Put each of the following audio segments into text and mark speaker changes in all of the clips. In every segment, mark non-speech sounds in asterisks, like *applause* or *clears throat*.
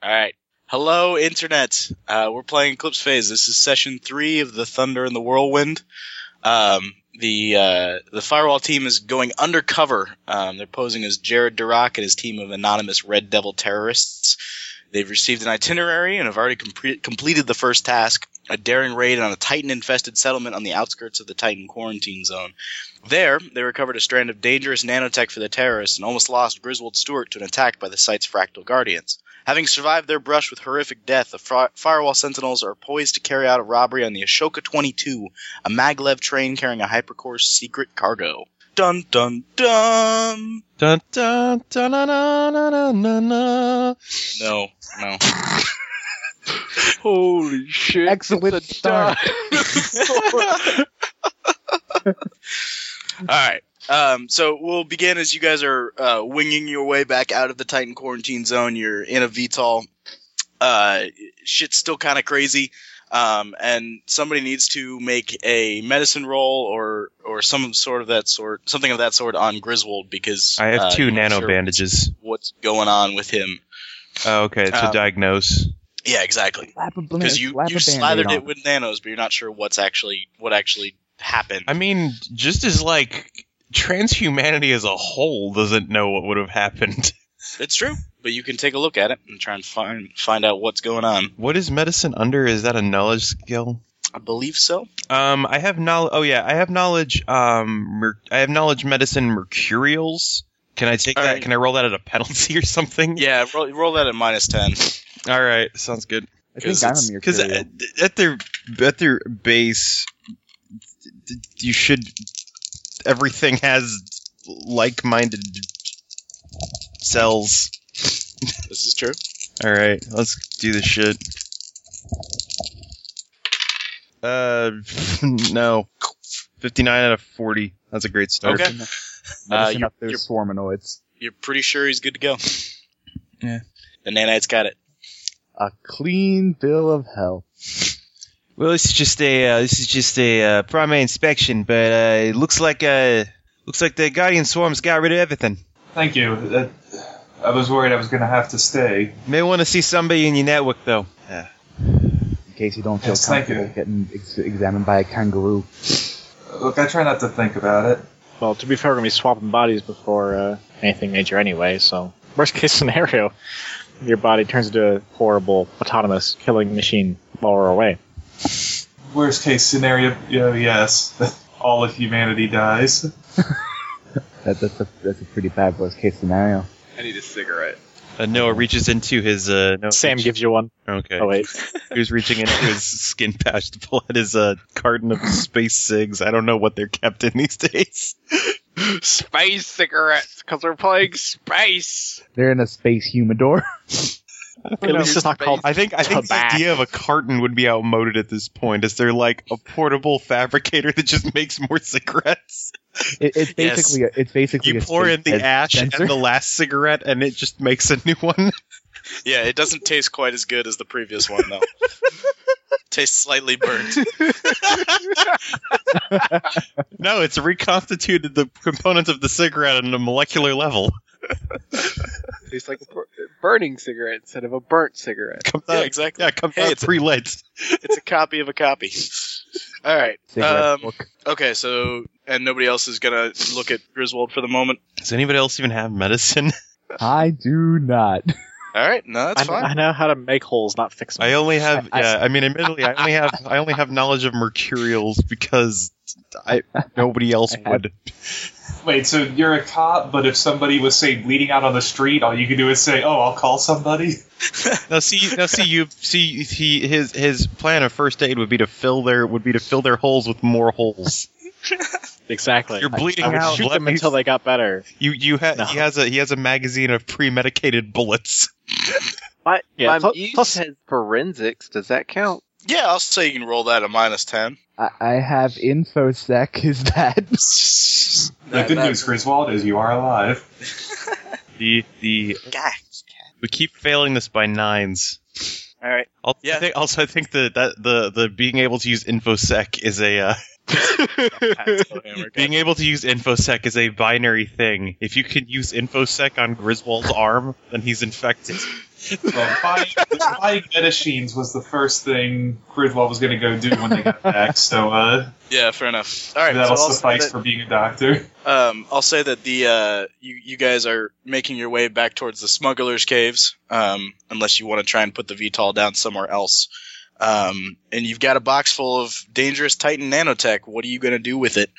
Speaker 1: All right. Hello, Internet. Uh, we're playing Eclipse Phase. This is session three of the Thunder and the Whirlwind. Um, the uh, the firewall team is going undercover. Um, they're posing as Jared Dirac and his team of anonymous Red Devil terrorists. They've received an itinerary and have already compre- completed the first task: a daring raid on a Titan-infested settlement on the outskirts of the Titan quarantine zone. There, they recovered a strand of dangerous nanotech for the terrorists and almost lost Griswold Stewart to an attack by the site's fractal guardians. Having survived their brush with horrific death, the fri- Firewall Sentinels are poised to carry out a robbery on the Ashoka 22, a maglev train carrying a hypercore secret cargo. Dun dun dun!
Speaker 2: Dun, dun, dun, na, na, na, na, na.
Speaker 1: No, no.
Speaker 3: *laughs* Holy shit. *laughs*
Speaker 2: *laughs*
Speaker 4: Excellent start.
Speaker 1: All right. Um, so we'll begin as you guys are uh, winging your way back out of the Titan quarantine zone. You're in a VTOL. Uh, shit's still kind of crazy, um, and somebody needs to make a medicine roll or or some sort of that sort, something of that sort on Griswold because
Speaker 2: I have
Speaker 1: uh,
Speaker 2: two
Speaker 1: you're
Speaker 2: nano
Speaker 1: not sure
Speaker 2: bandages.
Speaker 1: What's going on with him?
Speaker 2: Oh, okay, to
Speaker 1: Um,
Speaker 2: diagnose.
Speaker 1: Yeah, exactly.
Speaker 4: Slap a
Speaker 1: Because you you slathered it with nanos, but you're not sure what's actually what actually happened.
Speaker 2: I mean, just as like transhumanity as a whole doesn't know what would have happened. *laughs*
Speaker 1: It's true, but you can take a look at it and try and find find out what's going on.
Speaker 2: What is medicine under? Is that a knowledge skill?
Speaker 1: I believe so.
Speaker 2: Um, I have knowledge. Oh yeah, I have knowledge. Um, mer- I have knowledge medicine mercurials. Can I take
Speaker 1: All
Speaker 2: that?
Speaker 1: right.
Speaker 2: Can I roll that at a penalty *laughs* or something?
Speaker 1: Yeah, roll, roll that at minus ten.
Speaker 2: All right, sounds good.
Speaker 4: I
Speaker 1: Because
Speaker 4: think I'm
Speaker 1: it's- uh,
Speaker 4: a
Speaker 2: Because
Speaker 4: mercurial.
Speaker 2: at, at their at their base, th- th- you should everything has like-minded cells.
Speaker 1: This is true.
Speaker 2: All right, let's do this shit. Uh, *laughs* no, fifty-nine out of forty. That's a great start.
Speaker 1: Okay.
Speaker 4: Medicine
Speaker 1: you're-
Speaker 4: up there,
Speaker 1: you're-
Speaker 4: swarmanoids.
Speaker 1: You're pretty sure he's good to go.
Speaker 2: Yeah.
Speaker 1: The nanites got it.
Speaker 4: A clean bill of health.
Speaker 2: Well, this is just a uh, this is just a uh, primary inspection, but uh, it looks like uh, looks like the Guardian Swarms got rid of everything.
Speaker 5: Thank you. Uh, I was worried I was going to have to stay.
Speaker 2: May want to see somebody in your network though.
Speaker 4: In case you don't feel
Speaker 5: Yes, thank
Speaker 4: comfortable
Speaker 5: you.
Speaker 4: getting ex- examined by a kangaroo.
Speaker 5: Look, I try not to think about it.
Speaker 6: Well, to be fair, we're gonna be swapping bodies before uh, anything major anyway. So, worst case *laughs* scenario, your body turns into a horrible autonomous killing machine while we're away.
Speaker 5: Worst case scenario, yeah, yes, *laughs* all of humanity dies.
Speaker 4: That, that's, a, that's a pretty bad worst case scenario.
Speaker 7: I need a cigarette.
Speaker 2: Uh, Noah reaches into his uh. Noah
Speaker 6: Sam
Speaker 2: reach-
Speaker 6: gives you one.
Speaker 2: Okay.
Speaker 1: *laughs*
Speaker 6: Oh wait,
Speaker 2: He was reaching into *laughs* his skin patch to pull out his uh carton of space cigs. I don't know what they're kept in these days.
Speaker 7: Space cigarettes, because we're playing space.
Speaker 4: They're in a space humidor. *laughs*
Speaker 6: at least it's not called.
Speaker 2: I think I think the
Speaker 6: Tobacco.
Speaker 2: idea of a carton would be outmoded at this point. Is there like a portable fabricator that just makes more cigarettes?
Speaker 4: It, it's
Speaker 1: Yes.
Speaker 4: basically a, it's basically
Speaker 2: you
Speaker 4: a
Speaker 2: pour
Speaker 4: space
Speaker 2: in the
Speaker 4: as-
Speaker 2: ash
Speaker 4: sensor.
Speaker 2: and the last cigarette and it just makes a new one *laughs*
Speaker 1: Yeah, it doesn't taste quite as good as the previous one *laughs* though. Tastes slightly burnt.
Speaker 2: no it's reconstituted the components of the cigarette on a molecular level
Speaker 7: Tastes like a bur- burning cigarette instead of a burnt cigarette.
Speaker 2: comes
Speaker 1: *laughs* Yeah,
Speaker 2: out,
Speaker 1: exactly.
Speaker 2: yeah it comes
Speaker 1: Hey,
Speaker 2: out
Speaker 1: it's a-
Speaker 2: pre-lit
Speaker 1: It's a copy of a copy. All right.
Speaker 4: cigarette
Speaker 1: Um,
Speaker 4: book.
Speaker 1: Okay. So, and nobody else is gonna look at Griswold for the moment.
Speaker 2: does anybody else even have medicine
Speaker 4: I do not.
Speaker 1: All right. No, that's
Speaker 6: I,
Speaker 1: fine.
Speaker 6: I know how to make holes, not fix them.
Speaker 2: i only have
Speaker 4: I- I-
Speaker 2: yeah i mean admittedly i only have i only have knowledge of mercurials because i nobody else
Speaker 4: I-
Speaker 2: would
Speaker 5: Wait, so you're a cop, but if somebody was, say, bleeding out on the street, all you could do is say, oh, I'll call somebody? *laughs*
Speaker 2: now see now see you see he his his plan of first aid would be to fill their would be to fill their holes with more holes
Speaker 6: exactly.
Speaker 2: you're bleeding
Speaker 6: I would
Speaker 2: out
Speaker 6: shoot
Speaker 2: let
Speaker 6: them
Speaker 2: me
Speaker 6: until they got better.
Speaker 2: You you ha-
Speaker 6: No.
Speaker 2: he has a he has a magazine of premedicated bullets.
Speaker 8: My,
Speaker 6: Yeah,
Speaker 8: my
Speaker 6: plus-
Speaker 8: muse
Speaker 6: plus-
Speaker 8: has forensics. Does that count?
Speaker 1: Yeah, I'll say you can roll that at minus ten.
Speaker 4: I, I have infosec. *laughs* Is that
Speaker 5: the good news, Griswold, is you are alive.
Speaker 2: The the
Speaker 1: God.
Speaker 2: we keep failing this by nines.
Speaker 1: All right.
Speaker 2: Also,
Speaker 1: Yeah.
Speaker 2: I think, also I think the that the the being able to use infosec is a uh, Being able to use infosec is a binary thing. If you can use infosec on Griswold's arm, then he's infected.
Speaker 1: *laughs*
Speaker 5: Well, buying, buying medicines was the first thing Gridwell was going to go do when they got back,
Speaker 1: *laughs*
Speaker 5: so uh,
Speaker 1: *laughs* yeah, fair enough. All right,
Speaker 5: that'll
Speaker 1: so I'll say,
Speaker 5: suffice
Speaker 1: that,
Speaker 5: for being a doctor.
Speaker 1: um, I'll say that the uh, you you guys are making your way back towards the smugglers' caves, um, unless you want to try and put the VTOL down somewhere else. Um, and you've got a box full of dangerous Titan nanotech. What are you going to do with it?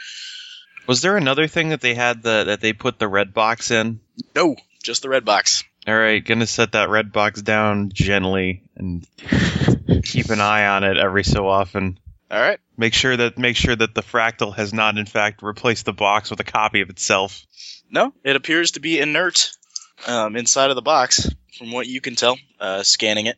Speaker 2: Was there another thing that they had the, that they put the red box in?
Speaker 1: No, just the red box.
Speaker 2: All right, gonna set that red box down gently and keep an eye on it every so often.
Speaker 1: All right.
Speaker 2: Make sure that make sure that the fractal has not in fact replaced the box with a copy of itself.
Speaker 1: No, it appears to be inert um, inside of the box, from what you can tell, uh, scanning it.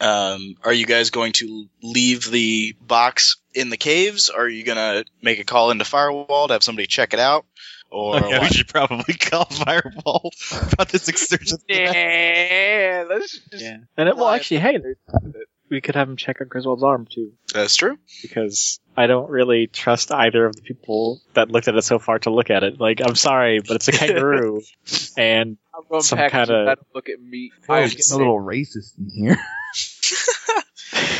Speaker 1: Um, are you guys going to leave the box in the caves? Are you going to make a call into Firewall to have somebody check it out?
Speaker 2: *laughs*
Speaker 1: Or
Speaker 2: Okay, we
Speaker 1: what?
Speaker 2: should probably call Fireball about this extension.
Speaker 7: Yeah, let's just.
Speaker 6: Yeah. And it, well,
Speaker 7: Why?
Speaker 6: actually, hey, we could have him check on Griswold's arm too,
Speaker 1: that's true.
Speaker 6: because I don't really trust either of the people that looked at it so far to look at it. Like, I'm sorry, but it's a
Speaker 1: *laughs*
Speaker 6: kangaroo, and
Speaker 7: I'm going
Speaker 6: Some
Speaker 7: package
Speaker 6: kinda-
Speaker 7: and I don't look at meat.
Speaker 4: Oh,
Speaker 7: I'm
Speaker 4: getting a
Speaker 7: sick.
Speaker 4: little racist in here.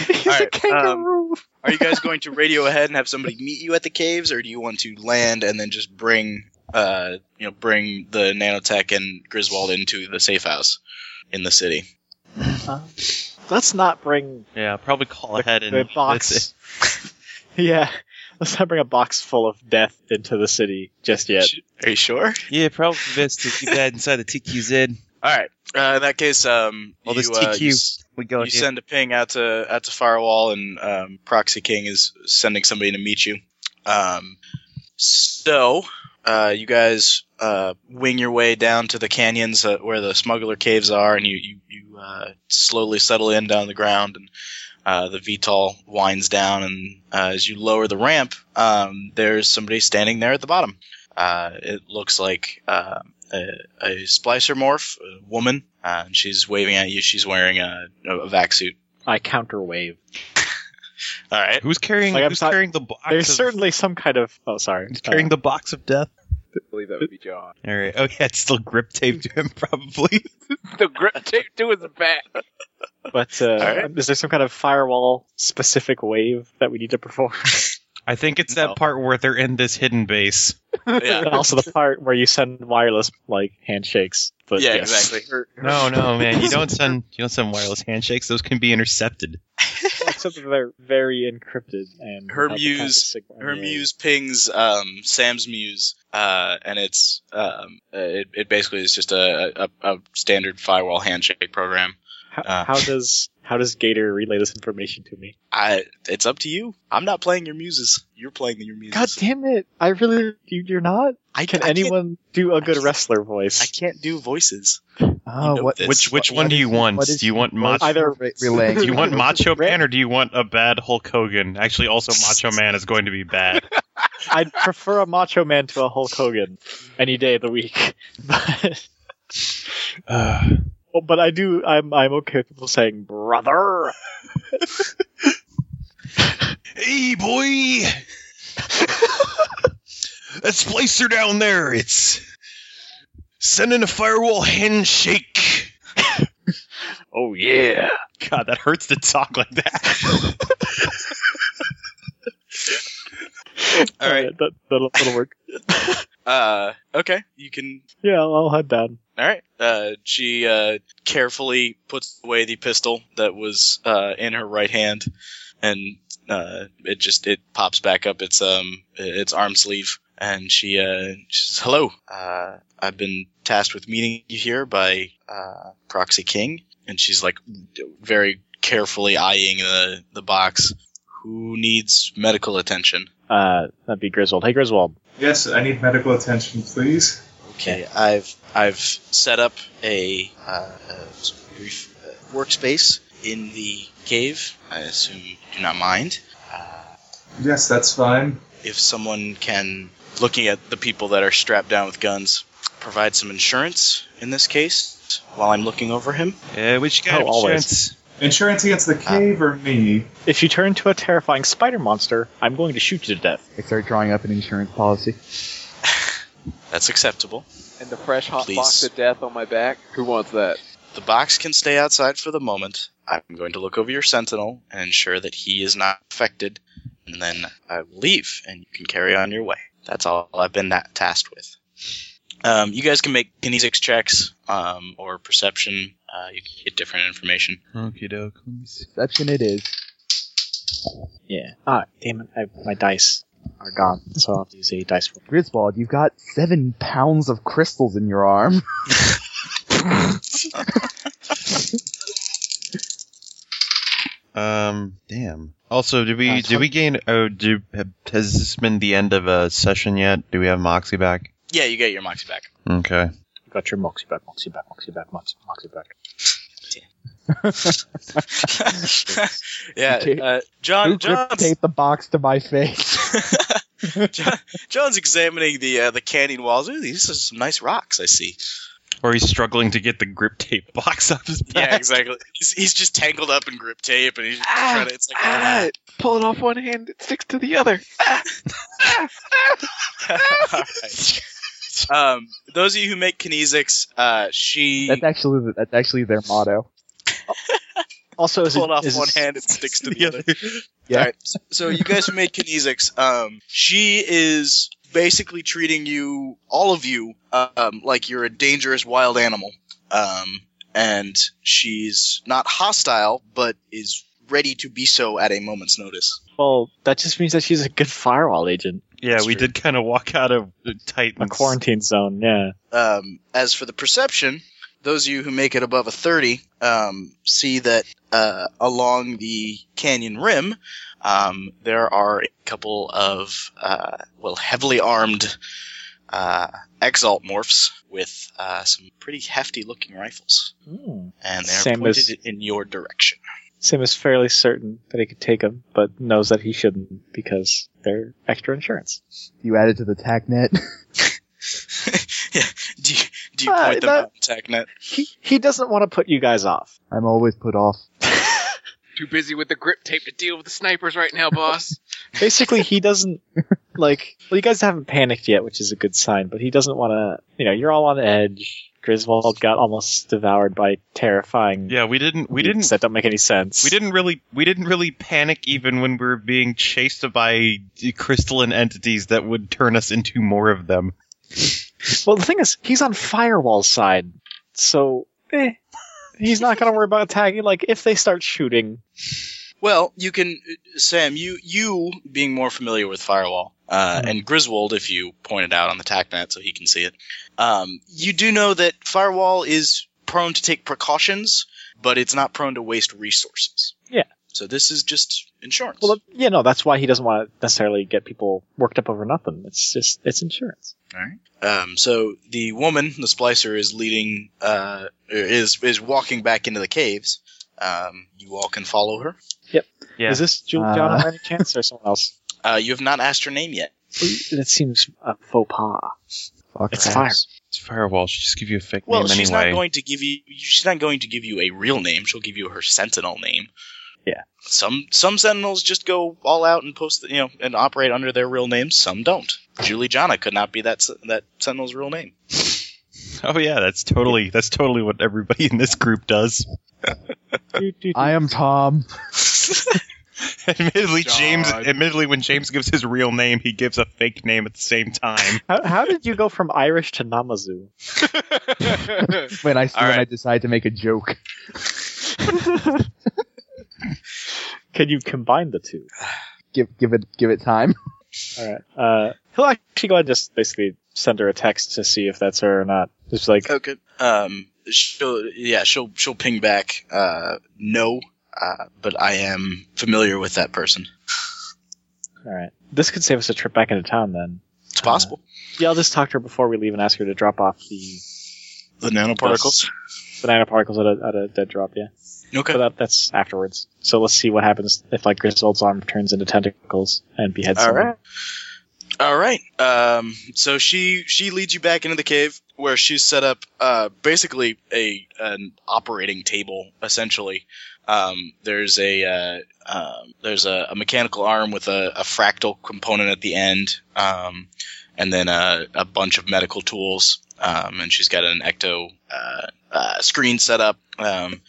Speaker 6: he's
Speaker 1: Alright,
Speaker 6: a kangaroo.
Speaker 1: Are you guys going to radio ahead and have somebody meet you at the caves, or do you want to land and then just bring, uh, you know, bring the nanotech and Griswold into the safe house in the city?
Speaker 6: Let's not bring
Speaker 2: Yeah, probably call ahead and
Speaker 6: the box. *laughs* yeah, let's not bring a box full of death into the city just yet.
Speaker 1: Are you sure?
Speaker 2: *laughs* Yeah, probably best to keep that inside the TQZ.
Speaker 1: All right. Uh, in that case, um,
Speaker 2: Well, this
Speaker 1: you, uh,
Speaker 2: TQ
Speaker 1: you s-
Speaker 2: We go.
Speaker 1: you
Speaker 2: here.
Speaker 1: send a ping out to out to firewall, and um, Proxy King is sending somebody to meet you. Um, so uh, you guys uh, wing your way down to the canyons uh, where the smuggler caves are, and you you, you uh, slowly settle in down the ground, and uh, the VTOL winds down, and uh, as you lower the ramp, um, there's somebody standing there at the bottom. Uh, it looks like. Uh, a, a splicer morph, a woman, uh, and she's waving at you. She's wearing a, a vac suit.
Speaker 6: I counterwave.
Speaker 1: All
Speaker 6: *laughs*
Speaker 1: right.
Speaker 2: Who's carrying?
Speaker 6: Like, I'm
Speaker 2: who's
Speaker 6: not-
Speaker 2: carrying the box?
Speaker 6: There's
Speaker 2: of,
Speaker 6: certainly some kind of. Oh, sorry.
Speaker 1: *laughs*
Speaker 2: who's carrying the box of death.
Speaker 7: I believe that would be John.
Speaker 2: All right. Oh yeah, it's still grip taped to him *laughs* probably.
Speaker 7: the grip tape to his back.
Speaker 6: But uh,
Speaker 1: Alright.
Speaker 6: is there some kind of firewall specific wave that we need to perform?
Speaker 2: I think it's
Speaker 1: No.
Speaker 2: that part where they're in this hidden base.
Speaker 1: Yeah.
Speaker 6: and *laughs* also the part where you send wireless like handshakes. But
Speaker 1: yeah,
Speaker 6: yes.
Speaker 1: exactly. *laughs* Her-
Speaker 2: No, no, man, you don't
Speaker 6: *laughs*
Speaker 2: send you don't send wireless handshakes. Those can be intercepted.
Speaker 6: Except that they're very encrypted and
Speaker 1: Her
Speaker 6: have the kind of
Speaker 1: muse-
Speaker 6: signal
Speaker 1: her
Speaker 6: anyway.
Speaker 1: muse pings um, Sam's muse, uh, and it's um, uh, it, it basically is just a, a, a standard firewall handshake program.
Speaker 6: How,
Speaker 1: uh.
Speaker 6: how does how does Gator relay this information to me?
Speaker 1: I it's up to you. I'm not playing your muses. You're playing your muses.
Speaker 6: God damn it! I really you, you're not.
Speaker 1: I
Speaker 6: Can
Speaker 1: I
Speaker 6: anyone do a
Speaker 1: I
Speaker 6: good
Speaker 1: can't-
Speaker 6: wrestler
Speaker 1: I
Speaker 6: voice?
Speaker 1: can't do voices.
Speaker 4: Oh,
Speaker 1: know
Speaker 4: what?
Speaker 1: this.
Speaker 2: Which which one do you want? Do you want macho?
Speaker 6: Either
Speaker 4: relaying?
Speaker 2: Do you
Speaker 6: *laughs*
Speaker 2: want Macho Man or do you want a bad Hulk Hogan? Actually, also Macho Man is going to be bad.
Speaker 6: I'd prefer a Macho Man to a Hulk Hogan any day of the week. *laughs* But
Speaker 2: *laughs* Uh,
Speaker 6: Oh, but I do. I'm I'm okay with people saying brother.
Speaker 2: hey, boy, that splicer down there. It's sending a firewall handshake.
Speaker 6: Oh yeah.
Speaker 2: God, that hurts to talk like that.
Speaker 1: All right.
Speaker 6: that, that'll, that'll work.
Speaker 1: Uh, okay. You can
Speaker 6: Yeah, I'll, I'll head down.
Speaker 1: All right. Uh, she uh, carefully puts away the pistol that was uh, in her right hand, and uh, it just it pops back up its um its arm sleeve, and she uh, she says, "Hello. Uh, I've been tasked with meeting you here by uh, Proxy King," and she's like very carefully eyeing the the box. Who needs medical attention?
Speaker 6: Uh, that'd be Griswold. Hey, Griswold.
Speaker 5: Yes, I need medical attention, please.
Speaker 1: Okay, I've I've set up a, uh, a brief uh, workspace in the cave. I assume you do not mind. Uh,
Speaker 5: Yes, that's fine.
Speaker 1: if someone can, looking at the people that are strapped down with guns, provide some insurance in this case, while I'm looking over him.
Speaker 2: uh, which kind
Speaker 6: Oh,
Speaker 2: of
Speaker 6: always.
Speaker 2: insurance?
Speaker 5: Insurance against the cave or me?
Speaker 6: If you turn into a terrifying spider monster, I'm going to shoot you to death.
Speaker 4: I *laughs* start drawing up an insurance policy.
Speaker 1: That's acceptable.
Speaker 7: And the fresh hot
Speaker 1: Please.
Speaker 7: box of death on my back. Who wants that?
Speaker 1: The box can stay outside for the moment. I'm going to look over your sentinel and ensure that he is not affected, and then I will leave, and you can carry on your way. That's all I've been that tasked with. Um, you guys can make kinesics checks um, or perception. Uh, you can get different information.
Speaker 2: Okie doke.
Speaker 4: Deception it is.
Speaker 6: Yeah. Ah, damn it. I, my dice are gone, so I'll have to use a dice roll.
Speaker 4: Griswold, you've got seven pounds of crystals in your
Speaker 6: *laughs*
Speaker 4: arm.
Speaker 2: Um, damn. Also, did we
Speaker 6: Uh,
Speaker 2: did we gain? Oh, do, has this been the end of a session yet? Do we have Moxie back?
Speaker 1: Yeah, you get your moxie back. *laughs*
Speaker 2: Okay.
Speaker 6: Got your moxie back, moxie back, moxie back, moxie, moxie back.
Speaker 1: *laughs* yeah, uh, John.
Speaker 4: Who grip
Speaker 1: John's,
Speaker 4: taped the box to my face?
Speaker 1: *laughs* John, John's examining the uh, the canyon walls. Ooh, these are some nice rocks. I see.
Speaker 2: Or he's struggling to get the grip tape box *laughs* off his
Speaker 1: *laughs*
Speaker 2: back.
Speaker 1: Yeah, exactly. He's, he's just tangled up in grip tape, and he's just
Speaker 7: Ah,
Speaker 1: trying to. It's like,
Speaker 7: Ah, pull it off one hand, it sticks to the other. Ah, ah, ah.
Speaker 1: *laughs* Alright. um, those of you who make kinesics, uh, she
Speaker 4: That's actually that's actually their motto.
Speaker 6: Also, is
Speaker 1: pulled
Speaker 6: it,
Speaker 1: off
Speaker 6: is
Speaker 1: one
Speaker 6: it-
Speaker 1: hand and sticks
Speaker 2: *laughs*
Speaker 1: to the other.
Speaker 4: Yeah.
Speaker 1: Alright, s- so you guys who made kinesics, um, she is basically treating you, all of you, um, like you're a dangerous wild animal. Um, and she's not hostile, but is ready to be so at a moment's notice.
Speaker 6: Well, that just means that she's a good firewall agent.
Speaker 2: Yeah,
Speaker 1: That's
Speaker 2: we
Speaker 1: true.
Speaker 2: did kind of walk out of the
Speaker 6: A
Speaker 2: Titans.
Speaker 6: quarantine zone, yeah.
Speaker 1: Um, as for the perception, those of you who make it above a 30 um, see that uh, along the canyon rim, um, there are a couple of, uh, well, heavily armed uh, exalt morphs with uh, some pretty hefty looking rifles.
Speaker 6: Hmm.
Speaker 1: And they're
Speaker 6: Same
Speaker 1: pointed
Speaker 6: as-
Speaker 1: in your direction. *laughs*
Speaker 6: Sim is fairly certain that he could take them, but knows that he shouldn't because they're extra insurance.
Speaker 4: You add it to the tac net. *laughs*
Speaker 1: yeah. Do you, do you
Speaker 6: Uh,
Speaker 1: point them
Speaker 6: that-
Speaker 1: out, TechNet?
Speaker 6: He, he doesn't want to put you guys off.
Speaker 4: I'm always put off.
Speaker 7: Too busy with the grip tape to deal with the snipers right now, boss.
Speaker 6: basically he doesn't like well you guys haven't panicked yet which is a good sign but he doesn't want to you know you're all on edge griswold got almost devoured by terrifying
Speaker 2: Yeah, we didn't. We didn't.
Speaker 6: beasts that don't make any sense
Speaker 2: We didn't really. We didn't really panic even when we were being chased by crystalline entities that would turn us into more of them.
Speaker 6: well the thing is he's on firewall side so eh, he's not gonna worry about attacking like if they start shooting
Speaker 1: Well, you can, uh, Sam. You you being more familiar with firewall,
Speaker 6: Mm-hmm.
Speaker 1: uh, and Griswold, if you pointed out on the TACnet so he can see it. Um, you do know that firewall is prone to take precautions, but it's not prone to waste resources.
Speaker 6: Yeah.
Speaker 1: So this is just insurance.
Speaker 6: well yeah no that's why he doesn't want to necessarily get people worked up over nothing it's just it's insurance
Speaker 1: Um, so the woman, the splicer, is leading, uh, is is walking back into the caves. Um, you all can follow her.
Speaker 2: Yeah.
Speaker 6: is this Juliana
Speaker 4: Uh.
Speaker 6: by any chance or someone *laughs* else
Speaker 1: Uh, you have not asked her name yet.
Speaker 6: that seems a faux pas
Speaker 4: Fuck
Speaker 6: It's
Speaker 4: that.
Speaker 6: fire.
Speaker 2: It's firewall. She just give you a fake
Speaker 1: Well,
Speaker 2: name
Speaker 1: she's
Speaker 2: anyway.
Speaker 1: not going to give you. She's not going to give you a real name. She'll give you her sentinel name.
Speaker 6: Yeah.
Speaker 1: Some some sentinels just go all out and post, you know, and operate under their real names. Some don't. Julie Jana could not be that s- that sentinel's real name.
Speaker 2: oh yeah, that's totally. That's totally what everybody in this group does. *laughs*
Speaker 6: Do, do, do.
Speaker 4: I am Tom.
Speaker 2: admittedly, James.
Speaker 7: God.
Speaker 2: Admittedly, when James gives his real name, he gives a fake name at the same time.
Speaker 6: How, how did you go from Irish to Namazu?
Speaker 4: When I see
Speaker 1: All
Speaker 4: when
Speaker 1: right.
Speaker 4: I decide to make a joke.
Speaker 6: Can you combine the two?
Speaker 4: Give give it give it time.
Speaker 6: All right. Uh, he'll actually go ahead and just basically send her a text to see if that's her or not. Just like,
Speaker 1: Okay. Um. She'll yeah. She'll she'll ping back. Uh. No. Uh. But I am familiar with that person.
Speaker 6: all right, this could save us a trip back into town then.
Speaker 1: It's
Speaker 2: Uh-huh.
Speaker 1: possible.
Speaker 6: Yeah, I'll just talk to her before we leave and ask her to drop off the
Speaker 1: the nanoparticles.
Speaker 6: banana particles at a, at a dead drop. Yeah,
Speaker 1: Okay.
Speaker 6: but that, that's afterwards. So let's see what happens if like Griswold's arm turns into tentacles and beheads
Speaker 1: All
Speaker 6: someone.
Speaker 1: right. All right. Um, so she she leads you back into the cave. where she's set up uh, basically a an operating table essentially. Um, there's a uh, um there's a, a mechanical arm with a, a fractal component at the end, um, and then a, a bunch of medical tools. Um, and she's got an ecto uh, uh, screen set up. Um,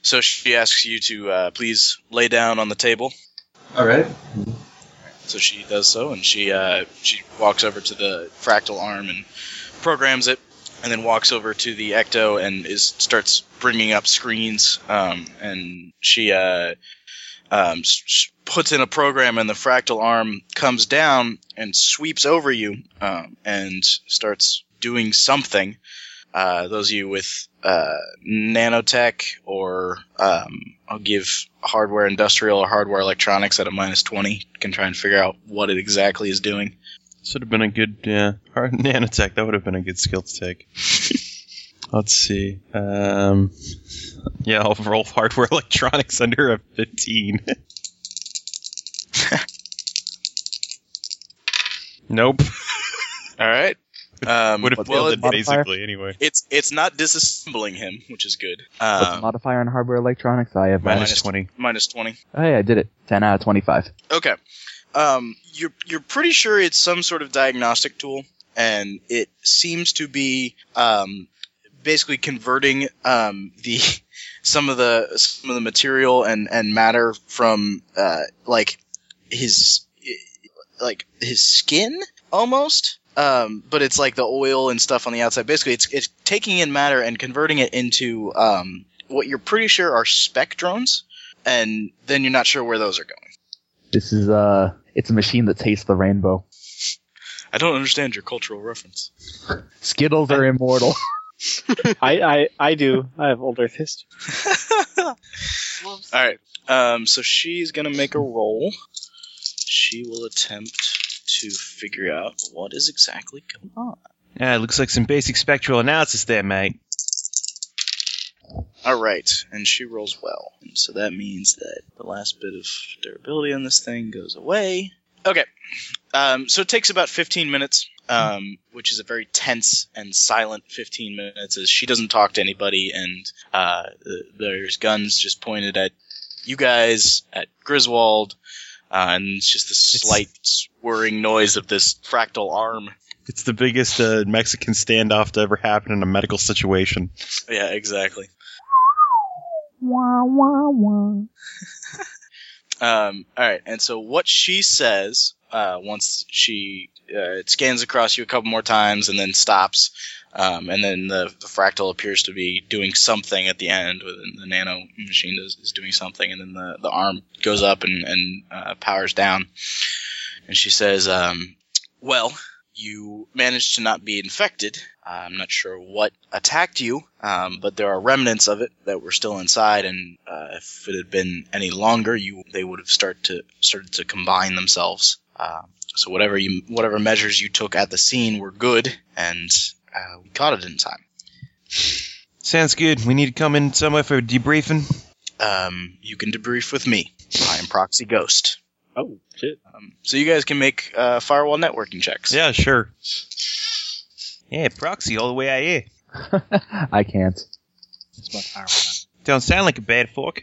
Speaker 1: so she asks you to uh, please lay down on the table.
Speaker 5: All right.
Speaker 1: So she does so, and she uh, she walks over to the fractal arm and programs it, and then walks over to the ecto and is starts bringing up screens. Um, and she uh, um, s- s- puts in a program, and the fractal arm comes down and sweeps over you, um, and starts doing something. Uh, those of you with uh, nanotech or um, I'll give hardware industrial or hardware electronics at a minus 20 can try and figure out what it exactly is doing.
Speaker 2: Should have been a good yeah, hard *laughs* nanotech. That would have been a good skill to *laughs* take. Let's see. Um, yeah, I'll roll hardware *laughs* electronics under a fifteen. *laughs* nope.
Speaker 1: All right. Um,
Speaker 2: Would have
Speaker 1: well,
Speaker 2: failed it
Speaker 1: it-
Speaker 4: modifier?
Speaker 2: basically anyway.
Speaker 1: it's it's not disassembling him, which is good.
Speaker 4: What's
Speaker 1: Uh,
Speaker 4: the modifier on hardware electronics? I have minus.
Speaker 2: minus twenty.
Speaker 1: minus 20.
Speaker 4: Oh, yeah, I did it. 10 out of 25.
Speaker 1: Okay. Um, you're you're pretty sure it's some sort of diagnostic tool, and it seems to be um, basically converting um, the *laughs* some of the some of the material and and matter from uh, like his like his skin almost. Um, but it's like the oil and stuff on the outside. Basically, it's it's taking in matter and converting it into um, what you're pretty sure are spectrons, and then you're not sure where those are going.
Speaker 4: This is, uh, it's a machine that tastes the rainbow.
Speaker 1: I don't understand your cultural reference.
Speaker 4: Skittles are immortal. *laughs*
Speaker 6: I, I, I do. I have old Earth history.
Speaker 1: All right. Um, so she's gonna make a roll. She will attempt to figure out what is exactly going on.
Speaker 2: Yeah, it looks like some basic spectral analysis there, mate.
Speaker 1: All right, and she rolls well, and so that means that the last bit of durability on this thing goes away. Okay. Um, so it takes about 15 minutes, um, which is a very tense and silent 15 minutes as she doesn't talk to anybody, and uh, th- there's guns just pointed at you guys, at Griswold, uh, and it's just the slight whirring noise of this fractal arm.
Speaker 2: It's the biggest uh, Mexican standoff to ever happen in a medical situation.
Speaker 1: Yeah, exactly. *laughs* Um, all right, and so what she says uh, once she uh, it scans across you a couple more times and then stops, um, and then the, the fractal appears to be doing something at the end. With the nano machine is, is doing something, and then the, the arm goes up and and uh, powers down. And she says, um, "Well, you managed to not be infected. I'm not sure what attacked you, um, but there are remnants of it that were still inside, and uh, if it had been any longer, you they would have start to started to combine themselves. Uh, so whatever you whatever measures you took at the scene were good, and uh, we caught it in time.
Speaker 2: Sounds good. We need to come in somewhere for debriefing.
Speaker 1: Um, you can debrief with me. I am Proxy Ghost.
Speaker 6: Oh, shit.
Speaker 1: Um, so you guys can make uh, firewall networking checks. *laughs*
Speaker 2: Yeah, sure. Yeah, proxy all the way out here.
Speaker 4: I can't.
Speaker 6: That's my firewall.
Speaker 2: Don't sound like a bad fork.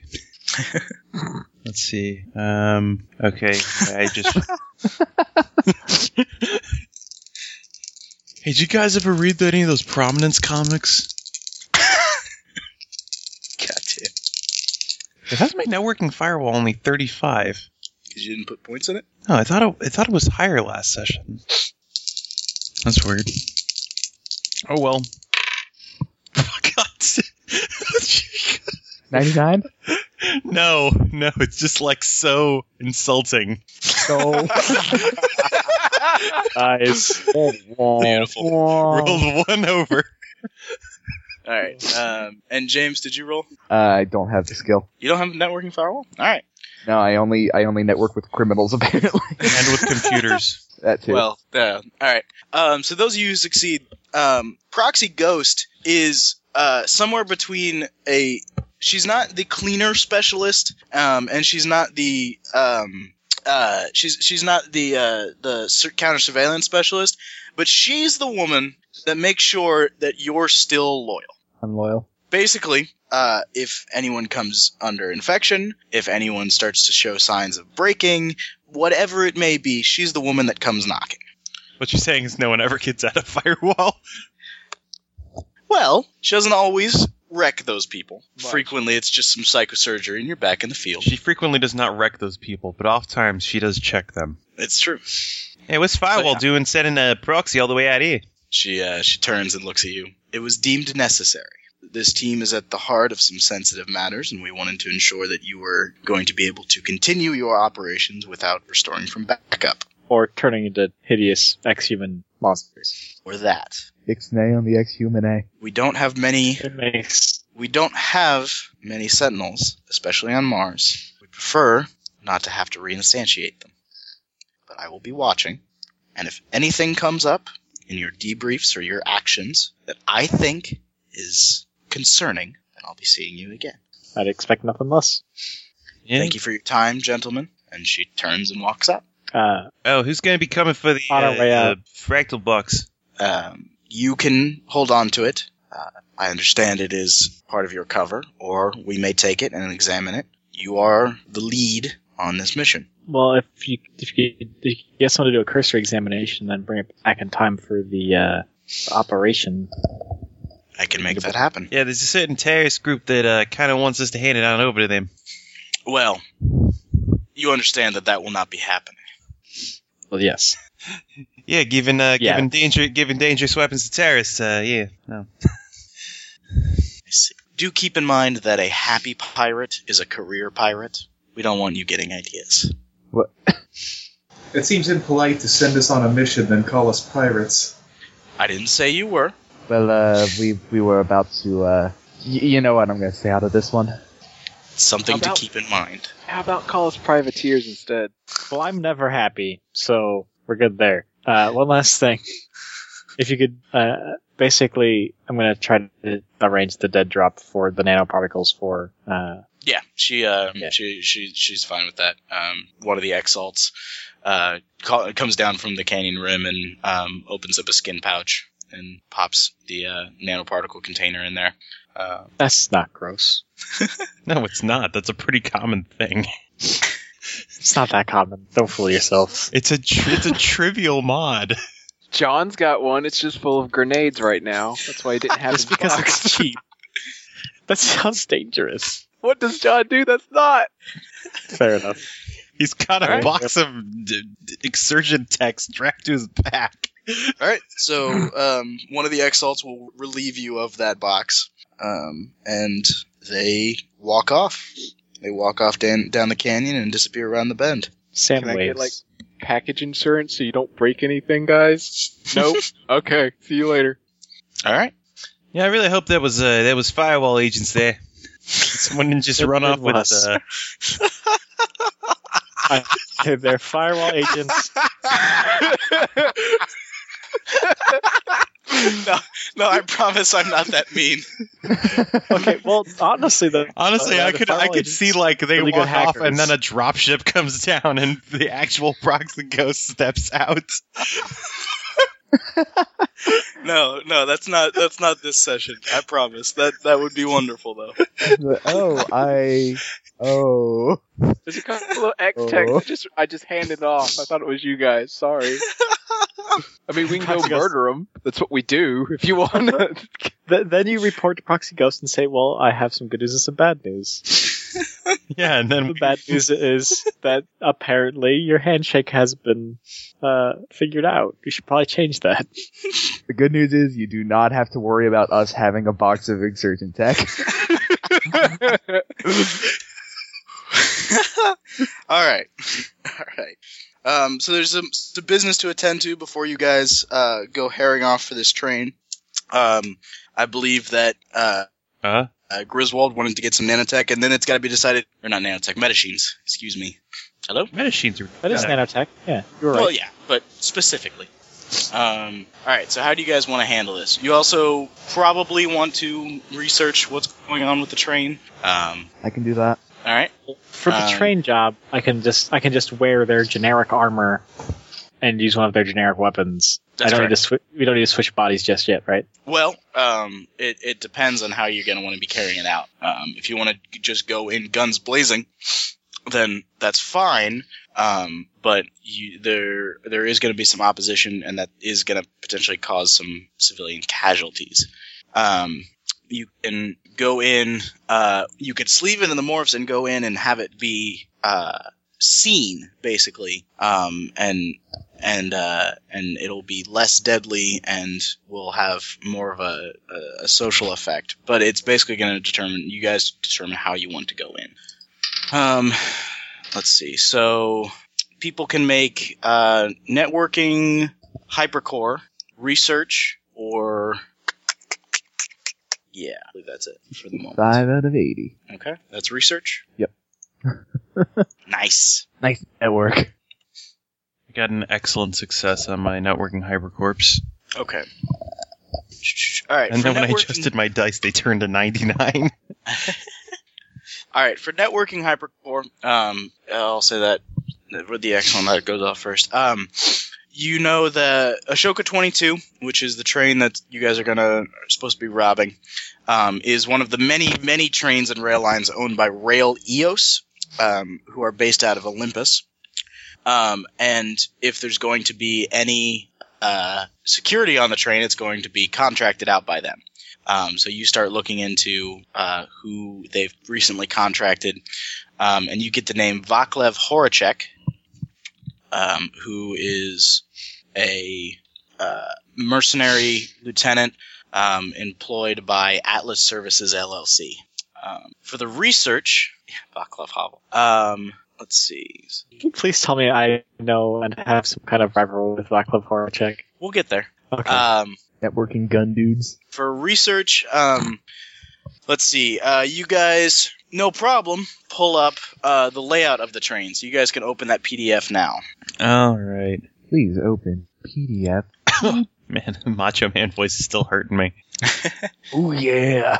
Speaker 2: *laughs* Let's see. Um, okay, I just. *laughs* hey, did you guys ever read any of those prominence comics?
Speaker 1: Goddamn.
Speaker 2: It has my networking firewall only thirty-five.
Speaker 1: 'Cause you didn't put points in it.
Speaker 2: No, I thought it, I thought it was higher last session. That's weird. Oh *laughs* well. Oh, God. *laughs*
Speaker 6: *laughs*
Speaker 4: 99?
Speaker 2: *laughs* No, no, it's just like so insulting.
Speaker 4: So. *laughs*
Speaker 6: Nice.
Speaker 2: Beautiful.
Speaker 4: Oh.
Speaker 2: Rolled one over.
Speaker 1: All right. Um, and James, did you roll?
Speaker 4: Uh, I don't have the skill.
Speaker 1: You don't have a networking firewall? All right.
Speaker 4: No, I only I only network with criminals *laughs* apparently.
Speaker 2: and with computers.
Speaker 4: that too.
Speaker 1: Well, uh, all right. Um, so those of you who succeed, um, Proxy Ghost is uh, somewhere between a. She's not the cleaner specialist, um, and she's not the um, uh, she's she's not the uh, the sur- counter surveillance specialist, but she's the woman that makes sure that you're still loyal.
Speaker 4: I'm loyal.
Speaker 1: Basically, uh, if anyone comes under infection, if anyone starts to show signs of breaking, whatever it may be, she's the woman that comes knocking.
Speaker 2: What you're saying is no one ever gets out of *laughs* firewall.
Speaker 1: Well, she doesn't always wreck those people.
Speaker 7: Right.
Speaker 1: Frequently, it's just some psychosurgery, and you're back in the field.
Speaker 2: She frequently does not wreck those people, but oft times she does check them.
Speaker 1: It's true.
Speaker 2: Hey, what's firewall
Speaker 1: yeah.
Speaker 2: doing sending a proxy all the way out here?
Speaker 1: She uh, she turns and looks at you. It was deemed necessary. This team is at the heart of some sensitive matters, and we wanted to ensure that you were going to be able to continue your operations without restoring from backup
Speaker 6: Or turning into hideous ex human monsters.
Speaker 1: or that.
Speaker 4: Ixnay on the ex human A.
Speaker 1: We don't have many.
Speaker 6: It makes
Speaker 1: We don't have many Sentinels, especially on Mars. We prefer not to have to reinstantiate them. But I will be watching, and if anything comes up in your debriefs or your actions that I think is concerning, then I'll be seeing you again.
Speaker 6: I'd expect nothing less.
Speaker 2: Yeah.
Speaker 1: Thank you for your time, gentlemen. And she turns and walks out.
Speaker 6: Uh,
Speaker 2: Oh, who's going to be coming for the
Speaker 6: On our
Speaker 2: uh,
Speaker 6: way out.
Speaker 2: uh, fractal box?
Speaker 1: Um, you can hold on to it. Uh, I understand it is part of your cover, or we may take it and examine it. You are the lead on this mission.
Speaker 6: well, if you if you, if you get someone to do a cursory examination, then bring it back in time for the uh, operation.
Speaker 1: I can make that happen.
Speaker 2: Yeah, there's a certain terrorist group that uh, kind of wants us to hand it on over to them.
Speaker 1: Well, you understand that that will not be happening.
Speaker 6: Well, yes.
Speaker 2: Yeah, giving uh,
Speaker 6: Yeah.
Speaker 2: giving danger giving dangerous weapons to terrorists. Uh, yeah, no.
Speaker 1: I see. Do keep in mind that a happy pirate is a career pirate. We don't want you getting ideas.
Speaker 5: *laughs* It seems impolite to send us on a mission then call us pirates.
Speaker 1: I didn't say you were.
Speaker 4: Well, uh, we we were about to. Uh, y- you know what? I'm gonna stay out of this one.
Speaker 1: Something
Speaker 7: About-
Speaker 1: to keep in mind.
Speaker 7: How about call us privateers instead?
Speaker 6: Well, I'm never happy, so we're good there. Uh, one last thing. If you could, uh, basically, I'm going to try to arrange the dead drop for the nanoparticles for, uh,
Speaker 1: Yeah, she um,
Speaker 6: Yeah.
Speaker 1: she she she's fine with that. Um, one of the exalts uh, call, comes down from the canyon rim and um, opens up a skin pouch and pops the uh, nanoparticle container in there. Uh,
Speaker 6: that's not gross.
Speaker 2: No, it's not. That's a pretty common thing. *laughs*
Speaker 6: It's not that common. Don't fool yourself.
Speaker 2: It's a tr- it's a trivial mod.
Speaker 7: *laughs* John's got one. It's just full of grenades right now. That's why he
Speaker 6: *laughs*
Speaker 7: didn't have
Speaker 6: Just
Speaker 7: it.
Speaker 6: because
Speaker 7: boxed.
Speaker 6: it's cheap. That sounds dangerous.
Speaker 7: What does John do? That's not.
Speaker 6: Fair enough.
Speaker 2: He's got a
Speaker 6: All right.
Speaker 2: box of d- d- exertion text strapped to his back.
Speaker 1: all right, *clears throat* so um, one of the exalts will relieve you of that box, um, and they walk off. They walk off down down the canyon and disappear around the bend.
Speaker 6: Sam
Speaker 7: Can I get,
Speaker 6: waves.
Speaker 7: like- Package insurance so you don't break anything, guys. Nope. okay. See you later.
Speaker 1: All right.
Speaker 2: Yeah, I really hope that was uh, that was firewall agents there. Someone didn't just
Speaker 6: It-
Speaker 2: run
Speaker 6: it
Speaker 2: off with.
Speaker 6: was.
Speaker 2: Uh,
Speaker 6: They're- They're
Speaker 7: *laughs*
Speaker 6: firewall agents.
Speaker 1: *laughs* no, no, I promise I'm not that mean.
Speaker 6: Okay, well, honestly, though,
Speaker 2: *laughs* honestly,
Speaker 6: Uh,
Speaker 2: I
Speaker 6: the
Speaker 2: could I
Speaker 6: firewall
Speaker 2: could
Speaker 6: agents-
Speaker 2: see like they
Speaker 6: really good
Speaker 2: walk off
Speaker 6: hackers.
Speaker 2: and then a dropship *laughs* comes down and the actual proxy ghost steps out.
Speaker 1: No, no, that's not that's not this session. I promise. That that would be wonderful though.
Speaker 4: *laughs* oh, I. Oh.
Speaker 7: There's a couple of X texts. I just I just handed off. I thought it was you guys.
Speaker 8: *laughs*
Speaker 7: Sorry. I mean, we can go murder them. That's what we do. If you want, *laughs*
Speaker 6: th- then you report to Proxy Ghost and say, "Well, I have some good news and some bad news."
Speaker 2: Yeah, and then
Speaker 6: The
Speaker 2: *laughs*
Speaker 6: bad news is that apparently your handshake has been uh, figured out. You should probably change that.
Speaker 4: The good news is you do not have to worry about us having a box of insurgent tech.
Speaker 1: All right, *laughs* all right. Um, so there's some, some business to attend to before you guys uh, go herring off for this train. Um, I believe that uh,
Speaker 2: Huh?
Speaker 1: uh, Griswold wanted to get some nanotech, and then it's got to be decided, or not nanotech, machines. Excuse me. Hello.
Speaker 2: Medicines are
Speaker 6: That is
Speaker 2: Yeah.
Speaker 6: nanotech. Yeah, you're right.
Speaker 1: Well, yeah, but specifically. Um, all right. So, how do you guys want to handle this? You also probably want to research what's going on with the train. Um,
Speaker 4: I can do that.
Speaker 1: all right.
Speaker 6: For the
Speaker 1: Um,
Speaker 6: train job, I can just I can just wear their generic armor and use one of their generic weapons.
Speaker 1: That's
Speaker 6: I don't need
Speaker 1: correct.
Speaker 6: to swi we don't need to switch bodies just yet, right?
Speaker 1: Well, um, it, it depends on how you're going to want to be carrying it out. Um, if you want to just go in guns blazing, then that's fine. Um, but you, there there is going to be some opposition, and that is going to potentially cause some civilian casualties. Um, you can go in. Uh, you could sleeve it in the morphs and go in and have it be uh, seen, basically, um, and and uh, and it'll be less deadly and will have more of a, a, a social effect. But it's basically going to determine you guys determine how you want to go in. Um, let's see. So people can make uh, networking, hypercore, research, or yeah, I believe that's it for the moment.
Speaker 4: Five out of eighty.
Speaker 1: Okay, that's research.
Speaker 4: Yep.
Speaker 1: nice.
Speaker 4: Nice network.
Speaker 2: I got an excellent success on my networking hypercorpse.
Speaker 1: Okay. All right.
Speaker 2: And
Speaker 1: for
Speaker 2: then when I
Speaker 1: networking-
Speaker 2: adjusted my dice, they turned to 99.
Speaker 1: All right, for networking hypercore, um, I'll say that with the excellent that goes off first. Um, you know the Ashoka 22, which is the train that you guys are gonna are supposed to be robbing, um, is one of the many many trains and rail lines owned by Rail EOS, um, who are based out of Olympus. Um, and if there's going to be any uh, security on the train, it's going to be contracted out by them. Um, so you start looking into uh, who they've recently contracted, um, and you get the name Vaklev Horacek, um, who is a uh, mercenary lieutenant um, employed by Atlas Services LLC. Um, for the research, yeah, Vaclav Havel. Um, let's see.
Speaker 6: Can you please tell me I know and have some kind of rivalry with Black Club Horror Uh, Check?
Speaker 1: We'll get there.
Speaker 6: Okay.
Speaker 1: Um,
Speaker 4: Networking gun dudes.
Speaker 1: for research, um, let's see. Uh, you guys, no problem, pull up uh, the layout of the train. So you guys can open that PDF now.
Speaker 2: All right.
Speaker 4: Please open PDF.
Speaker 2: Man, *laughs* Macho Man voice is still hurting me.
Speaker 4: Oh yeah.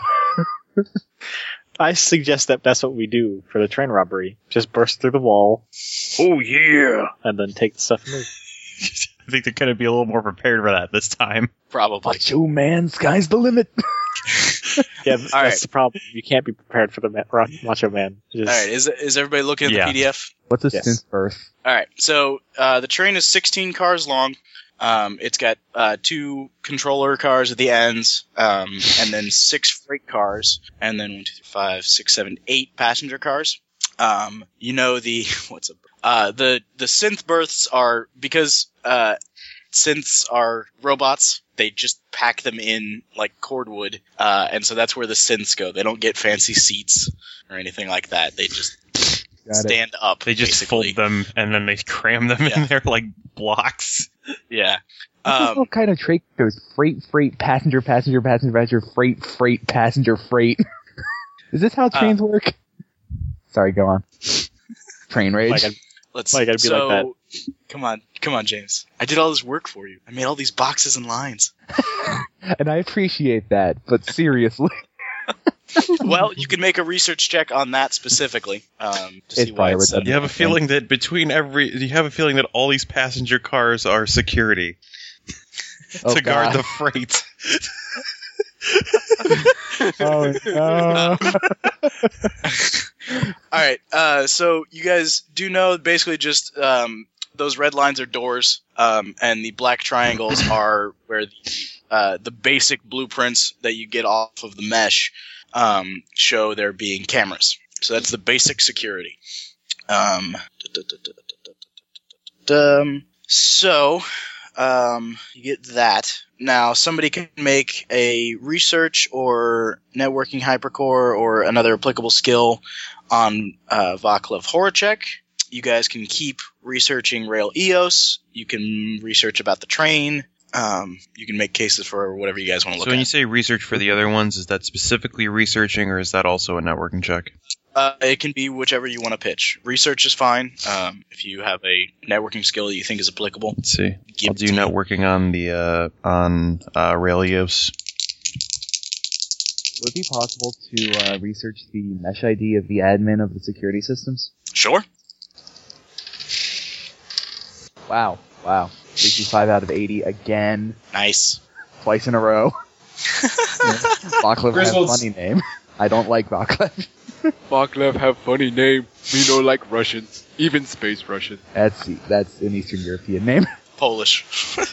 Speaker 6: I suggest that that's what we do for the train robbery. Just burst through the wall
Speaker 7: Oh yeah.
Speaker 6: and then take the stuff and move.
Speaker 2: I think they're going to be a little more prepared for that this time.
Speaker 1: Probably.
Speaker 4: Macho man, sky's the limit.
Speaker 2: *laughs*
Speaker 6: Yeah, that's
Speaker 1: right.
Speaker 6: the problem. You can't be prepared for the ma- Rock Macho Man.
Speaker 1: All
Speaker 6: Just,
Speaker 1: right. Is is everybody looking at
Speaker 2: Yeah.
Speaker 1: the PDF?
Speaker 4: What's a
Speaker 6: Yes.
Speaker 4: synth birth?
Speaker 1: All right. So uh, the train is 16 cars long. Um, it's got uh, two controller cars at the ends, um, and
Speaker 2: *laughs*
Speaker 1: then six freight cars, and then one, two, three, five, six, seven, eight passenger cars. Um, you know the *laughs* what's a uh, the the synth berths are because uh, synths are robots. They just pack them in like cordwood, uh, and so that's where the synths go. They don't get fancy seats or anything like that. They just
Speaker 4: Got it.
Speaker 1: stand up.
Speaker 2: They just
Speaker 1: basically.
Speaker 2: fold them and then they cram them
Speaker 1: Yeah.
Speaker 2: in there like blocks.
Speaker 1: Yeah.
Speaker 4: What the
Speaker 1: Um,
Speaker 4: fuck kind of trade goes freight, freight, passenger, passenger, passenger, passenger, freight, freight, passenger, freight? *laughs* Is this how trains work? Sorry, go on. Train rage.
Speaker 6: like, I-
Speaker 1: let's
Speaker 6: Why you gotta be
Speaker 1: so,
Speaker 6: like
Speaker 1: Come on, come on, James. I did all this work for you. I made all these boxes and lines.
Speaker 4: and I appreciate that, but seriously,
Speaker 1: well, you can make a research check on that specifically um, to
Speaker 4: It's
Speaker 1: see why
Speaker 4: probably
Speaker 1: it's said.
Speaker 2: You have a feeling that between every, you have a feeling that all these passenger cars are security
Speaker 4: Oh,
Speaker 2: to guard
Speaker 4: God.
Speaker 2: the freight.
Speaker 4: *laughs* Oh, no.
Speaker 1: All right. Uh, so you guys do know basically just um, those red lines are doors, um, and the black triangles are where the, uh, the basic blueprints that you get off of the mesh um, show there being cameras. So that's the basic security. Um, um, so um, you get that. Now somebody can make a research or networking hypercore or another applicable skill on uh, Vaclav Horacek. You guys can keep researching Rail EOS. You can research about the train. Um, you can make cases for whatever you guys want to
Speaker 2: *laughs* So
Speaker 1: look
Speaker 2: when
Speaker 1: at.
Speaker 2: you say research for the other ones, is that specifically researching or is that also a networking check?
Speaker 1: Uh, it can be whichever you want to pitch. Research is fine. Um, if you have a networking skill that you think is applicable,
Speaker 2: Let's see.
Speaker 1: give
Speaker 2: I'll
Speaker 1: it
Speaker 2: do
Speaker 1: to me.
Speaker 2: networking on the uh, on uh, Railios.
Speaker 4: Would it be possible to uh, research the mesh ID of the admin of the security systems?
Speaker 1: Sure.
Speaker 4: Wow, wow. 65 out of 80 again,
Speaker 1: Nice.
Speaker 4: twice in a row. Bachlev has a
Speaker 5: Griswold's-
Speaker 4: funny name. I don't like Bachlev.
Speaker 7: Maglev have funny name. We know like Russians, even space Russians.
Speaker 4: That's that's an Eastern European name. *laughs*
Speaker 1: Polish. *laughs* uh,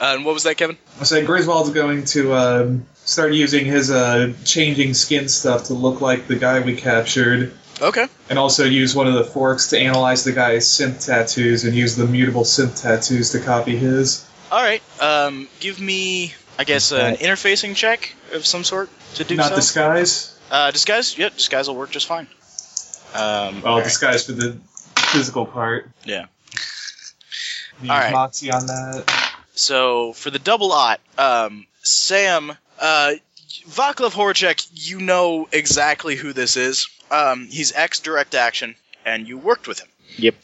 Speaker 1: and what was that, Kevin?
Speaker 5: So Griswold's going to um, start using his uh, changing skin stuff to look like the guy we captured,
Speaker 1: Okay.
Speaker 5: and also use one of the forks to analyze the guy's synth tattoos and use the mutable synth tattoos to copy his.
Speaker 1: All right. Um, give me, I guess, an interfacing check of some sort to do
Speaker 5: Not
Speaker 1: so.
Speaker 5: disguise.
Speaker 1: uh, disguise. Yep, disguise will work just fine. Um,
Speaker 5: Well,
Speaker 1: all right.
Speaker 5: disguise for the physical part.
Speaker 1: Yeah.
Speaker 5: Use
Speaker 1: All right.
Speaker 5: Moxie on that.
Speaker 1: So for the double ot, um, Sam, uh, Vaclav Horacek, you know exactly who this is. Um, he's ex Direct Action, and you worked with him.
Speaker 6: Yep.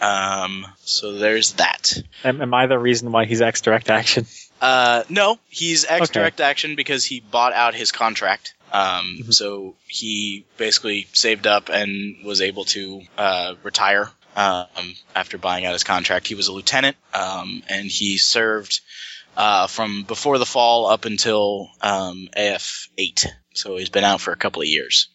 Speaker 1: Um, so there's that.
Speaker 6: Am, am I the reason why he's ex direct action?
Speaker 1: Uh, no, he's ex
Speaker 6: Okay.
Speaker 1: direct action because he bought out his contract. Um,
Speaker 6: Mhm.
Speaker 1: so he basically saved up and was able to uh, retire um, after buying out his contract. He was a lieutenant, um, and he served uh, from before the fall up until um, AF eight. So he's been out for a couple of years,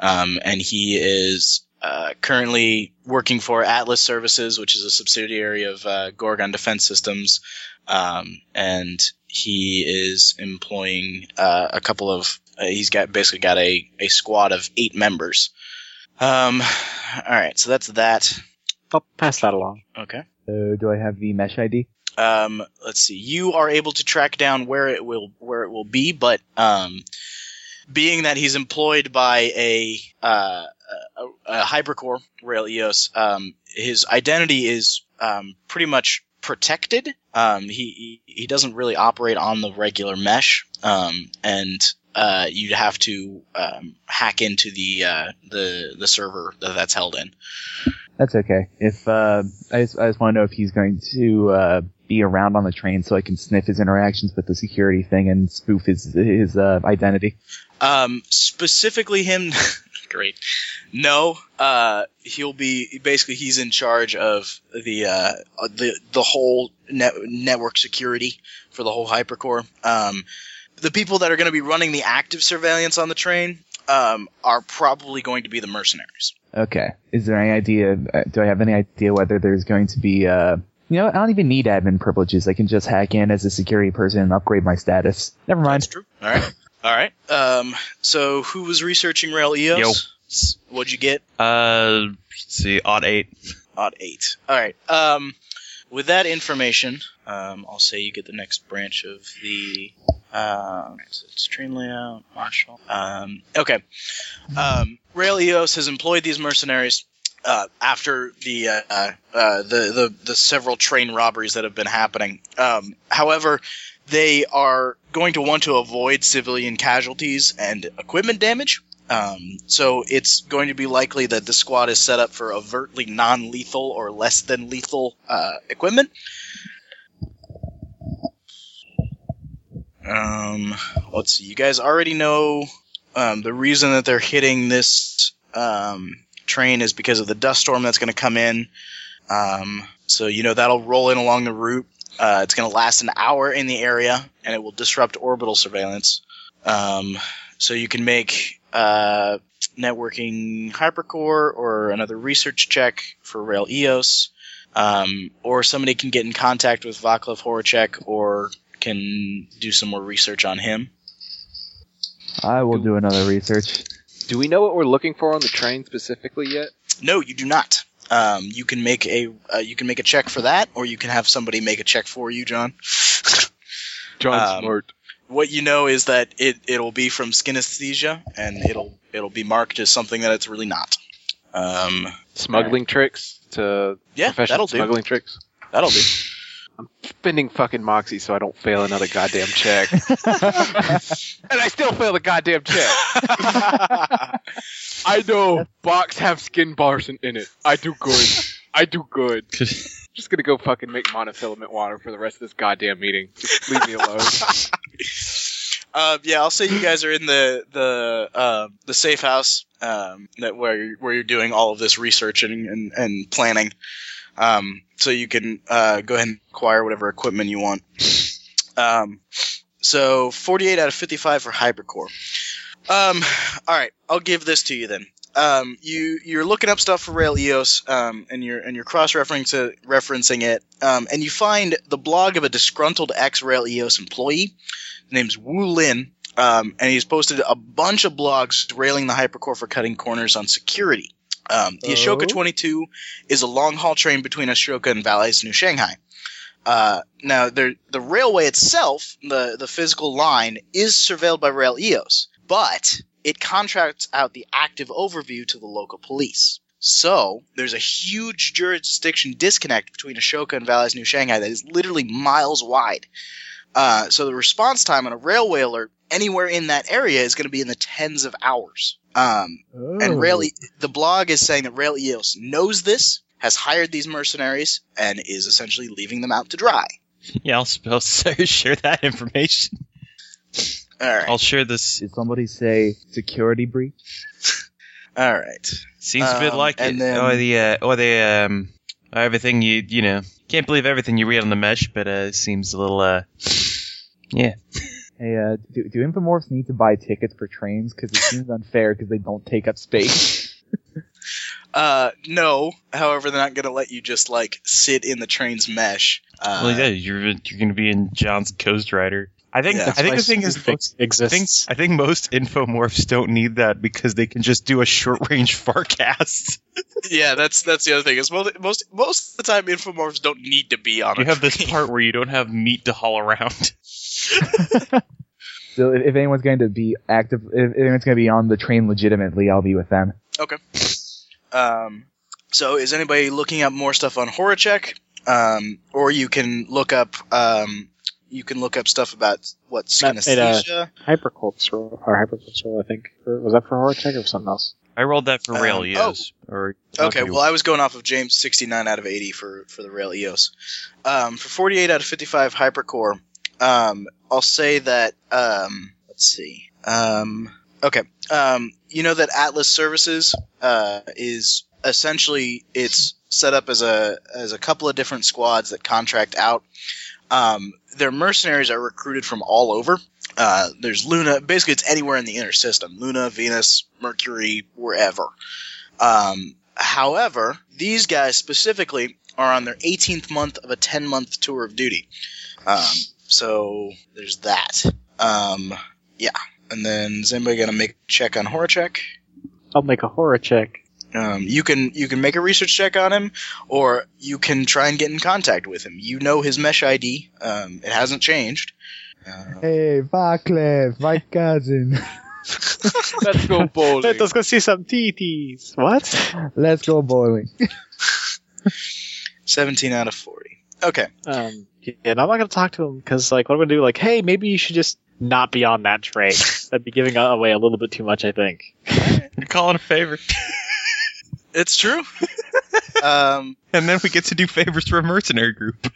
Speaker 1: um, and he is. Uh, currently working for Atlas Services, which is a subsidiary of uh, Gorgon Defense Systems, um, and he is employing uh, a couple of. Uh, he's got basically got a, a squad of eight members. Um, all right, so that's that.
Speaker 6: I'll pass that along.
Speaker 1: Okay.
Speaker 4: So do I have the mesh ID?
Speaker 1: Um, let's see. You are able to track down where it will where it will be, but um, being that he's employed by a uh, a, a hypercore rail EOS, um, his identity is um, pretty much protected. Um, he he he doesn't really operate on the regular mesh, um, and uh, you'd have to um, hack into the uh, the the server that that's held in.
Speaker 4: That's okay. If uh, I just, I just want to know if he's going to uh, be around on the train so I can sniff his interactions with the security thing and spoof his his uh, identity.
Speaker 1: Um, specifically him. *laughs* great. No, uh, he'll be basically he's in charge of the uh, the the whole net, network security for the whole hypercore. Um, the people that are going to be running the active surveillance on the train um, are probably going to be the mercenaries.
Speaker 4: Okay. Is there any idea? uh, Do I have any idea whether there's going to be? Uh, you know, I don't even need admin privileges. I can just hack in as a security person and upgrade my status. Never mind.
Speaker 1: true. All right. *laughs* All right. Um, so who was researching Rail EOS?
Speaker 2: Yo.
Speaker 1: S- What'd you get?
Speaker 2: Uh, let's see, odd eight.
Speaker 1: odd eight. All right. Um, with that information, um, I'll say you get the next branch of the. Um, so it's train layout, Marshall. Um, okay. Um, Rail EOS has employed these mercenaries. Uh, after the, uh, uh, uh, the the the several train robberies that have been happening, um, however, they are going to want to avoid civilian casualties and equipment damage. Um, so it's going to be likely that the squad is set up for overtly non-lethal or less than lethal uh, equipment. Um, let's see. You guys already know um, the reason that they're hitting this um, train is because of the dust storm that's going to come in. Um, so you know that'll roll in along the route. Uh, it's going to last an hour in the area, and it will disrupt orbital surveillance. Um, so you can make uh, networking hypercore or another research check for Rail EOS, um, or somebody can get in contact with Vaclav Horacek or can do some more research on him.
Speaker 4: I will do another research.
Speaker 8: Do we know what we're looking for on the train specifically yet?
Speaker 1: No, you do not. Um, you can make a uh, you can make a check for that, or you can have somebody make a check for you, John.
Speaker 7: John
Speaker 1: Um,
Speaker 7: Smart.
Speaker 1: what you know is that it it'll be from synesthesia, and it'll it'll be marked as something that it's really not. Um,
Speaker 8: Smuggling tricks to
Speaker 1: yeah, that'll
Speaker 8: professional
Speaker 1: do.
Speaker 8: smuggling tricks.
Speaker 1: That'll do.
Speaker 8: Spending fucking moxie so I don't fail another goddamn check. *laughs* and I still fail the goddamn check.
Speaker 7: I know box have skin bars in, in it. I do
Speaker 8: *laughs*
Speaker 7: good. I do good. Just gonna go
Speaker 8: *laughs*
Speaker 7: fucking make monofilament water for the rest of this goddamn meeting. Just leave me alone.
Speaker 1: Uh, yeah, I'll say you guys are in the the uh, the safe house um, that where you're, where you're doing all of this research and and, and planning, um, so you can uh, go ahead and acquire whatever equipment you want. Um, so 48 out of 55 for hypercore. Um, all right, I'll give this to you then. Um, you you're looking up stuff for Rail EOS, um, and you're and you're cross referencing it, um, and you find the blog of a disgruntled ex Rail EOS employee. His name's Wu Lin, um, and he's posted a bunch of blogs railing the hypercore for cutting corners on security. Um, the Ashoka
Speaker 3: Oh.
Speaker 1: 22 is a long haul train between Ashoka and Valet's New Shanghai. Uh, now, the the railway itself, the the physical line, is surveilled by Rail EOS, but it contracts out the active overview to the local police. So there's a huge jurisdiction disconnect between Ashoka and Valley's New Shanghai that is literally miles wide. Uh, so the response time on a railway alert anywhere in that area is going to be in the tens of hours. Um,
Speaker 3: Oh.
Speaker 1: and Rail, the blog is saying that Rail Eos knows this, has hired these mercenaries, and is essentially leaving them out to dry.
Speaker 2: Yeah, I'll, sp- I'll *laughs* s- share that information.
Speaker 1: All right.
Speaker 2: I'll share this.
Speaker 4: Did somebody say security breach?
Speaker 2: Oh.
Speaker 1: All right.
Speaker 2: Seems a bit
Speaker 1: Um,
Speaker 2: like
Speaker 1: and
Speaker 2: it.
Speaker 1: then-
Speaker 2: or the uh, or the um, everything you you know can't believe everything you read on the mesh, but uh, it seems a little uh, yeah.
Speaker 4: Hey, uh, do, do infomorphs need to buy tickets for trains? Because it seems unfair because they don't take up space.
Speaker 1: Uh, no. However, they're not going to let you just like sit in the train's mesh. Uh,
Speaker 2: well, yeah, you're you're gonna be in John's Ghost Rider. I think
Speaker 1: Yeah.
Speaker 2: I think the thing is
Speaker 6: Fix-
Speaker 2: I think,
Speaker 6: exists.
Speaker 2: I think most infomorphs don't need that because they can just do a short range *laughs* forecast.
Speaker 1: yeah, that's that's the other thing. Is most most most of the time, infomorphs don't need to be on.
Speaker 2: You
Speaker 1: a
Speaker 2: have this
Speaker 1: train.
Speaker 2: part where you don't have meat to haul around. *laughs*
Speaker 4: so if, if anyone's going to be active, if, if anyone's going to be on the train legitimately, I'll be with them.
Speaker 1: Um, so is anybody looking up more stuff on Horacek? Um, or you can look up um, you can look up stuff about what
Speaker 6: Matt made a-
Speaker 1: synesthesia.
Speaker 6: Hypercultural or hypercultural, I think. Or was that for horror check or something else?
Speaker 2: I rolled that for rail,
Speaker 1: Um,
Speaker 2: yes. Or
Speaker 1: Okay, well I was going off of James sixty nine out of eighty for for the Rail EOS. Um, for forty eight out of fifty five Hypercore, um, I'll say that um, let's see. Um, okay, um, you know that Atlas Services uh, is essentially it's set up as a as a couple of different squads that contract out. Um, their mercenaries are recruited from all over. Uh, there's Luna. Basically, it's anywhere in the inner system: Luna, Venus, Mercury, wherever. Um, however, these guys specifically are on their 18th month of a 10 month tour of duty. Um, so there's that. Um, yeah. And then is anybody gonna make a check on horror check?
Speaker 6: I'll make a horror check.
Speaker 1: Um, you can you can make a research check on him, or you can try and get in contact with him. You know his mesh ID. Um, it hasn't changed. Uh,
Speaker 4: Hey, Vaclav, my cousin.
Speaker 7: Let's go bowling.
Speaker 6: Let us go see some
Speaker 2: *laughs*
Speaker 6: TTs. What?
Speaker 4: Let's go bowling.
Speaker 1: 17 out of 40. Okay.
Speaker 6: Um, yeah, and I'm not gonna talk to him because, like, what am I gonna do? Like, hey, maybe you should just not be on that *laughs* train. That'd be giving away a little bit too much, I think.
Speaker 2: you're calling a favor,
Speaker 1: It's true. *laughs* um,
Speaker 2: and then we get to do favors for a mercenary group.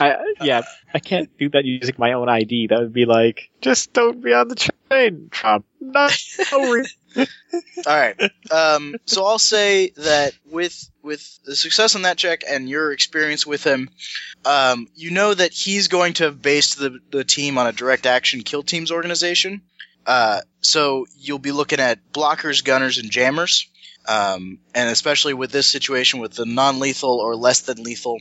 Speaker 6: I yeah, I can't do that using my own ID. That would be like, just don't be on the train, Trump. No, *laughs* no re-
Speaker 1: All right. Um, so I'll say that with with the success on that check and your experience with him, um, you know that he's going to have based the the team on a direct action kill teams organization. Uh, so you'll be looking at blockers, gunners, and jammers. Um, and especially with this situation with the non lethal or less than lethal,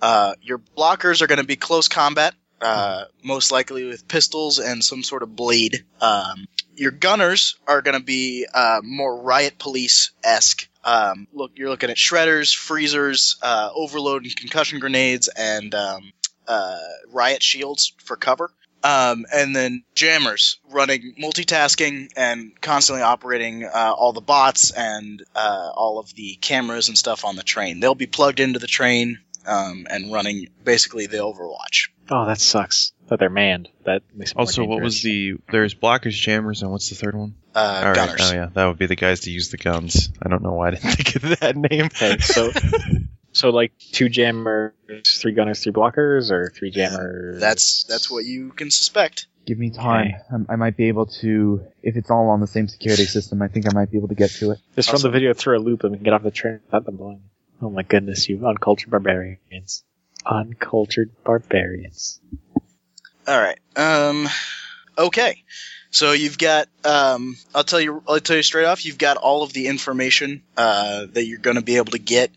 Speaker 1: uh, your blockers are going to be close combat, uh, most likely with pistols and some sort of blade. Um, your gunners are going to be uh, more riot police esque. Um, look, you're looking at shredders, freezers, uh, overload and concussion grenades, and um, uh, riot shields for cover. Um, and then jammers running multitasking and constantly operating uh, all the bots and uh, all of the cameras and stuff on the train. They'll be plugged into the train um, and running basically the Overwatch.
Speaker 6: oh, that sucks. That they're manned. That makes it more
Speaker 2: Also, what was
Speaker 6: dangerous.
Speaker 2: the there's blockers, jammers, and what's the third one?
Speaker 1: Uh,
Speaker 2: All right.
Speaker 1: gunners.
Speaker 2: *laughs* Oh yeah, that would be the guys to use the guns. I don't know why I didn't think of that name.
Speaker 6: Okay, so So like two jammers, three gunners, three blockers, or three jammers.
Speaker 1: That's that's what you can suspect.
Speaker 4: Give me time. Um, I might be able to, if it's all on the same security system, I think I might be able to get to it.
Speaker 6: Just run
Speaker 1: Awesome.
Speaker 6: the video through a loop and we can get off the train without them blowing. it. Oh my goodness, you uncultured barbarians. Uncultured barbarians.
Speaker 1: All right. Um, okay. So you've got. Um, I'll tell you. I'll tell you straight off. You've got all of the information uh, that you're going to be able to get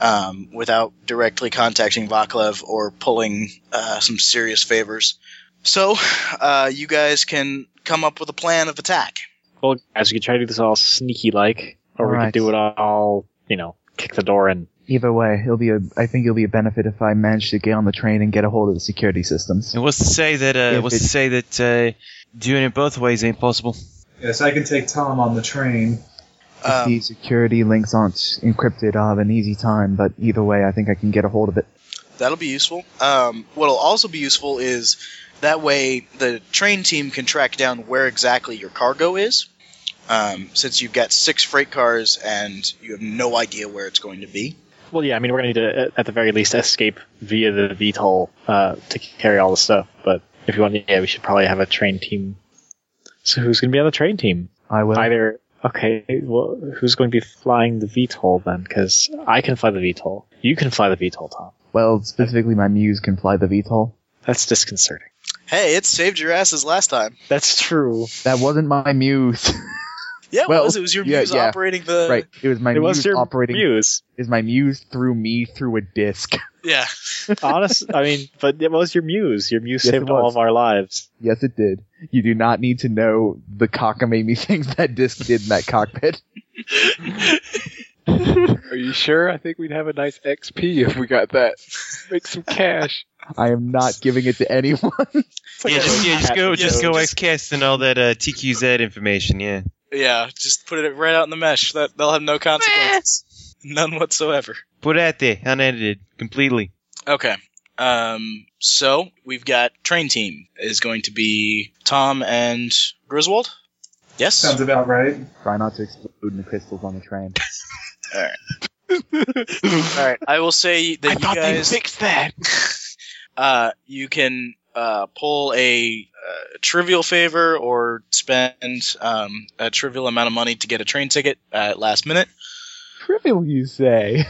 Speaker 1: um, without directly contacting Vaklev or pulling uh, some serious favors. So uh, you guys can come up with a plan of attack.
Speaker 6: Well, guys, we could try to do this all sneaky like, or we
Speaker 4: Alright.
Speaker 6: could do it all, you know, kick the door in.
Speaker 4: Either way, it'll be a. I think it'll be a benefit if I manage to get on the train and get a hold of the security systems.
Speaker 2: It was to say that uh,
Speaker 4: If
Speaker 2: it was to
Speaker 4: it-
Speaker 2: say that uh, doing it both ways ain't possible.
Speaker 5: Yes, I can take Tom on the train.
Speaker 4: If the
Speaker 1: Um,
Speaker 4: security links aren't encrypted, I'll have an easy time. But either way, I think I can get a hold of it.
Speaker 1: that'll be useful. Um, what'll also be useful is that way the train team can track down where exactly your cargo is. Um, since you've got six freight cars and you have no idea where it's going to be.
Speaker 6: Well, yeah, I mean, we're gonna need to, uh, at- at the very least, escape via the VTOL uh, to carry all the stuff. But if you want, yeah, we should probably have a train team. So who's gonna be on the train team?
Speaker 4: I will.
Speaker 6: Either okay, well, who's going to be flying the VTOL then? Because I can fly the VTOL. You can fly the VTOL, Tom.
Speaker 4: well, specifically, my muse can fly the VTOL.
Speaker 6: That's disconcerting.
Speaker 1: Hey, it saved your asses last time.
Speaker 6: That's true.
Speaker 4: That wasn't my
Speaker 6: *laughs*
Speaker 4: muse. *laughs*
Speaker 1: Yeah, it
Speaker 4: Well,
Speaker 1: was. It was your
Speaker 4: yeah,
Speaker 1: muse
Speaker 4: yeah.
Speaker 1: operating the.
Speaker 4: right. It was my
Speaker 6: it
Speaker 4: muse
Speaker 6: was your
Speaker 4: operating.
Speaker 6: *laughs* muse.
Speaker 4: Is my muse through me through a disc? *laughs*
Speaker 1: Yeah.
Speaker 6: Honest, I mean, but it was your muse. Your muse
Speaker 4: Yes,
Speaker 6: saved
Speaker 4: it
Speaker 6: all
Speaker 4: was.
Speaker 6: of our lives.
Speaker 4: yes, it did. You do not need to know the *laughs* cockamamie things that disc did in that cockpit.
Speaker 8: Are you sure? I think we'd have a nice XP if we got that. Make some cash.
Speaker 4: I am not giving it to anyone. *laughs*
Speaker 6: It's like
Speaker 2: yeah,
Speaker 6: a
Speaker 2: just, yeah, just
Speaker 6: cat
Speaker 2: go,
Speaker 1: yeah,
Speaker 2: just go
Speaker 1: just-
Speaker 2: XCast and all that uh, TQZ information. Yeah,
Speaker 1: *laughs* Yeah, just put it right out in the mesh. That They'll have no consequences. None whatsoever.
Speaker 2: put it out there, unedited, completely.
Speaker 1: Okay. Um, so, we've got train team is going to be Tom and Griswold? Yes?
Speaker 5: Sounds about right.
Speaker 4: Try not to explode in the crystals on the train.
Speaker 1: All right. I will say that
Speaker 8: I
Speaker 1: you
Speaker 8: thought
Speaker 1: guys,
Speaker 8: they fixed that.
Speaker 1: *laughs* uh, you can uh, pull a uh, trivial favor or spend um, a trivial amount of money to get a train ticket uh, at last minute.
Speaker 4: Trivial, you say?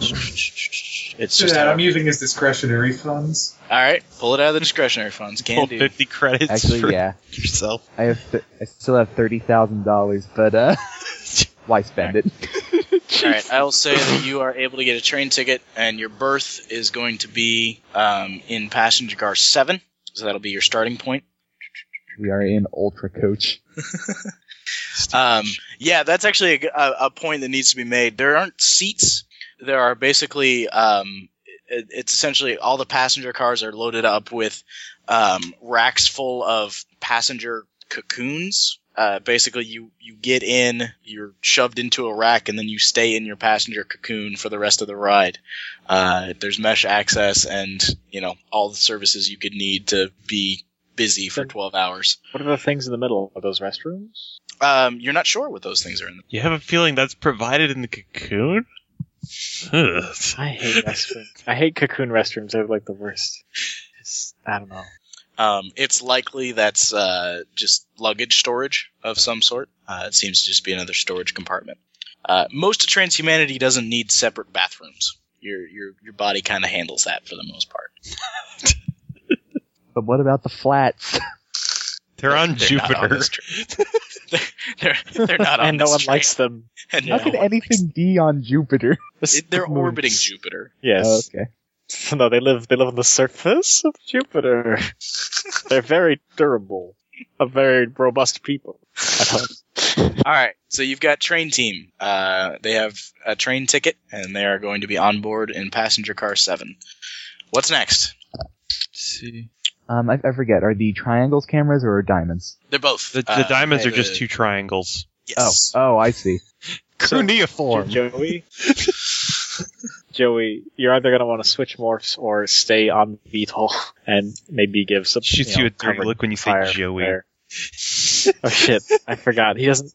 Speaker 1: It's just
Speaker 5: Yeah,
Speaker 1: all
Speaker 5: I'm using his discretionary funds.
Speaker 1: right. Pull it out of the discretionary funds. Can
Speaker 2: Pull
Speaker 1: do.
Speaker 2: fifty credits for
Speaker 4: Actually, yeah.
Speaker 2: yourself.
Speaker 4: I have. Th- I still have thirty thousand dollars, but uh, *laughs* why spend it?
Speaker 1: All right. I will say that you are able to get a train ticket, and your berth is going to be um, in passenger car seven. So that'll be your starting point.
Speaker 4: We are in ultra coach.
Speaker 1: Um, yeah, that's actually a g- a, a point that needs to be made. There aren't seats. There are basically um, it, it's essentially all the passenger cars are loaded up with um, racks full of passenger cocoons. Uh, basically, you you get in, you're shoved into a rack, and then you stay in your passenger cocoon for the rest of the ride. Uh, there's mesh access, and you know all the services you could need to be busy for 12 hours.
Speaker 6: What are the things in the middle? Are those restrooms?
Speaker 1: Um, you're not sure what those things are in the
Speaker 2: You have a feeling that's provided in the cocoon. Ugh.
Speaker 6: I *laughs* hate restrooms. I hate cocoon restrooms. They're like the worst. It's, I don't know.
Speaker 1: Um, it's likely that's uh, just luggage storage of some sort. Uh, it seems to just be another storage compartment. Uh, most of transhumanity doesn't need separate bathrooms. Your your your body kind of handles that for the most part.
Speaker 4: But what about the flats? *laughs*
Speaker 2: They're on
Speaker 1: They're not on
Speaker 2: Jupiter.
Speaker 1: this tra- *laughs* they're, they're they're not on
Speaker 6: *laughs* and no
Speaker 1: this
Speaker 6: one
Speaker 1: train.
Speaker 6: likes them.
Speaker 1: And
Speaker 4: How
Speaker 1: no
Speaker 4: could
Speaker 1: one likes
Speaker 4: anything be on Jupiter? Oh,
Speaker 1: them.
Speaker 6: This-
Speaker 1: It- they're
Speaker 6: the moon.
Speaker 1: orbiting Jupiter.
Speaker 6: Yes.
Speaker 4: okay.
Speaker 6: no, they live. They live on the surface of
Speaker 1: *laughs*
Speaker 6: Jupiter. They're very durable. A very robust people. I don't-
Speaker 1: All right, so you've got train team. Uh, they have a train ticket, and they are going to be on board in passenger car seven. What's next?
Speaker 2: see,
Speaker 4: Um, I, I forget. Are the triangles cameras or diamonds?
Speaker 1: They're both.
Speaker 2: the, the
Speaker 1: Uh,
Speaker 2: diamonds are
Speaker 1: the-
Speaker 2: just two triangles.
Speaker 1: Yes.
Speaker 4: Oh, oh, I see.
Speaker 2: Cuneiform.
Speaker 6: Joey. *laughs* Joey, you're either gonna want to switch morphs or stay on VTOL *laughs* and maybe give some.
Speaker 2: Shoots
Speaker 6: know,
Speaker 2: you a dirty
Speaker 6: covered
Speaker 2: look when you
Speaker 6: fire
Speaker 2: say Joey. *laughs*
Speaker 6: there. oh shit! I forgot. He doesn't.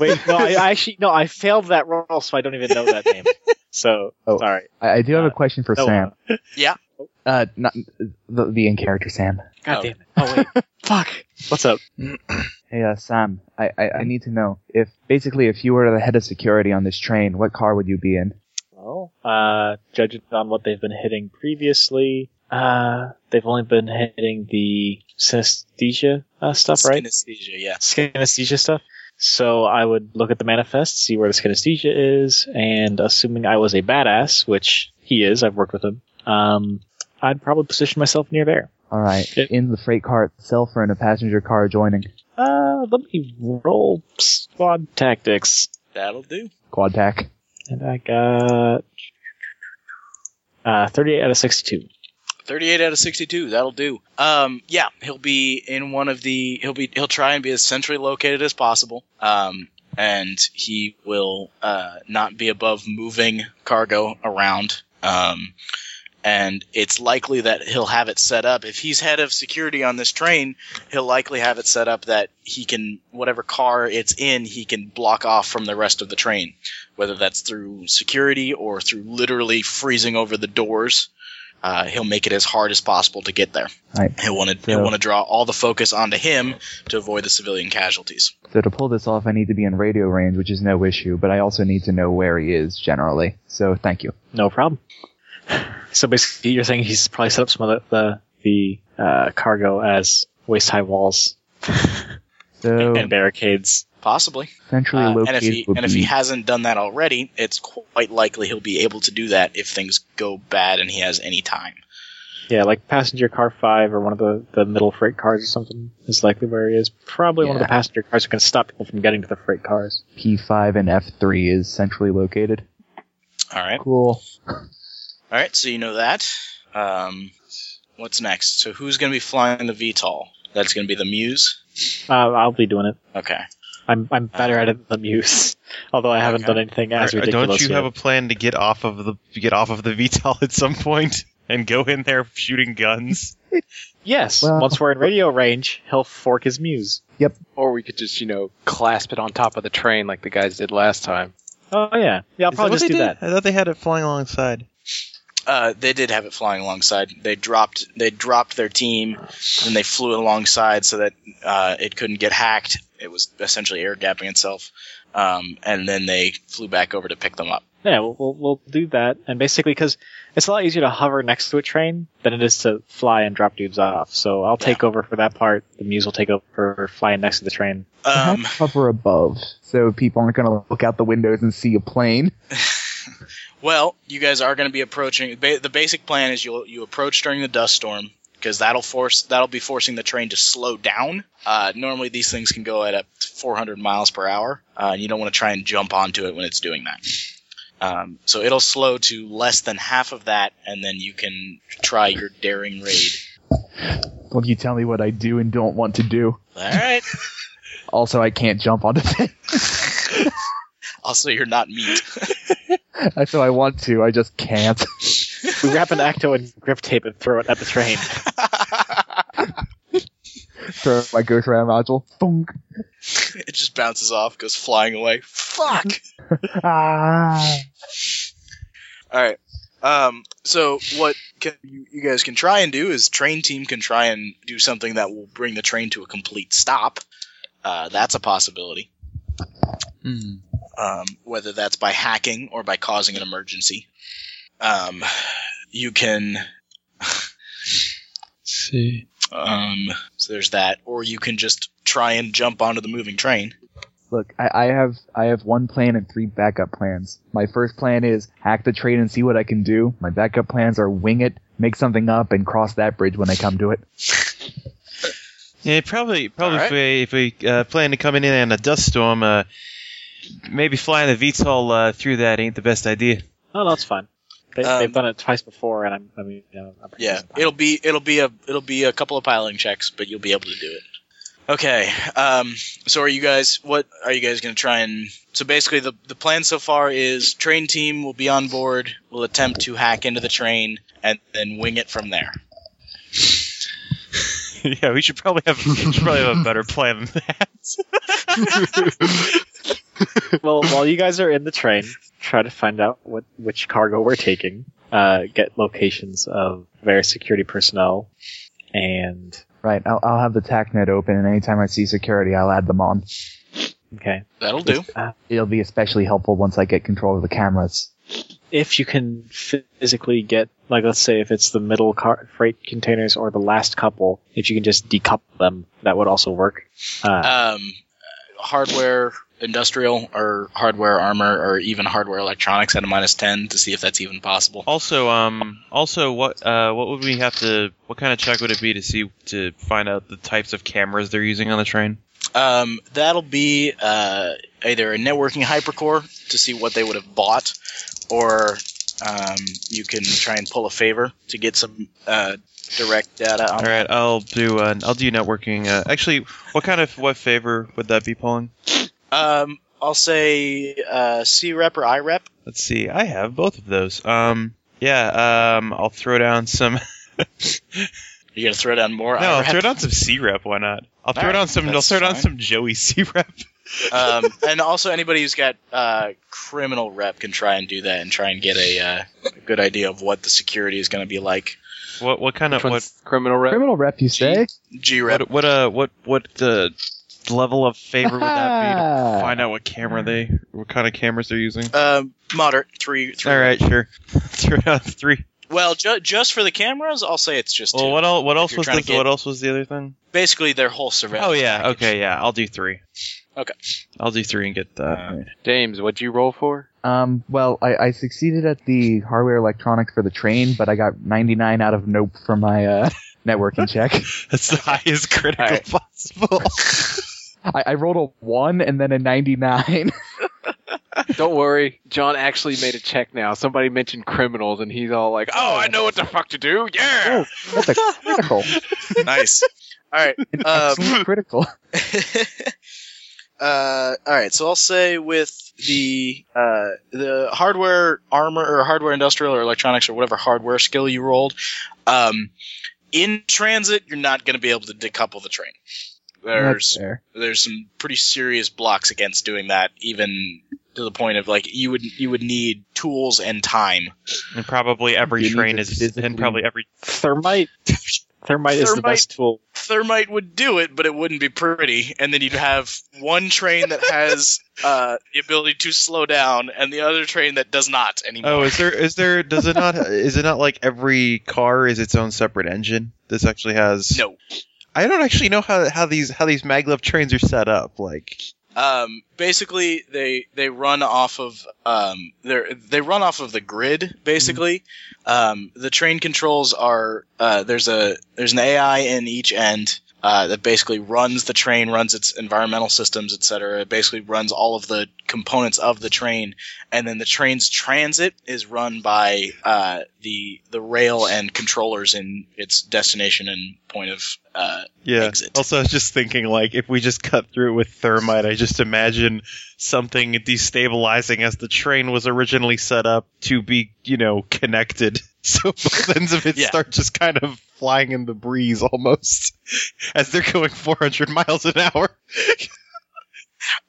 Speaker 6: Wait, no. I, I actually no. I failed that roll, so I don't even know that name.
Speaker 2: *laughs*
Speaker 6: So
Speaker 4: Oh.
Speaker 6: sorry.
Speaker 4: I, I do have
Speaker 6: Uh,
Speaker 4: a question for
Speaker 6: no,
Speaker 4: Sam.
Speaker 1: Yeah?
Speaker 4: Uh, not the, the in character Sam.
Speaker 6: God
Speaker 1: Oh.
Speaker 6: damn it. *laughs* Oh wait. Fuck. What's up?
Speaker 4: Hey, uh, Sam. I, I I need to know if basically if you were the head of security on this train, what car would you be in?
Speaker 6: Well, uh, judging on what they've been hitting previously, uh, they've only been hitting the synesthesia uh, stuff, right?
Speaker 1: Synesthesia, yeah.
Speaker 6: Synesthesia stuff. So I would look at the manifest, see where the synesthesia is, and assuming I was a badass, which he is, I've worked with him. Um, I'd probably position myself near there.
Speaker 4: All right,
Speaker 6: It-
Speaker 4: in the freight car itself or in a passenger car adjoining?
Speaker 6: Uh, let me roll squad tactics,
Speaker 1: That'll do.
Speaker 4: Quad tack.
Speaker 6: and I got uh 38 out of 62.
Speaker 1: 38 out of 62 that'll do um, yeah he'll be in one of the he'll be he'll try and be as centrally located as possible um, and he will uh, not be above moving cargo around um, and it's likely that he'll have it set up if he's head of security on this train he'll likely have it set up that he can whatever car it's in he can block off from the rest of the train whether that's through security or through literally freezing over the doors uh, he'll make it as hard as possible to get there.
Speaker 4: Right.
Speaker 1: He'll want to
Speaker 4: So-
Speaker 1: he'll want to draw all the focus onto him to avoid the civilian casualties.
Speaker 4: So to pull this off, I need to be in radio range, which is no issue, but I also need to know where he is generally. So thank you.
Speaker 6: No problem. *laughs* So basically, you're saying he's probably set up some of the the, the uh, cargo as waist high walls
Speaker 4: So
Speaker 6: and barricades.
Speaker 1: Possibly,
Speaker 4: centrally
Speaker 1: Uh, and
Speaker 4: located
Speaker 1: if he
Speaker 4: would
Speaker 1: and if he
Speaker 4: be-
Speaker 1: hasn't done that already, it's quite likely he'll be able to do that if things go bad and he has any time.
Speaker 6: Yeah, like passenger car five or one of the, the middle freight cars or something is likely where he is. Probably one of the
Speaker 4: Yeah.
Speaker 6: passenger cars that can stop people from getting to the freight cars.
Speaker 4: P5 and F3 is centrally located.
Speaker 1: All right,
Speaker 4: Cool.
Speaker 1: all right. So you know that. Um, what's next? So who's going to be flying the VTOL? That's going to be the Muse.
Speaker 6: Uh, I'll be doing it.
Speaker 1: Okay.
Speaker 6: I'm I'm better at *laughs* it than Muse, although I haven't
Speaker 1: Okay.
Speaker 6: done anything as
Speaker 2: Or- or
Speaker 6: ridiculous.
Speaker 2: Don't you
Speaker 6: yet.
Speaker 2: have a plan to get off of the get off of the *laughs* VTOL at some point and go in there shooting guns?
Speaker 6: Yes,
Speaker 4: Well-
Speaker 6: once we're in radio range, he'll fork his muse.
Speaker 8: Or we could just, you know, clasp it on top of the train like the guys did last time.
Speaker 6: Oh yeah, yeah. I'll probably just do that.
Speaker 2: I thought they had it flying alongside.
Speaker 1: Uh, they did have it flying alongside. They dropped they dropped their team, and they flew it alongside so that uh, it couldn't get hacked. It was essentially air gapping itself, um, and then they flew back over to pick them up.
Speaker 6: Yeah, we'll, we'll we'll do that, and basically because it's a lot easier to hover next to a train than it is to fly and drop dudes off. So I'll take over for that part. The muse will take over for flying next to the train.
Speaker 1: Um,
Speaker 4: Perhaps cover above, so people aren't going to look out the windows and see a plane.
Speaker 1: well, you guys are going to be approaching. Ba- the basic plan is you'll you approach during the dust storm because that'll force that'll be forcing the train to slow down. Uh, normally these things can go at up to 400 miles per hour, uh, and you don't want to try and jump onto it when it's doing that. Um, so it'll slow to less than half of that, and then you can try your daring raid.
Speaker 4: Don't you tell me what I do and don't want to do.
Speaker 1: All right.
Speaker 4: *laughs* Also, I can't jump onto things. *laughs*
Speaker 1: Also, you're not meat. *laughs*
Speaker 4: so I want to, I just can't. *laughs*
Speaker 6: We wrap an acto in grip tape and throw it at the train.
Speaker 4: Throw my Ghost Ram module. Funk.
Speaker 1: it just bounces off, goes flying away. Fuck.
Speaker 4: Ah.
Speaker 1: All right. Um, so what can you, you guys can try and do is train team can try and do something that will bring the train to a complete stop. Uh, that's a possibility. Um, whether that's by hacking or by causing an emergency. Um, you can
Speaker 2: see.
Speaker 1: um, so there's that, or you can just try and jump onto the moving train.
Speaker 4: Look, I, I have I have one plan and three backup plans. My first plan is hack the train and see what I can do. My backup plans are wing it, make something up, and cross that bridge when I come to it.
Speaker 2: Yeah, probably. Probably
Speaker 1: All
Speaker 2: if we, if we uh, plan to come in in a dust storm, uh, maybe flying the VTOL uh, through that ain't the best idea. *laughs*
Speaker 6: Oh, that's fine. They,
Speaker 1: Um,
Speaker 6: they've done it twice before, and I'm I mean, you know, I'm
Speaker 1: Yeah, it'll be it'll be a it'll be a couple of piling checks, but you'll be able to do it. Okay. Um, so are you guys? What are you guys going to try and? So basically, the the plan so far is train team will be on board. will attempt to hack into the train and then wing it from there.
Speaker 2: yeah, we should probably have we should probably have a better plan than that.
Speaker 6: well, while you guys are in the train, try to find out what which cargo we're taking. Uh, get locations of various security personnel, and
Speaker 4: Right. I'll, I'll have the TACnet open, and anytime I see security, I'll add them on.
Speaker 6: okay,
Speaker 1: That'll do.
Speaker 4: It'll be especially helpful once I get control of the cameras.
Speaker 6: if you can physically get, like, let's say if it's the middle car- freight containers or the last couple, if you can just decouple them, that would also work. Uh,
Speaker 1: Um, uh, hardware, industrial, or hardware armor, or even hardware electronics at a minus ten to see if that's even possible.
Speaker 2: Also, um, also, what uh, what would we have to? What kind of check would it be to see to find out the types of cameras they're using on the train?
Speaker 1: Um, that'll be uh, either a networking hypercore to see what they would have bought, or um, you can try and pull a favor to get some uh, direct data. On
Speaker 2: All right, I'll do uh, I'll do networking. Uh, actually, what kind of what favor would that be pulling?
Speaker 1: Um, I'll say uh, C rep or I rep.
Speaker 2: Let's see. I have both of those. Um, yeah. Um, I'll throw down some. *laughs*
Speaker 1: You're gonna throw down more.
Speaker 2: No, I'll
Speaker 1: IREP?
Speaker 2: throw down some C rep. Why not? I'll throw
Speaker 1: All right,
Speaker 2: down some. I'll
Speaker 1: that's
Speaker 2: throw down
Speaker 1: fine.
Speaker 2: some Joey *laughs* C rep.
Speaker 1: *laughs* um, and also anybody who's got uh, criminal rep can try and do that and try and get a, uh, a good idea of what the security is going to be like.
Speaker 2: What what kind of what
Speaker 8: criminal rep?
Speaker 4: Criminal rep, you say?
Speaker 1: G rep.
Speaker 2: what what uh what what the level of favor would that be
Speaker 6: *laughs*
Speaker 2: to
Speaker 4: Ah.
Speaker 2: find out what camera they what kind of cameras they're using?
Speaker 1: Um, moderate three. three.
Speaker 2: All right, sure. *laughs* Throw down three.
Speaker 1: Well, ju- just for the cameras, I'll say it's just
Speaker 2: Well,
Speaker 1: two.
Speaker 2: what else? What else
Speaker 1: you're
Speaker 2: was
Speaker 1: trying
Speaker 2: the,
Speaker 1: to get-
Speaker 2: what else was the other thing?
Speaker 1: basically their whole surveillance.
Speaker 2: Oh yeah,
Speaker 1: package.
Speaker 2: okay, yeah. I'll do three.
Speaker 1: Okay.
Speaker 2: I'll do three and get that.
Speaker 1: Uh,
Speaker 8: James, what'd you roll for?
Speaker 4: Um, well, I, I succeeded at the hardware electronic for the train, but I got 99 out of nope for my uh, *laughs* networking check.
Speaker 2: That's the highest critical
Speaker 8: All
Speaker 2: *laughs*
Speaker 8: right.
Speaker 2: possible.
Speaker 4: I, I rolled a 1 and then a 99.
Speaker 8: Don't worry, John actually made a check now. Somebody mentioned criminals, and he's all like, "Oh, *laughs* I know what the fuck to do." Yeah.
Speaker 4: *laughs* That's a critical.
Speaker 1: nice. All
Speaker 2: *laughs*
Speaker 1: right. Um,
Speaker 4: Absolute critical.
Speaker 1: *laughs* uh, all right. So I'll say with the uh, the hardware armor or hardware industrial or electronics or whatever hardware skill you rolled, um, in transit you're not going to be able to decouple the train.
Speaker 4: That's
Speaker 1: There's
Speaker 4: fair.
Speaker 1: there's some pretty serious blocks against doing that, even to the point of like you would you would need tools and time.
Speaker 2: and probably every
Speaker 4: You need
Speaker 2: train
Speaker 4: to
Speaker 2: is, and
Speaker 4: physically-
Speaker 2: probably every.
Speaker 6: thermite. *laughs* Thermite is the
Speaker 1: Thermite.
Speaker 6: best tool.
Speaker 1: Thermite would do it, but it wouldn't be pretty. And then you'd have one train that has uh, the ability to slow down, and the other train that does not anymore.
Speaker 2: Oh, is there? Is there? Does it not? *laughs* Is it not like every car is its own separate engine? This actually has.
Speaker 1: No.
Speaker 2: I don't actually know how, how these how these maglev trains are set up. Like,
Speaker 1: Um, basically, they they run off of um, they they run off of the grid. Basically, um, the train controls are uh, there's a there's an AI in each end. Uh, that basically runs the train, runs its environmental systems, etc. It basically runs all of the components of the train, and then the train's transit is run by uh, the the rail and controllers in its destination and point of uh,
Speaker 2: yeah.
Speaker 1: Exit.
Speaker 2: Also, I was just thinking like if we just cut through with thermite, I just imagine something destabilizing as the train was originally set up to be, you know, connected. *laughs* So both ends of it
Speaker 1: Yeah.
Speaker 2: start just kind of flying in the breeze almost *laughs* as they're going 400 miles an hour. *laughs*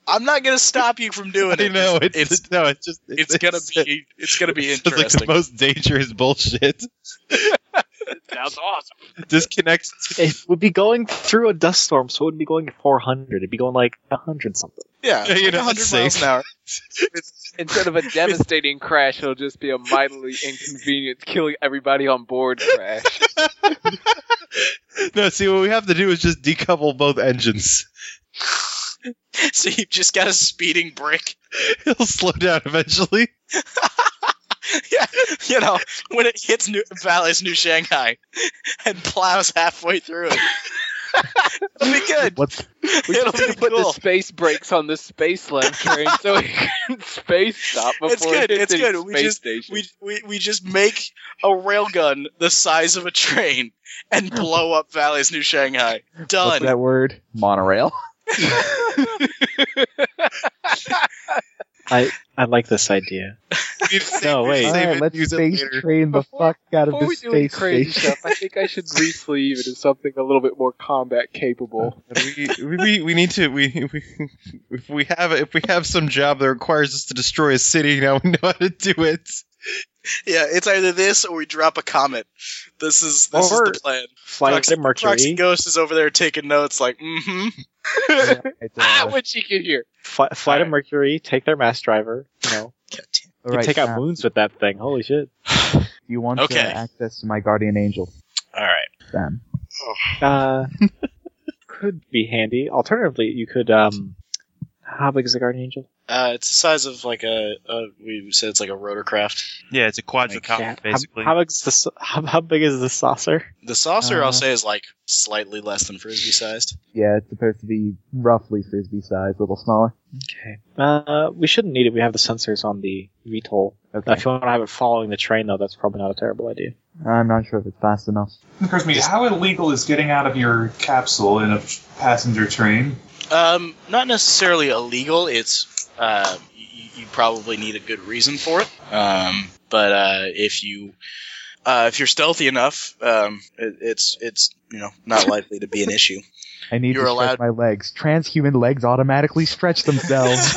Speaker 1: I'm not gonna stop you from doing it.
Speaker 2: I know it's,
Speaker 1: it's
Speaker 2: no, it's just
Speaker 1: it's gonna be it's gonna be
Speaker 2: *laughs* it's like the
Speaker 1: interesting.
Speaker 2: most dangerous bullshit. *laughs*
Speaker 8: Sounds awesome.
Speaker 2: Disconnects
Speaker 6: It would be going through a dust storm, so it would be going 400. It'd be going like 100 something.
Speaker 1: yeah,
Speaker 2: Yeah, you
Speaker 1: like
Speaker 2: know,
Speaker 1: 100
Speaker 2: it's
Speaker 1: miles
Speaker 2: safe.
Speaker 1: an hour.
Speaker 8: Instead of a devastating crash, it'll just be a mightily inconvenient, killing everybody on board crash.
Speaker 2: *laughs* no, see, what we have to do is just decouple both engines.
Speaker 1: *laughs*
Speaker 2: *laughs*
Speaker 1: So you've just got a speeding brick.
Speaker 2: It'll slow down eventually.
Speaker 1: yeah, you *laughs* know when it hits New Valley's New Shanghai *laughs* and plows halfway through it. *laughs* It'll be good.
Speaker 4: What's
Speaker 8: We
Speaker 1: It'll
Speaker 8: just need
Speaker 1: be
Speaker 8: to put
Speaker 1: cool.
Speaker 8: the space brakes on the space left train so it can space stop before
Speaker 1: It's good,
Speaker 8: it hits
Speaker 1: it's
Speaker 8: any
Speaker 1: good. We
Speaker 8: space
Speaker 1: just-
Speaker 8: station.
Speaker 1: We, we we just make a railgun the size of a train and blow up Valley's New Shanghai.
Speaker 4: what's
Speaker 1: Done.
Speaker 4: that word? Monorail.
Speaker 6: I like this idea.
Speaker 2: need to save
Speaker 6: No,
Speaker 2: it,
Speaker 6: wait.
Speaker 2: save
Speaker 4: Alright,
Speaker 2: it,
Speaker 4: let's
Speaker 2: use it
Speaker 4: space
Speaker 2: later.
Speaker 4: train the
Speaker 7: Before-
Speaker 4: fuck out of
Speaker 7: Before we
Speaker 4: this
Speaker 7: do any
Speaker 4: space
Speaker 7: crazy *laughs*
Speaker 4: station.
Speaker 7: stuff, I think I should re-sleeve into something a little bit more combat capable.
Speaker 2: we, we we need to we, we if we have if we have some job that requires us to destroy a city now we know how to do it.
Speaker 1: Yeah, it's either this or we drop a comet. This is this
Speaker 6: Or-
Speaker 1: is the plan.
Speaker 6: Flight
Speaker 1: Proxy-
Speaker 6: to
Speaker 1: Proxy
Speaker 6: Mercury.
Speaker 1: Ghost is over there taking notes, like, mm-hmm.
Speaker 4: It's, uh,
Speaker 7: ah, when she get here.
Speaker 6: Fly, fly to Mercury. Take their mass driver.
Speaker 4: *laughs*
Speaker 6: You know,
Speaker 4: all
Speaker 6: you
Speaker 4: right,
Speaker 6: take out
Speaker 4: now,
Speaker 6: moons with that thing. Holy shit!
Speaker 4: Do you want
Speaker 1: Okay.
Speaker 4: uh, access to my guardian angel,
Speaker 1: All right.
Speaker 4: Sam?
Speaker 6: Uh,
Speaker 4: *laughs*
Speaker 6: could be handy. Alternatively, you could um, how big is the guardian angel?
Speaker 1: Uh, it's the size of like a, a we said it's like a rotorcraft.
Speaker 2: Yeah, it's a quadricopter,
Speaker 6: Yeah, how-
Speaker 2: basically.
Speaker 6: How, big is the sa- how, how big is the saucer?
Speaker 1: The saucer I'll
Speaker 6: Uh.
Speaker 1: say is like slightly less than frisbee sized.
Speaker 4: Yeah, it's supposed to be roughly frisbee size, a little smaller.
Speaker 6: Okay. Uh, we shouldn't need it. We have the sensors on the VTOL.
Speaker 4: Okay,
Speaker 6: Uh, if you want to have it following the train, though, that's probably not a terrible idea.
Speaker 4: I'm not sure if it's fast enough.
Speaker 5: Of course, me. How illegal is getting out of your capsule in a passenger train?
Speaker 1: Um, not necessarily illegal. It's uh, you, you probably need a good reason for it. Um, but uh, if you uh, if you're stealthy enough, um, it, it's it's you know not likely to be an issue.
Speaker 4: I need
Speaker 1: You're
Speaker 4: to
Speaker 1: allowed-
Speaker 4: stretch my legs. Transhuman legs automatically stretch themselves.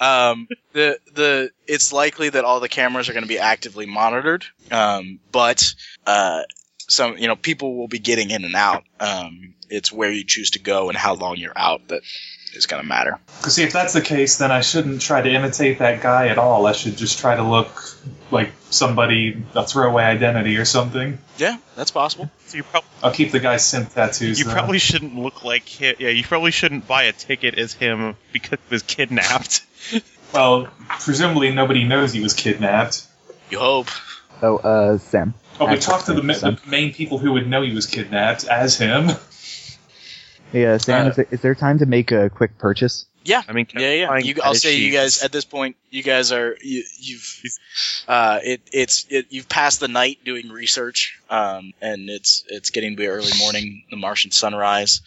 Speaker 1: um, the the it's likely that all the cameras are going to be actively monitored, um, but uh, some you know people will be getting in and out. Um, it's where you choose to go and how long you're out that is going to matter.
Speaker 5: Because see, if that's the case, then I shouldn't try to imitate that guy at all. I should just try to look like somebody a throwaway identity or something.
Speaker 1: Yeah, that's possible.
Speaker 2: so you, prob-
Speaker 5: I'll keep the guy's synth tattoos.
Speaker 2: you
Speaker 5: though.
Speaker 2: probably shouldn't look like him. Yeah, you probably shouldn't buy a ticket as him because he was kidnapped. *laughs*
Speaker 5: Well, presumably nobody knows he was kidnapped.
Speaker 1: You hope.
Speaker 4: *laughs* so, uh, Sam.
Speaker 5: Oh, we
Speaker 4: Access
Speaker 5: talked to the, ma- the
Speaker 4: consent.
Speaker 5: main people who would know he was kidnapped as him.
Speaker 4: Yeah, Sam,
Speaker 1: Uh,
Speaker 4: is, it, is there time to make a quick purchase?
Speaker 2: I mean,
Speaker 1: Yeah, yeah.
Speaker 2: buying
Speaker 1: You, I'll
Speaker 2: fetish
Speaker 1: say you
Speaker 2: sheets.
Speaker 1: guys at this point. You guys are you, you've uh, it it's it, you've passed the night doing research, um, and it's it's getting to be early morning, the Martian sunrise,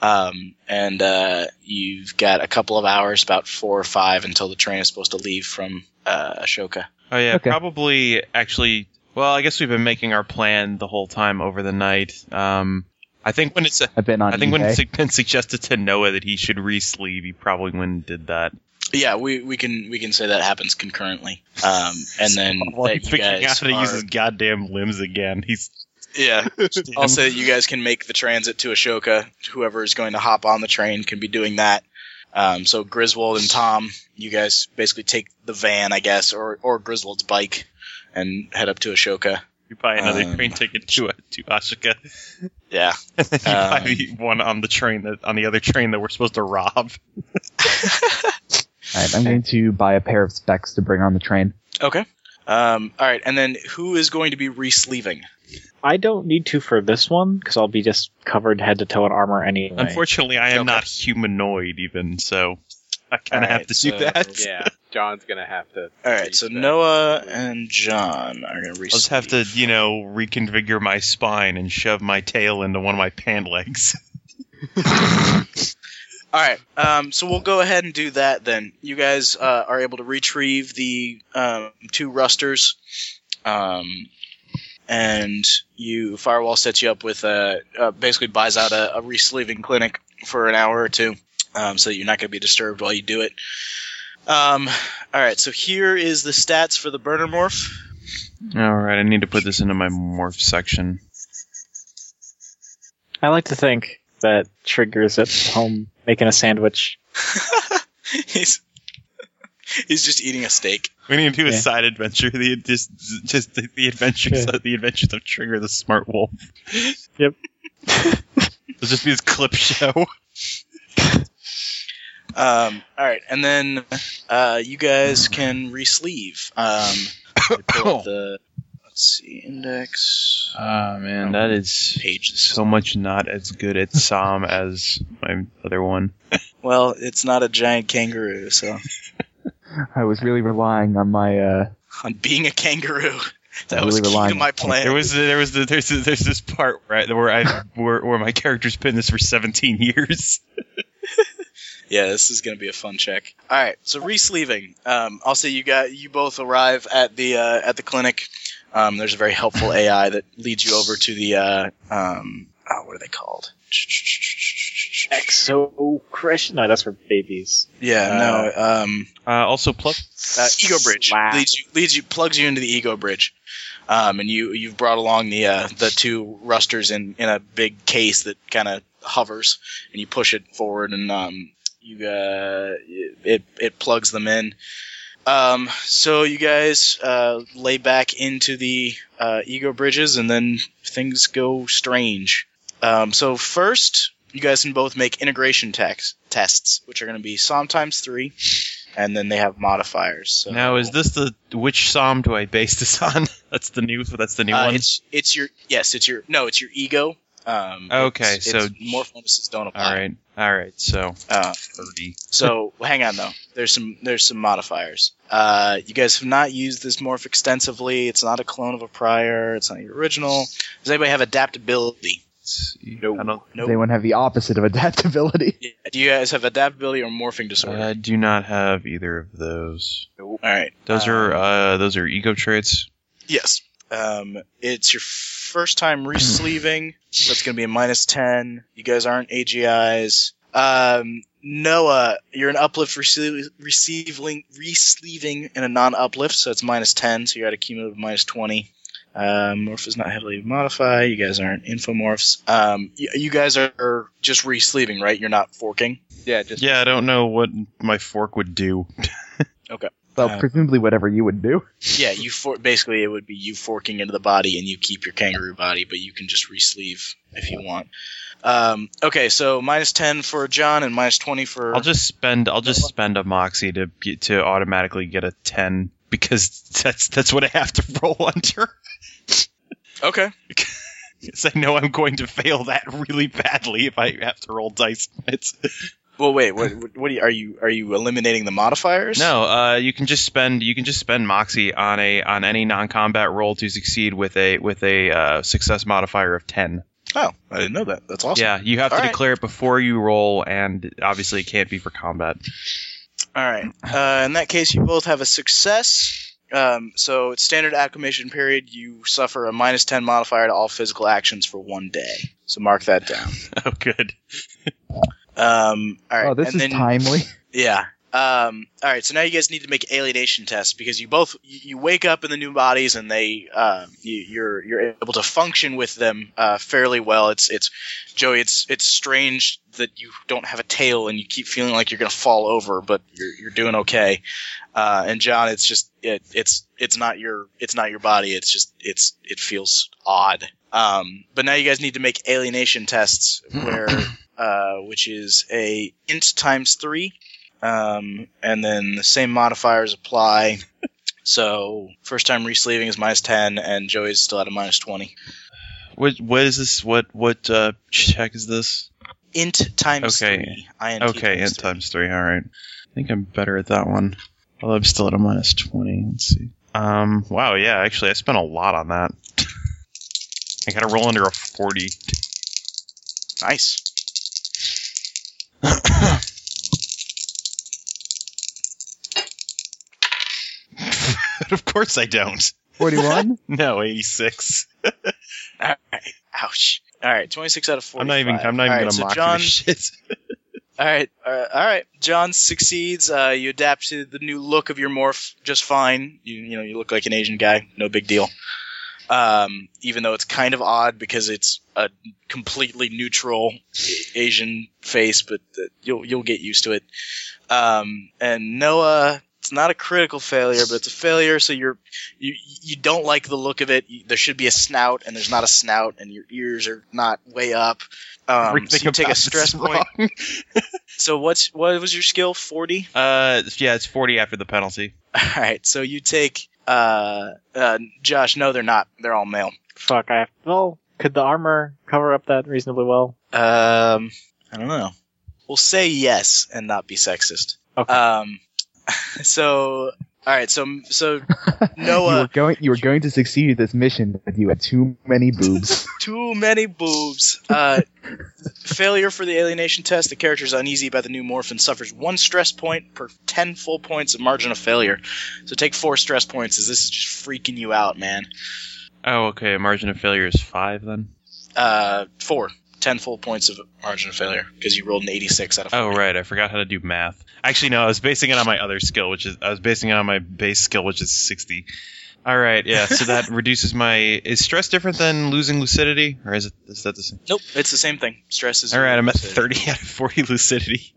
Speaker 1: um, and uh, you've got a couple of hours, about four or five, until the train is supposed to leave from uh, Ashoka.
Speaker 2: Oh yeah,
Speaker 4: Okay.
Speaker 2: probably actually. Well, I guess we've been making our plan the whole time over the night. Um, I think when it's
Speaker 4: I've been on
Speaker 2: I think when *laughs*
Speaker 4: eBay.
Speaker 2: it's been suggested to Noah that he should re-sleeve, he probably went and did that.
Speaker 1: Yeah, we, we can we can say that happens concurrently, um,
Speaker 2: *laughs*
Speaker 1: and then
Speaker 2: While
Speaker 1: that
Speaker 2: he's
Speaker 1: you
Speaker 2: figuring out
Speaker 1: guys
Speaker 2: how to use
Speaker 1: are-
Speaker 2: his goddamn limbs again,
Speaker 1: *laughs*
Speaker 2: he's *laughs*
Speaker 1: yeah. I'll say that you guys can make the transit to Ashoka. Whoever is going to hop on the train can be doing that. Um, so Griswold and Tom, you guys basically take the van, I guess, or or Griswold's bike, and head up to Ashoka.
Speaker 2: you buy another
Speaker 1: Um,
Speaker 2: train ticket to uh, to Ashika.
Speaker 1: Yeah.
Speaker 2: And then *laughs*
Speaker 1: Um,
Speaker 2: you buy the one on the train that on the other train that we're supposed to rob.
Speaker 4: All right, I'm going to buy a pair of specs to bring on the train.
Speaker 1: Okay. Um, all right, and then who is going to be re-sleeving?
Speaker 6: I don't need to for this one because I'll be just covered head to toe in armor anyway.
Speaker 2: Unfortunately, I am
Speaker 1: Okay.
Speaker 2: not humanoid even, so I kind of
Speaker 1: Alright,
Speaker 2: have to
Speaker 1: so-
Speaker 2: do that.
Speaker 1: yeah.
Speaker 8: John's gonna have to.
Speaker 1: All right, so Noah and John are going to re-sleeve.
Speaker 2: I'll just have to, you know, reconfigure my spine and shove my tail into one of my pant legs.
Speaker 1: All right, um, so we'll go ahead and do that then. You guys uh, are able to retrieve the um, two rusters, um, and you firewall sets you up with uh, uh, basically buys out a, a re-sleeving clinic for an hour or two, um, so that you're not going to be disturbed while you do it. Um, all right, so here is the stats for the burner morph. *laughs*
Speaker 2: All right, I need to put this into my morph section.
Speaker 6: I like to think that triggers at home making a sandwich.
Speaker 1: he's he's just eating a steak.
Speaker 2: We need to do a
Speaker 6: Yeah.
Speaker 2: side adventure. The just, just the, the adventures,
Speaker 6: Yeah.
Speaker 2: of, the adventures of Trigger the Smart Wolf.
Speaker 6: Yep.
Speaker 2: *laughs* It'll just be his clip show.
Speaker 1: Um, all right, and then uh, you guys can re-sleeve. *coughs* Um, I pull up the let's see index
Speaker 2: Ah man,
Speaker 1: that
Speaker 2: is
Speaker 1: page.
Speaker 2: so much not as good at Psalm as my other one.
Speaker 1: Well, it's not a giant kangaroo, so *laughs*
Speaker 4: I was really relying on my. Uh,
Speaker 1: on being a kangaroo, that
Speaker 4: I
Speaker 1: was
Speaker 4: really
Speaker 1: key
Speaker 4: rely
Speaker 1: to
Speaker 4: on
Speaker 1: my
Speaker 4: that.
Speaker 1: plan.
Speaker 2: There was there was the, there's there's this part right where I where, where my character's been this for 17 years.
Speaker 1: Yeah, this is gonna be a fun check. All right, so Reese leaving. Um, also, you got you both arrive at the uh, at the clinic. Um, there's a very *laughs* helpful AI that leads you over to the uh, um, oh, what are they called?
Speaker 6: Exo crush. No, that's for babies.
Speaker 1: Yeah, no. Um,
Speaker 2: Uh, also, plus
Speaker 1: uh, ego bridge
Speaker 6: Slap.
Speaker 1: leads you, leads you plugs you into the ego bridge, um, and you you've brought along the uh, the two rusters in in a big case that kind of hovers, and you push it forward, and um, you uh, it it plugs them in. Um, so you guys uh, lay back into the uh, ego bridges, and then things go strange. Um, so first, you guys can both make integration tax- tests, which are going to be sometimes three, and then they have modifiers. So.
Speaker 2: Uh, now is this the which psalm do I base this on? *laughs* that's the new. That's the new
Speaker 1: Uh,
Speaker 2: one.
Speaker 1: It's it's your yes, it's your no, it's your ego. Um,
Speaker 2: Okay,
Speaker 1: it's,
Speaker 2: so-
Speaker 1: it's morphonuses don't apply.
Speaker 2: All right, all right. So
Speaker 1: Uh,
Speaker 2: thirty.
Speaker 1: so *laughs* hang on though. There's some there's some modifiers. Uh, you guys have not used this morph extensively. It's not a clone of a prior. It's not your original. Does anybody have adaptability?
Speaker 2: I don't.
Speaker 1: Nope.
Speaker 4: They wouldn't have the opposite of adaptability. *laughs*
Speaker 1: Yeah. Do you guys have adaptability or morphing disorder?
Speaker 2: I do not have either of those.
Speaker 1: All right.
Speaker 2: Those are uh, those are ego traits.
Speaker 1: Yes. Um, it's your first time resleeving, so it's going to be a minus 10. You guys aren't AGIs. Um, Noah, you're an uplift receive, receiving, resleeving in a non uplift, so it's minus 10, so you're at a cumulative minus 20. Um, morph is not heavily modified. You guys aren't infomorphs. Um, you, you guys are, are just resleeving, right? You're not forking.
Speaker 7: Yeah, just
Speaker 2: Yeah, I don't know what my fork would do.
Speaker 4: So
Speaker 1: Uh,
Speaker 4: presumably whatever you would do.
Speaker 1: Yeah, you for- basically it would be you forking into the body and you keep your kangaroo body, but you can just resleeve if you want. Um, okay, so minus ten for John and minus twenty for
Speaker 2: I'll just spend I'll just spend a moxie to get- to automatically get a ten because that's that's what I have to *laughs* roll under.
Speaker 1: okay.
Speaker 2: Because I know I'm going to fail that really badly if I have to roll dice. It's,
Speaker 1: Well, wait, what? What are you, are you are you eliminating the modifiers?
Speaker 2: no, uh, you can just spend you can just spend moxie on a on any non-combat roll to succeed with a with a uh, success modifier of ten.
Speaker 1: Oh, I didn't know that. That's awesome.
Speaker 2: Yeah, you have
Speaker 1: All
Speaker 2: to
Speaker 1: right.
Speaker 2: declare it before you roll, and obviously it can't be
Speaker 1: *laughs*
Speaker 2: for combat.
Speaker 1: All right. Uh, in that case, you both have a success. Um, so it's standard acclimation period. You suffer a minus ten modifier to all physical actions for one day. So mark that down.
Speaker 2: Oh, good.
Speaker 1: Um, all right.
Speaker 4: oh, this
Speaker 1: and
Speaker 4: is
Speaker 1: then, *laughs*
Speaker 4: timely.
Speaker 1: Yeah. Um, all right. So now you guys need to make alienation tests because you both you you wake up in the new bodies and they uh, you, you're you're able to function with them uh, fairly well. It's it's Joey. It's it's strange that you don't have a tail and you keep feeling like you're gonna fall over, but you're you're doing okay. Uh, and John, it's just it, it's it's not your it's not your body. It's just it's it feels odd. Um, but now you guys need to make alienation tests where. Uh, which is a int times three, um, and then the same modifiers
Speaker 2: *laughs*
Speaker 1: apply. so first time resleeving is minus ten, and Joey's still at a minus twenty.
Speaker 2: What what is this? What what uh, check is this?
Speaker 1: Int times
Speaker 2: Okay.
Speaker 1: three. INT
Speaker 2: Okay, int
Speaker 1: three.
Speaker 2: times three. All right. I think I'm better at that one. Although I'm still at a minus twenty. Let's see. Um. Wow. Yeah. Actually, I spent a lot on that. I got to roll under a
Speaker 1: *laughs*
Speaker 2: forty.
Speaker 1: Nice.
Speaker 2: of course, I don't.
Speaker 4: 41?
Speaker 2: No, eighty-six.
Speaker 1: Ouch. All right, twenty-six out of forty.
Speaker 2: I'm not even. I'm not even gonna
Speaker 1: so
Speaker 2: mock
Speaker 1: John,
Speaker 2: this *laughs* shit.
Speaker 1: All right, uh, all right. John succeeds. Uh, you adapt to the new look of your morph just fine. You, you know, you look like an Asian guy. No big deal. Um, even though it's kind of odd because it's a completely neutral A- Asian face, but uh, you'll you'll get used to it. Um, and Noah, it's not a critical failure, but it's a failure. So you're you you don't like the look of it. You- There should be a snout, and there's not a snout, and your ears are not way up. Um, so
Speaker 2: Everything
Speaker 1: you take
Speaker 2: about
Speaker 1: a
Speaker 2: this
Speaker 1: stress
Speaker 2: *laughs* is
Speaker 1: point.
Speaker 2: wrong.
Speaker 1: So what's what was your skill? Forty.
Speaker 2: Uh. Yeah. It's forty after the penalty.
Speaker 1: *laughs* All right. So you take uh, uh, Josh. No, they're not. They're all male.
Speaker 6: Fuck, I have. Well, could the armor cover up that reasonably well?
Speaker 1: Um, I don't know. We'll say yes and not be sexist.
Speaker 6: Okay.
Speaker 1: Um, *laughs* So, all right. So, *laughs* so
Speaker 4: you
Speaker 1: Noah,
Speaker 4: were going you were going to succeed at this mission, but you had too
Speaker 1: *laughs*
Speaker 4: many boobs.
Speaker 1: too many boobs. Uh, failure for the alienation test. The character is uneasy about the new morph and suffers one stress point per ten full points of margin of failure. So take four stress points, as this is just freaking you out, man.
Speaker 2: Oh, okay. Margin of failure is five then.
Speaker 1: Uh, four. Ten full points of margin of failure because you rolled an 86 out of
Speaker 2: Oh, right. I forgot how to do math. Actually, no. I was basing it on my other skill, which is I was basing it on my base skill, which is sixty. All right. Yeah. So that reduces my. Is stress different than losing lucidity, or is it is that the same?
Speaker 1: Nope, it's the same thing. Stress is.
Speaker 2: All right. I'm at
Speaker 1: is-
Speaker 2: thirty out of forty lucidity.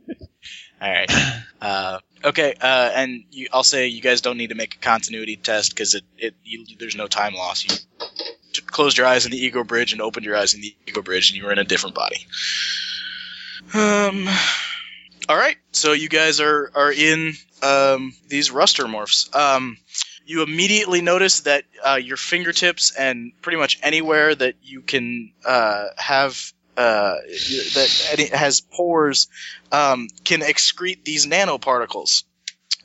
Speaker 1: All right. Uh, okay, uh, and you, I'll say you guys don't need to make a continuity test because it, it you, there's no time loss. You t- closed your eyes in the ego bridge and opened your eyes in the ego bridge, and you were in a different body. Um. All right, so you guys are are in um, these ruster morphs. Um, you immediately notice that uh, your fingertips and pretty much anywhere that you can uh, have uh, that any- has pores um, can excrete these nanoparticles.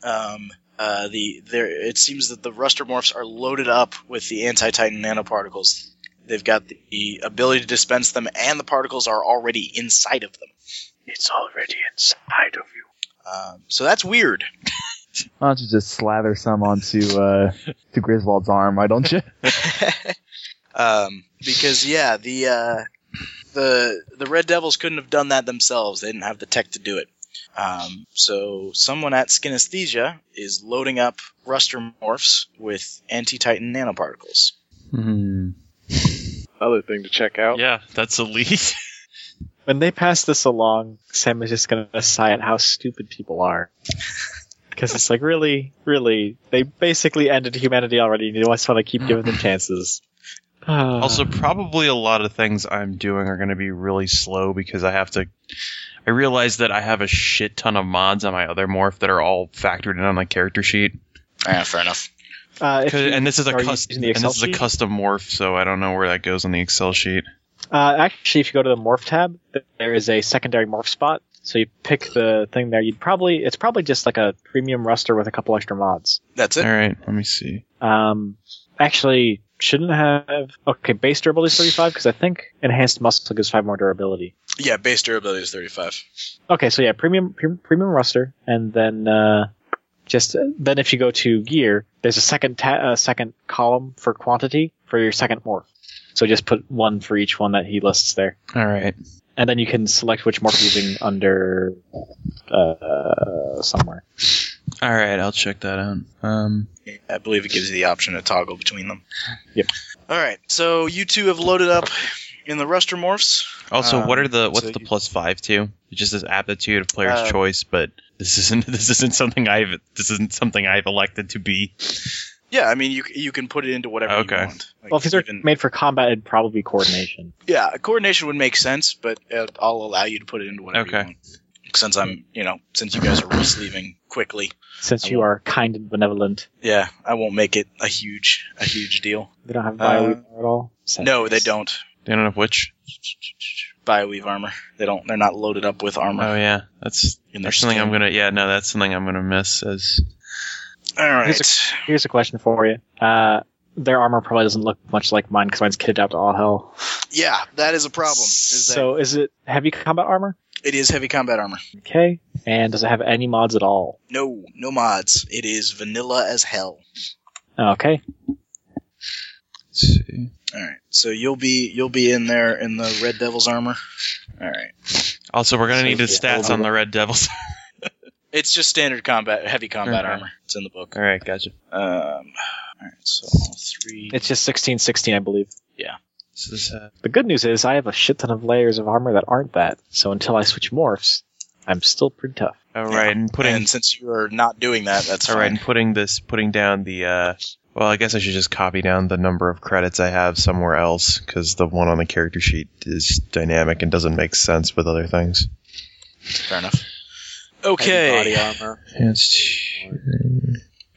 Speaker 1: Um, uh, the there, it seems that the Rustermorphs are loaded up with the anti-Titan nanoparticles. They've got the ability to dispense them, and the particles are already inside of them.
Speaker 6: It's already inside of you.
Speaker 1: Um, so that's weird.
Speaker 4: Why don't you just slather some onto uh, to Griswold's arm? Why don't you?
Speaker 1: *laughs* um, because yeah, the uh, the the Red Devils couldn't have done that themselves. They didn't have the tech to do it. Um, so someone at Synesthesia is loading up Rustermorphs with anti-Titan nanoparticles.
Speaker 2: Hmm.
Speaker 8: Other thing to check out.
Speaker 2: Yeah, that's a lead.
Speaker 6: When they pass this along, Sam is just gonna sigh at how stupid people are. Because it's like, really, really, they basically ended humanity already, and you just want to keep giving them chances.
Speaker 2: also, probably a lot of things I'm doing are going to be really slow because I have to. I realize that I have a shit ton of mods on my other morph that are all factored in on my character sheet.
Speaker 1: Yeah, Ah, fair enough.
Speaker 6: uh, if
Speaker 2: 'Cause-
Speaker 6: you-
Speaker 2: and this is a
Speaker 6: are you
Speaker 2: custom,
Speaker 6: using the
Speaker 2: and
Speaker 6: Excel
Speaker 2: this is a
Speaker 6: sheet?
Speaker 2: custom morph, so I don't know where that goes on the Excel sheet.
Speaker 6: Uh, actually, if you go to the morph tab, there is a secondary morph spot. So you pick the thing there. You'd probably it's probably just like a premium ruster with a couple extra mods.
Speaker 1: That's it.
Speaker 2: All right, let me see.
Speaker 6: Um, actually, shouldn't have okay base durability is thirty five because I think enhanced muscle gives five more durability.
Speaker 1: Yeah, base durability is 35.
Speaker 6: Okay, so yeah, premium pre- premium ruster, and then uh, just then if you go to gear, there's a second ta- uh, second column for quantity for your second morph. So just put one for each one that he lists there.
Speaker 2: All right,
Speaker 6: and then you can select which morph you're using under uh, somewhere.
Speaker 2: all right, I'll check that out. Um,
Speaker 1: I believe it gives you the option to toggle between them.
Speaker 6: Yep.
Speaker 1: All right, so you two have loaded up in the Ruster Morphs.
Speaker 2: also, what
Speaker 1: Um,
Speaker 2: are the what's
Speaker 1: so
Speaker 2: the
Speaker 1: you-
Speaker 2: plus five to? It's just this aptitude of player's
Speaker 1: Uh,
Speaker 2: choice, but this isn't *laughs* this isn't something I've this isn't something I've elected to be.
Speaker 1: Yeah, I mean, you you can put it into whatever
Speaker 2: Okay.
Speaker 1: you want. Like,
Speaker 6: well, if these are
Speaker 1: even-
Speaker 6: made for combat, it'd probably be coordination.
Speaker 1: yeah, coordination would make sense, but uh, I'll allow you to put it into whatever you
Speaker 2: Okay.
Speaker 1: want. Since I'm, you know, since you guys
Speaker 2: *coughs*
Speaker 1: are just leaving quickly,
Speaker 6: Since you are kind and benevolent,
Speaker 1: yeah, I won't make it a huge a huge deal.
Speaker 6: they don't have
Speaker 1: Uh,
Speaker 6: bio at all. So-
Speaker 1: No, they don't.
Speaker 2: I don't know which.
Speaker 1: Bioweave armor. They don't. They're not loaded up with armor.
Speaker 2: Oh yeah, that's
Speaker 1: in their
Speaker 2: that's something
Speaker 1: skin.
Speaker 2: I'm gonna. Yeah, no, that's something I'm gonna miss. As
Speaker 1: All right.
Speaker 6: Here's a question for you. Uh, their armor probably doesn't look much like mine because mine's kitted out to all hell.
Speaker 1: Yeah, that is a problem. Is that
Speaker 6: so is it heavy combat armor?
Speaker 1: it is heavy combat armor.
Speaker 6: Okay. And does it have any mods at all?
Speaker 1: No, no mods. It is vanilla as hell.
Speaker 6: Okay.
Speaker 2: let's see.
Speaker 1: All right. So you'll be you'll be in there in the Red Devil's armor. All right.
Speaker 2: Also, we're gonna
Speaker 6: So
Speaker 2: need his
Speaker 6: yeah,
Speaker 2: stats on the Red Devils.
Speaker 1: It's just standard combat, heavy combat
Speaker 2: Okay.
Speaker 1: armor. It's in the book.
Speaker 2: All right, gotcha.
Speaker 1: Um. All right. So three.
Speaker 6: It's just 16, 16, I believe.
Speaker 2: So this, uh,
Speaker 6: The good news is I have a shit ton of layers of armor that aren't that. So until I switch morphs, I'm still pretty tough.
Speaker 2: all
Speaker 1: Yeah.
Speaker 2: oh, right, and putting
Speaker 1: and since you are not doing that, that's
Speaker 2: All right,
Speaker 1: fine.
Speaker 2: and putting this, putting down the. Uh, well, I guess I should just copy down the number of credits I have somewhere else because the one on the character sheet is dynamic and doesn't make sense with other things.
Speaker 1: Fair enough. Okay.
Speaker 8: Body armor.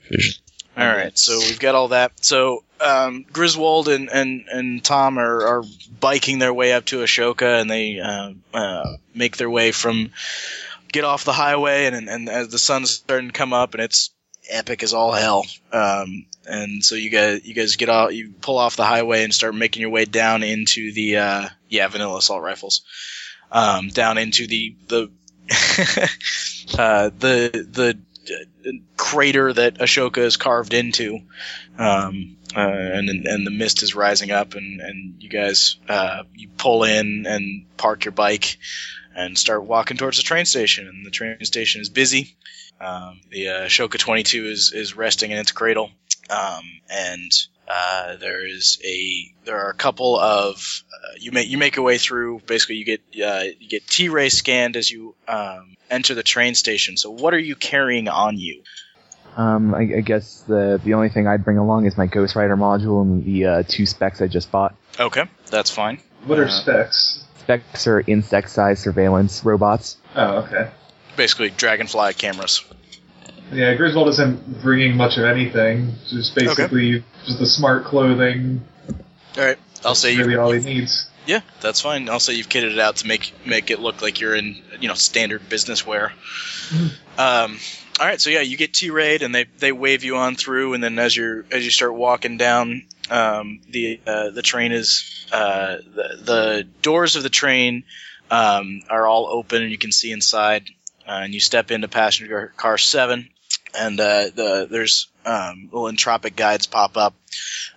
Speaker 2: Vision.
Speaker 1: All right, so we've got all that. So um, Griswold and, and, and Tom are, are biking their way up to Ashoka, and they uh, uh, make their way from get off the highway, and, and, and as the sun's starting to come up, and it's epic as all hell. Um, and so you guys, you guys get out, you pull off the highway and start making your way down into the, uh, yeah, vanilla assault rifles, um, down into the the *laughs* uh, the the uh, crater that Ashoka is carved into, um, uh, and and the mist is rising up, and and you guys uh, you pull in and park your bike. And start walking towards the train station, and the train station is busy. Um, the uh, Ashoka 22 is, is resting in its cradle, um, and uh, there is a there are a couple of uh, you make you make your way through. Basically, you get uh, you get T-ray scanned as you um, enter the train station. So, what are you carrying on you?
Speaker 4: Um, I, I guess the the only thing I'd bring along is my Ghost Rider module and the uh, two specs I just bought.
Speaker 1: Okay, that's fine.
Speaker 5: What are
Speaker 1: Uh,
Speaker 5: specs?
Speaker 4: Specs are insect-sized surveillance robots.
Speaker 5: Oh, okay.
Speaker 1: Basically, dragonfly cameras.
Speaker 5: Yeah, Griswold isn't bringing much of anything. Just basically just the smart clothing.
Speaker 1: I'll say
Speaker 5: really
Speaker 1: you.
Speaker 5: all he needs.
Speaker 1: Yeah, that's fine. I'll say you've kitted it out to make make it look like you're in you know standard business wear. Um, all right, so yeah, you get T rayed and they they wave you on through, and then as you're as you start walking down, um, the uh, the train is uh, the the doors of the train um, are all open and you can see inside, uh, and you step into passenger car seven, and uh, the there's um, little entropic guides pop up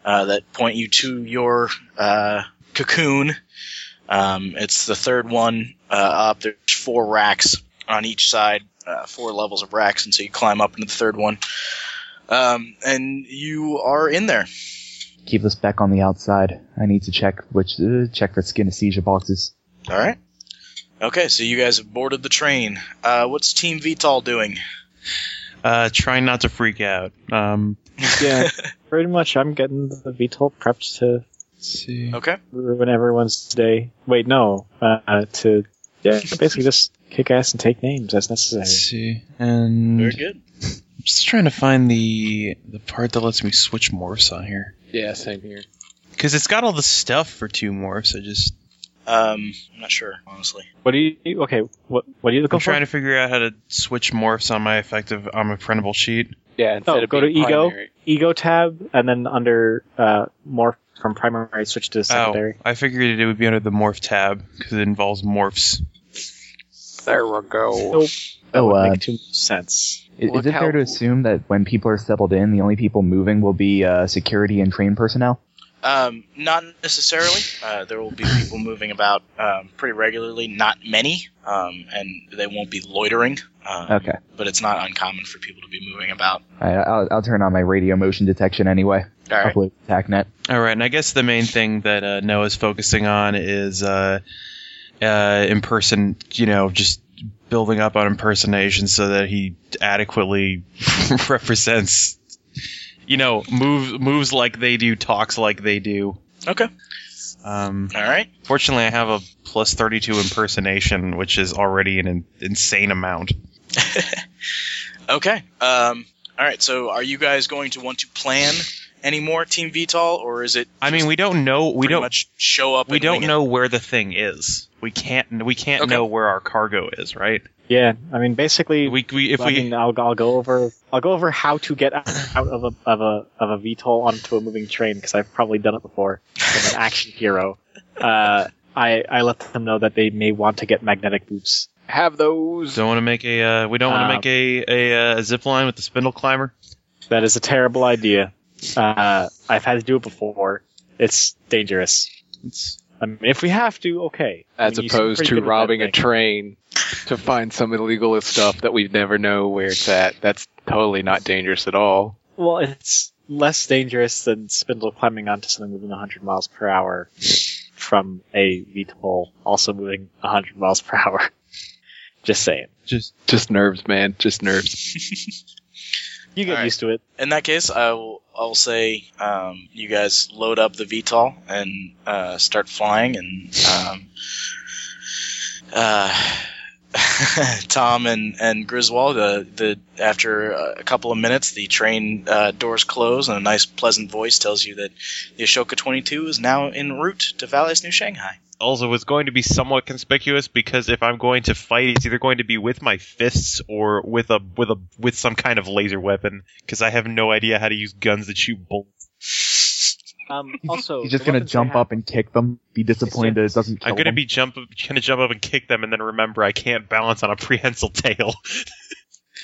Speaker 1: uh, that point you to your uh, cocoon. Um, it's the third one uh, up. There's four racks on each side, uh, four levels of racks, and so you climb up into the third one. Um, and you are in there.
Speaker 4: Keep the spec on the outside. I need to check which uh, check for skin anesthesia boxes.
Speaker 1: All right. Okay, so you guys have boarded the train. Uh, what's Team VTOL doing?
Speaker 2: Uh, try not to freak out. Um,
Speaker 6: Yeah, pretty much. I'm getting the VTOL prepped to
Speaker 2: see.
Speaker 1: *laughs* Okay.
Speaker 6: ruin everyone's day. Wait, no. Uh, uh, to yeah, basically just kick ass and take names as necessary.
Speaker 2: Let's see. And
Speaker 1: Very
Speaker 2: I'm
Speaker 1: good.
Speaker 2: just trying to find the the part that lets me switch morphs on here.
Speaker 8: Yeah, same here.
Speaker 2: Because it's got all the stuff for two morphs. I just
Speaker 1: Um, I'm not sure, honestly.
Speaker 6: What do you? Okay, what what are you looking
Speaker 2: I'm
Speaker 6: for?
Speaker 2: trying to figure out how to switch morphs on my effective on my printable sheet.
Speaker 8: Yeah, instead
Speaker 6: Oh,
Speaker 8: of
Speaker 6: go
Speaker 8: being
Speaker 6: to ego.
Speaker 8: primary.
Speaker 6: Ego tab, and then under uh, morph from primary switch to secondary.
Speaker 2: Oh, I figured it would be under the morph tab because it involves morphs.
Speaker 8: There we go.
Speaker 6: Nope. That
Speaker 4: Oh,
Speaker 6: would
Speaker 4: uh,
Speaker 6: make too much sense.
Speaker 4: I- Is,
Speaker 8: Look
Speaker 4: it fair
Speaker 8: how-
Speaker 4: to assume that when people are settled in, the only people moving will be uh, security and train personnel?
Speaker 1: Um, not necessarily. Uh, there will be people moving about um, pretty regularly. Not many, um, and they won't be loitering. Um,
Speaker 4: Okay.
Speaker 1: But it's not uncommon for people to be moving about.
Speaker 4: I, I'll, I'll turn on my radio motion detection anyway.
Speaker 1: All right.
Speaker 4: Upload to TACnet.
Speaker 2: All right, and I guess the main thing that uh, Noah's focusing on is uh, uh, in person. You know, just building up on impersonation so that he adequately *laughs* represents. You know, moves moves like they do, talks like they do.
Speaker 1: Okay.
Speaker 2: Um,
Speaker 1: All right.
Speaker 2: fortunately, I have a plus thirty two impersonation, which is already an in- insane amount.
Speaker 1: Okay. Um, all right. So, are you guys going to want to plan any more Team VTOL, or is it?
Speaker 2: I mean, we don't know. We
Speaker 1: pretty
Speaker 2: don't.
Speaker 1: much show up.
Speaker 2: We
Speaker 1: and
Speaker 2: don't
Speaker 1: wing it?
Speaker 2: know where the thing is. We can't. We can't
Speaker 1: Okay.
Speaker 2: know where our cargo is, right?
Speaker 6: Yeah, I mean, basically,
Speaker 2: We, we if
Speaker 6: I
Speaker 2: we
Speaker 6: mean, I'll, I'll go over I'll go over how to get out of a of a of a VTOL onto a moving train because I've probably done it before.
Speaker 1: *laughs*
Speaker 6: I'm an action hero. Uh, I I let them know that they may want to get magnetic boots.
Speaker 8: Have those.
Speaker 2: don't want to make a. Uh, we don't want
Speaker 6: Uh,
Speaker 2: to make a a, uh, a zip line with the spindle climber.
Speaker 6: That is a terrible idea. Uh, I've had to do it before. It's dangerous.
Speaker 2: It's,
Speaker 6: I mean, if we have to, okay. I
Speaker 8: As
Speaker 6: mean, you seem
Speaker 8: opposed
Speaker 6: pretty
Speaker 8: to
Speaker 6: good at that
Speaker 8: robbing a
Speaker 6: thing.
Speaker 8: train to find some illegal stuff that we never know where it's at. That's totally not dangerous at all.
Speaker 6: Well, it's less dangerous than spindle climbing onto something moving 100 miles per hour from a VTOL also moving 100 miles per hour. *laughs* Just saying.
Speaker 2: just
Speaker 8: Just nerves, man. Just nerves.
Speaker 6: You get
Speaker 1: Alright.
Speaker 6: used to it.
Speaker 1: In that case, I will. I'll say um, you guys load up the VTOL and uh, start flying, and um, uh, *laughs* Tom and and Griswold. Uh, the after uh, a couple of minutes, the train uh, doors close, and a nice, pleasant voice tells you that the Ashoka 22 is now en route to Valley's New Shanghai.
Speaker 2: also was going to be somewhat conspicuous because if I'm going to fight, it's either going to be with my fists or with a with a with some kind of laser weapon because I have no idea how to use guns that shoot bullets.
Speaker 6: *laughs* Um, also,
Speaker 4: He's just
Speaker 6: the
Speaker 4: gonna
Speaker 6: weapons they
Speaker 4: jump
Speaker 6: have-
Speaker 4: up and kick them. Be disappointed that it doesn't kill
Speaker 2: I'm gonna
Speaker 4: them.
Speaker 2: be jump gonna jump up and kick them, and then remember I can't balance on a *laughs* prehensile tail.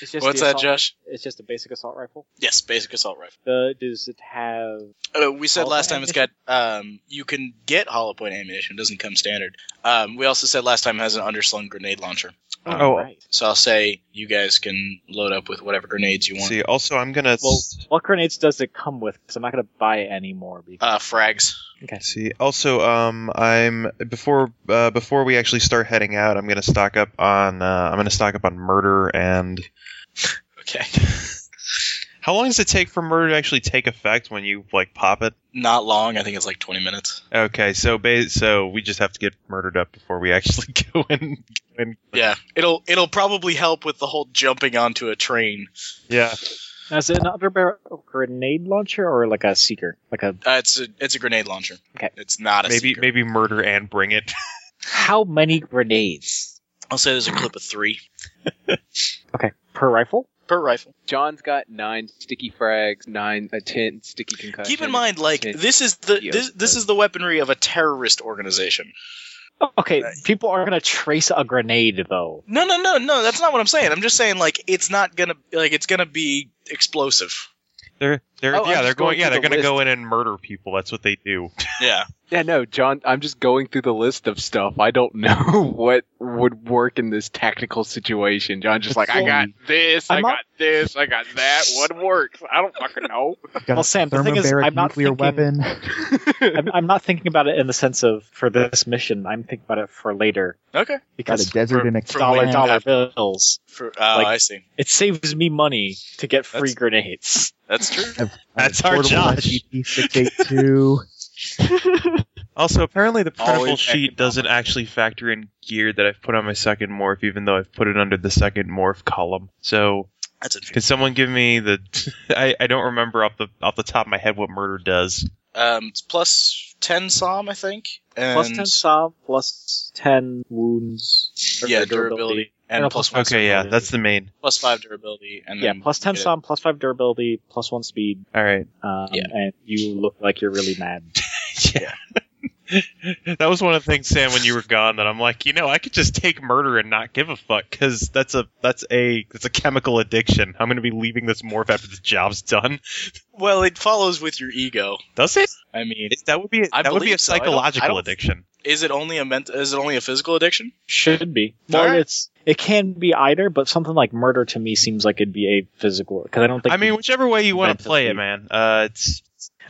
Speaker 6: It's just
Speaker 1: What's
Speaker 6: the
Speaker 1: that,
Speaker 6: assault-
Speaker 1: Josh?
Speaker 6: It's just a basic assault rifle.
Speaker 1: Yes, basic assault rifle.
Speaker 6: The, does it have?
Speaker 1: Uh, we said
Speaker 6: Hollow
Speaker 1: last time
Speaker 6: point
Speaker 1: it's got um, you can get hollow point ammunition. It doesn't come standard. Um, we also said last time it has an underslung grenade launcher.
Speaker 2: Oh.
Speaker 6: right.
Speaker 1: So I'll say you guys can load up with whatever grenades you want.
Speaker 2: See, also I'm gonna s-
Speaker 6: Well, what grenades does it come with? Because I'm not going to buy any more. Because
Speaker 1: Uh, frags.
Speaker 2: see. Also, um, I'm before uh, before we actually start heading out, I'm gonna stock up on uh, I'm gonna stock up on murder and
Speaker 1: Okay.
Speaker 2: How long does it take for murder to actually take effect when you like pop it?
Speaker 1: Not long. I think it's like 20 minutes.
Speaker 2: Okay, so ba- so we just have to get murdered up before we actually *laughs* go in.
Speaker 1: Yeah. It'll it'll probably help with the whole jumping onto a train.
Speaker 2: Yeah.
Speaker 6: now, is it an underbarrel grenade launcher or like a seeker? Like a
Speaker 1: Uh, it's a it's a grenade launcher.
Speaker 6: Okay.
Speaker 1: It's not a
Speaker 2: Maybe
Speaker 1: seeker.
Speaker 2: maybe murder and bring it. *laughs*
Speaker 6: how many grenades
Speaker 1: I'll say there's a clip of three
Speaker 6: per rifle?
Speaker 1: per rifle.
Speaker 8: John's got nine sticky frags, nine a ten sticky concussion.
Speaker 1: Keep in mind, like
Speaker 8: Okay.
Speaker 1: this is the
Speaker 8: Yeah,
Speaker 1: this this
Speaker 8: but-
Speaker 1: is the weaponry of a terrorist organization.
Speaker 6: Okay, people are going to trace a grenade though.
Speaker 1: No, no, no, no. That's not what I'm saying. I'm just saying like it's not gonna like it's gonna be explosive.
Speaker 2: They're they're
Speaker 8: Oh, I'm
Speaker 2: yeah
Speaker 8: just
Speaker 2: they're going,
Speaker 8: going
Speaker 2: yeah
Speaker 8: through
Speaker 2: they're
Speaker 8: the
Speaker 2: gonna go in and murder people. That's what they do.
Speaker 1: Yeah.
Speaker 8: Yeah, no, John, I'm just going through the list of stuff. I don't *laughs* know what would work in this tactical situation. John just like, I got this, I
Speaker 6: I'm not-
Speaker 8: got this, I got that. What works? I don't fucking know.
Speaker 7: *laughs*
Speaker 4: Got
Speaker 6: Well,
Speaker 4: a
Speaker 6: Sam, the thing is,
Speaker 4: thermobaric
Speaker 6: I'm not
Speaker 4: nuclear
Speaker 6: thinking-
Speaker 4: weapon.
Speaker 6: I'm, I'm not thinking about it in the sense of for this mission. I'm thinking about it for later
Speaker 1: Okay.
Speaker 4: Got a
Speaker 6: because
Speaker 4: desert
Speaker 1: for-
Speaker 4: and a
Speaker 1: for
Speaker 6: dollar
Speaker 1: when-
Speaker 6: dollar bills.
Speaker 1: For, oh,
Speaker 6: Like-
Speaker 1: I see.
Speaker 6: It saves me money to get free
Speaker 1: That's-
Speaker 6: grenades.
Speaker 1: That's true.
Speaker 2: That's our Josh.
Speaker 4: E Six eight two.
Speaker 2: Also, apparently the printable
Speaker 1: Always
Speaker 2: sheet doesn't actually factor in gear that I've put on my second morph, even though I've put it under the second morph column. So,
Speaker 1: That's interesting.
Speaker 2: could someone give me the? *laughs* I, I don't remember off the off the top of my head what murder does.
Speaker 1: Um, it's plus ten psalm, I think, and
Speaker 6: Plus ten sob, plus ten wounds. or
Speaker 1: yeah, durability, and,
Speaker 6: and a
Speaker 1: plus
Speaker 6: plus
Speaker 1: one.
Speaker 2: Okay, yeah, that's the main.
Speaker 1: plus five durability, and
Speaker 6: Yeah,
Speaker 1: then
Speaker 6: plus ten
Speaker 1: you get
Speaker 6: som, plus five durability, plus one speed,
Speaker 2: All right.
Speaker 6: um,
Speaker 1: Yeah.
Speaker 6: and you look like you're really mad.
Speaker 2: Yeah. *laughs* that was one of the things, Sam, when you were gone, that I'm like, you know, I could just take murder and not give a fuck because that's a that's a that's a chemical addiction. I'm gonna be leaving this morph after the job's done.
Speaker 1: it. Well, it follows with your ego.
Speaker 2: Does it?
Speaker 1: I mean,
Speaker 2: It- that would be
Speaker 1: I
Speaker 2: that would be a
Speaker 1: believe so. I don't- I
Speaker 2: psychological
Speaker 1: don't-
Speaker 2: addiction.
Speaker 1: is it only a ment- Is it only a physical addiction?
Speaker 6: Should be. Well,
Speaker 1: Alright.
Speaker 6: it's it can be either, but something like murder to me seems like it'd be a physical because I don't think
Speaker 2: I mean, whichever way you want to
Speaker 6: mentally-
Speaker 2: play it, man. Uh, it's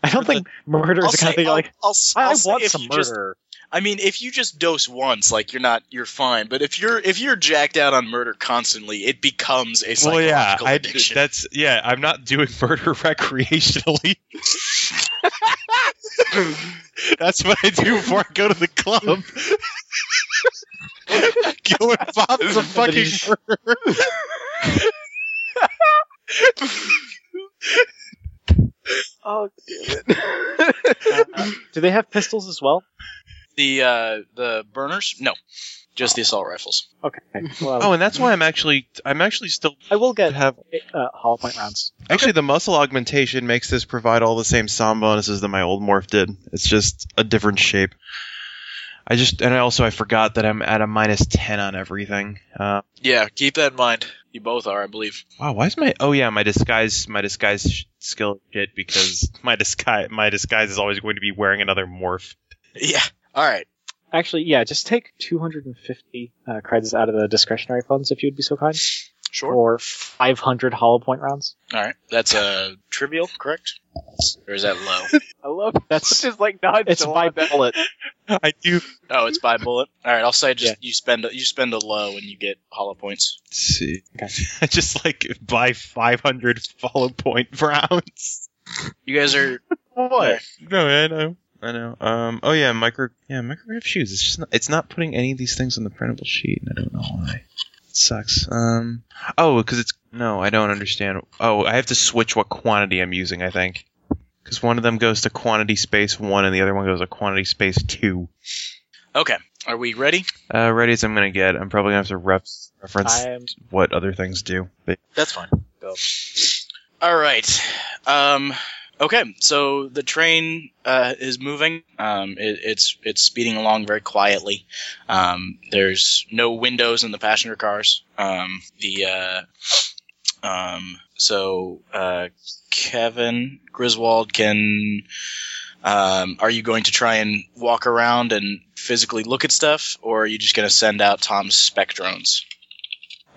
Speaker 6: I don't think murder
Speaker 1: I'll
Speaker 6: is the
Speaker 1: say-
Speaker 6: kind of thing
Speaker 1: I'll-
Speaker 6: like
Speaker 1: I'll s-
Speaker 6: I
Speaker 1: I'll say
Speaker 6: want
Speaker 1: if
Speaker 6: some
Speaker 1: you just-
Speaker 6: murder.
Speaker 1: I mean, if you just dose once, like you're not, you're fine. But if you're if you're jacked out on murder constantly, it becomes a
Speaker 2: well,
Speaker 1: psychological
Speaker 2: yeah. I,
Speaker 1: addiction.
Speaker 2: that's yeah. I'm not doing *laughs* murder recreationally. *laughs* that's what I do before I go to the club. *laughs* go and pop some fucking
Speaker 1: *laughs*
Speaker 6: Oh, do they have pistols as well?
Speaker 1: the uh, the burners, no, just the assault rifles.
Speaker 6: Okay. Well,
Speaker 2: Oh, and that's why I'm actually I'm actually still
Speaker 6: I will get
Speaker 2: have
Speaker 6: uh, hollow point rounds.
Speaker 2: actually the muscle augmentation makes this provide all the same som bonuses that my old morph did. It's just a different shape. I just and I also I forgot that I'm at a minus ten on everything. Uh,
Speaker 1: Yeah, keep that in mind. You both are, I believe.
Speaker 2: wow, why is my oh yeah my disguise my disguise sh- skill shit because *laughs* my disguise my disguise is always going to be wearing another morph.
Speaker 1: Yeah. All right.
Speaker 6: Actually, yeah, just take 250 uh, credits out of the discretionary funds if you'd be so kind,
Speaker 1: Sure.
Speaker 6: or 500 hollow point rounds.
Speaker 1: All right. That's uh, trivial, correct? Or is that low?
Speaker 8: I love
Speaker 6: That's
Speaker 8: just like nonchalant.
Speaker 6: it's by bullet.
Speaker 2: I do
Speaker 1: *laughs* Oh, it's by bullet. All right, I'll say just
Speaker 6: Yeah.
Speaker 1: you spend a, you spend a low and you get hollow points.
Speaker 2: see *laughs* I just like buy five hundred follow point *laughs* rounds.
Speaker 1: You guys are
Speaker 2: What? No, I know. I know. Um. Oh yeah, micro. Yeah, micrograph shoes. It's just. Not, it's not putting any of these things on the printable sheet, and I don't know why. It sucks. Um. Oh, because it's. No, I don't understand. Oh, I have to switch what quantity I'm using. I think. Because one of them goes to quantity space one, and the other one goes to quantity space two.
Speaker 1: Okay. Are we ready?
Speaker 2: Uh, ready as I'm gonna get. I'm probably gonna have to ref- reference
Speaker 6: I am
Speaker 2: what other things do. But
Speaker 1: That's fine. All right. Um, okay. So the train uh, is moving. Um, it, it's it's speeding along very quietly. Um, there's no windows in the passenger cars. Um, the uh, um, so uh, Kevin Griswold can. Um, are you going to try and walk around and physically look at stuff, or are you just going to send out Tom's spec drones?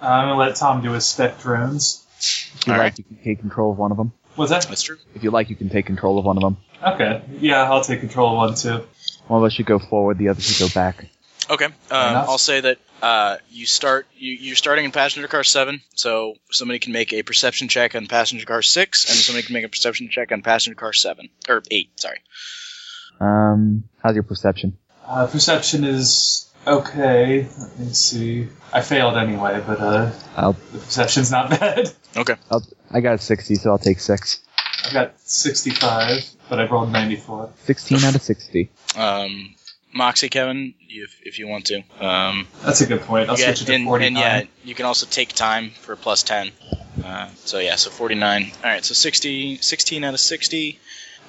Speaker 5: Uh, I'm gonna let Tom do his spec drones.
Speaker 4: If you
Speaker 1: All
Speaker 4: like,
Speaker 1: right.
Speaker 4: you can take control of one of them.
Speaker 5: Was that
Speaker 1: That's true.
Speaker 4: If you like, you can take control of one of them.
Speaker 5: okay? Yeah, I'll take control of one too.
Speaker 4: One of us should go forward, the other should go back.
Speaker 1: Okay. Um,
Speaker 5: enough.
Speaker 1: I'll say that uh, you start. You, you're starting in passenger car seven, so somebody can make a perception check on passenger car six, and somebody can make a perception check on passenger car seven or eight. Sorry.
Speaker 4: Um, how's your perception?
Speaker 5: Uh, perception is okay. Let me see. I failed anyway, but uh,
Speaker 4: I'll-
Speaker 5: the perception's not *laughs* bad.
Speaker 4: I got a 60, so I'll take 6.
Speaker 5: I've got 65, but I rolled 94.
Speaker 4: 16 out of
Speaker 5: *laughs*
Speaker 4: 60.
Speaker 1: Um, Moxie, Kevin, if, if you want to. Um,
Speaker 5: That's a good point. I'll
Speaker 1: yeah,
Speaker 5: switch it to
Speaker 1: and, and
Speaker 5: 49.
Speaker 1: yeah, you can also take time for plus ten. Uh, so yeah, so 49. All right, so 60, 16 out of 60.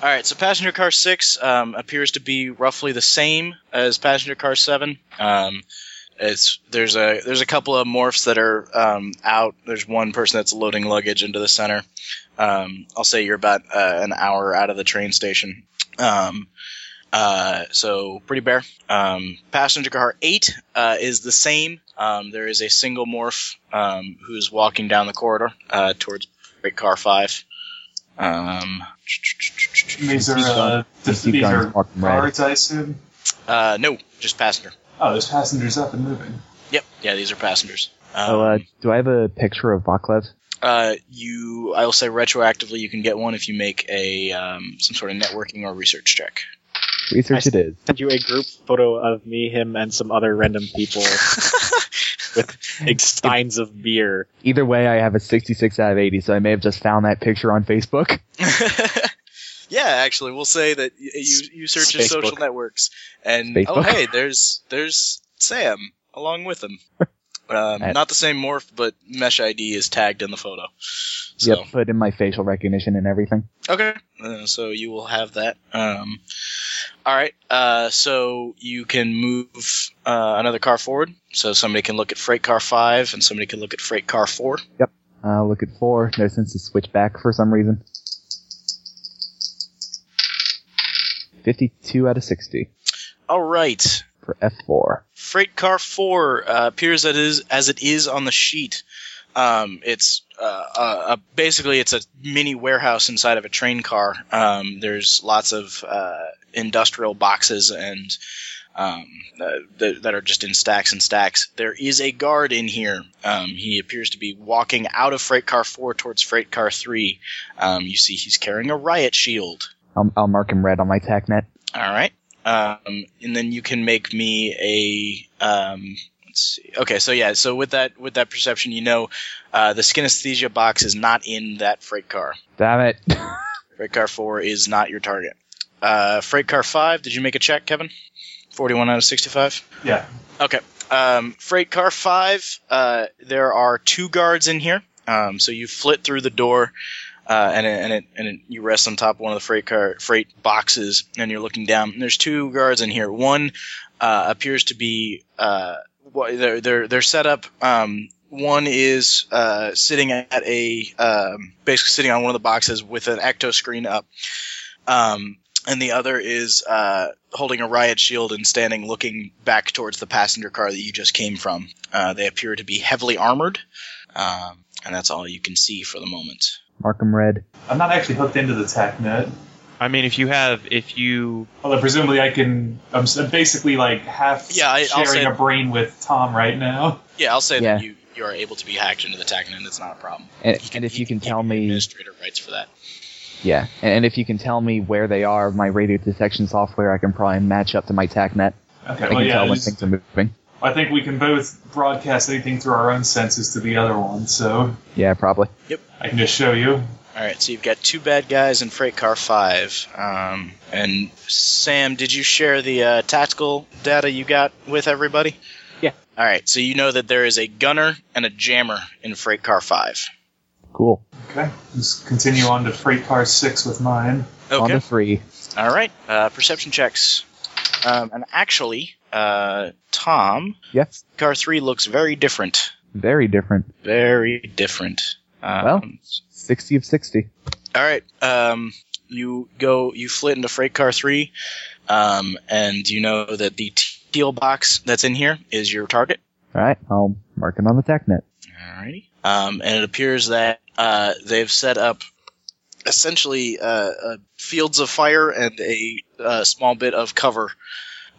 Speaker 1: All right, so passenger car six um, appears to be roughly the same as passenger car seven. Um, it's there's a there's a couple of morphs that are um, out. There's one person that's loading luggage into the center. Um, I'll say you're about uh, an hour out of the train station. Um, uh, so pretty bare. Um, passenger car eight uh, is the same. Um, there is a single morph um, who's walking down the corridor uh, towards Great Car Five. Um,
Speaker 5: These are, uh,
Speaker 4: These
Speaker 5: th- these
Speaker 4: guns
Speaker 5: are
Speaker 4: marked in red.
Speaker 5: guards, I assume.
Speaker 1: uh, no, just passenger.
Speaker 5: Oh, there's passengers up and moving.
Speaker 1: Yep, yeah, these are passengers. Um,
Speaker 4: Oh, uh, do I have a picture of Vaclav?
Speaker 1: uh, you, I will say retroactively, you can get one if you make a um, some sort of networking or research check.
Speaker 4: Research it is.
Speaker 6: sent you a group photo of me, him, and some other random *laughs* people with *laughs* big steins of beer.
Speaker 4: Either way, I have a 66 out of 80, so I may have just found that picture on Facebook.
Speaker 1: *laughs* yeah, actually, we'll say that y- you you search his social
Speaker 6: Facebook.
Speaker 1: networks, and oh
Speaker 4: Facebook.
Speaker 1: hey, there's there's Sam along with
Speaker 4: *laughs*
Speaker 1: him. Um,
Speaker 4: Right.
Speaker 1: not the same morph, but mesh ID is tagged in the photo. So
Speaker 4: Yep, put in my facial recognition and everything.
Speaker 1: okay, uh, so you will have that. Um, all right, uh, so you can move uh, another car forward. So somebody can look at freight car five, and somebody can look at freight car four.
Speaker 4: Uh, look at 4. No sense to switch back for some reason. 52 out of 60
Speaker 1: All right,
Speaker 4: for F4.
Speaker 1: Freight Car 4 uh, appears that is, as it is on the sheet. Um, it's uh, uh, uh, basically it's a mini warehouse inside of a train car. Um, there's lots of uh, industrial boxes and um, uh, th- that are just in stacks and stacks. There is a guard in here. Um, he appears to be walking out of Freight Car 4 towards Freight Car 3. Um, you see he's carrying a riot shield.
Speaker 4: I'll, I'll mark him red on my TACnet.
Speaker 1: All right. Um, and then you can make me a. Um, let's see. Okay, so yeah, so with that with that perception, you know, uh, the synesthesia box is not in that freight car.
Speaker 4: Damn it.
Speaker 1: Freight car four is not your target. Uh, freight car five. Did you make a check, Kevin? Forty-one out of sixty-five.
Speaker 5: Yeah.
Speaker 1: Okay. Um, freight car five. Uh, there are two guards in here. Um, so you flit through the door, uh, and it, and it, and it, you rest on top of one of the freight car freight boxes, and you're looking down. And there's two guards in here. One uh, appears to be uh, wha- they're they're they're set up. Um, one is uh, sitting at a um, basically sitting on one of the boxes with an ecto screen up. Um, and the other is uh, holding a riot shield and standing looking back towards the passenger car that you just came from. Uh, they appear to be heavily armored, um, and that's all you can see for the moment.
Speaker 4: Mark him red.
Speaker 5: I'm not actually hooked into the TACnet.
Speaker 2: I mean, if you have, if you
Speaker 5: Although presumably I can. I'm s- basically like half
Speaker 1: Yeah, I- I'll
Speaker 5: sharing
Speaker 1: say-
Speaker 5: a brain with Tom right now.
Speaker 1: Yeah, I'll say
Speaker 4: Yeah.
Speaker 1: that you, you are able to be hacked into the Tacnan. It's not a problem.
Speaker 4: And,
Speaker 1: He
Speaker 4: and if
Speaker 1: he
Speaker 4: you can
Speaker 1: give
Speaker 4: tell
Speaker 1: you
Speaker 4: me,
Speaker 1: administrator rights for that.
Speaker 4: yeah, and if you can tell me where they are, my radio detection software, I can probably match up to my TACnet. I
Speaker 5: Okay,
Speaker 4: can
Speaker 5: well, Oh, yeah.
Speaker 4: tell when
Speaker 5: just-
Speaker 4: things are moving.
Speaker 5: I think we can both broadcast anything through our own senses to the other one, so
Speaker 4: Yeah, probably.
Speaker 5: I can just show you.
Speaker 1: All right, so you've got two bad guys in Freight Car Five. Um, and Sam, did you share the uh, tactical data you got with everybody?
Speaker 6: Yeah.
Speaker 1: All right, so you know that there is a gunner and a jammer in Freight Car Five.
Speaker 4: Cool.
Speaker 5: Okay, let's continue on to Freight Car 6 with mine.
Speaker 4: On the free.
Speaker 1: All right, uh, perception checks. Um, and actually, uh, Tom,
Speaker 4: Yes.
Speaker 1: car three looks very different.
Speaker 4: Very different.
Speaker 1: Very different. Um,
Speaker 4: Well. Sixty of sixty.
Speaker 1: all right. Um, you go. You flit into freight car three, um, and you know that the teal box that's in here is your target.
Speaker 4: All right. I'll mark it on the tech net.
Speaker 1: Alrighty. Um, and it appears that uh, they've set up essentially uh, uh, fields of fire and a uh, small bit of cover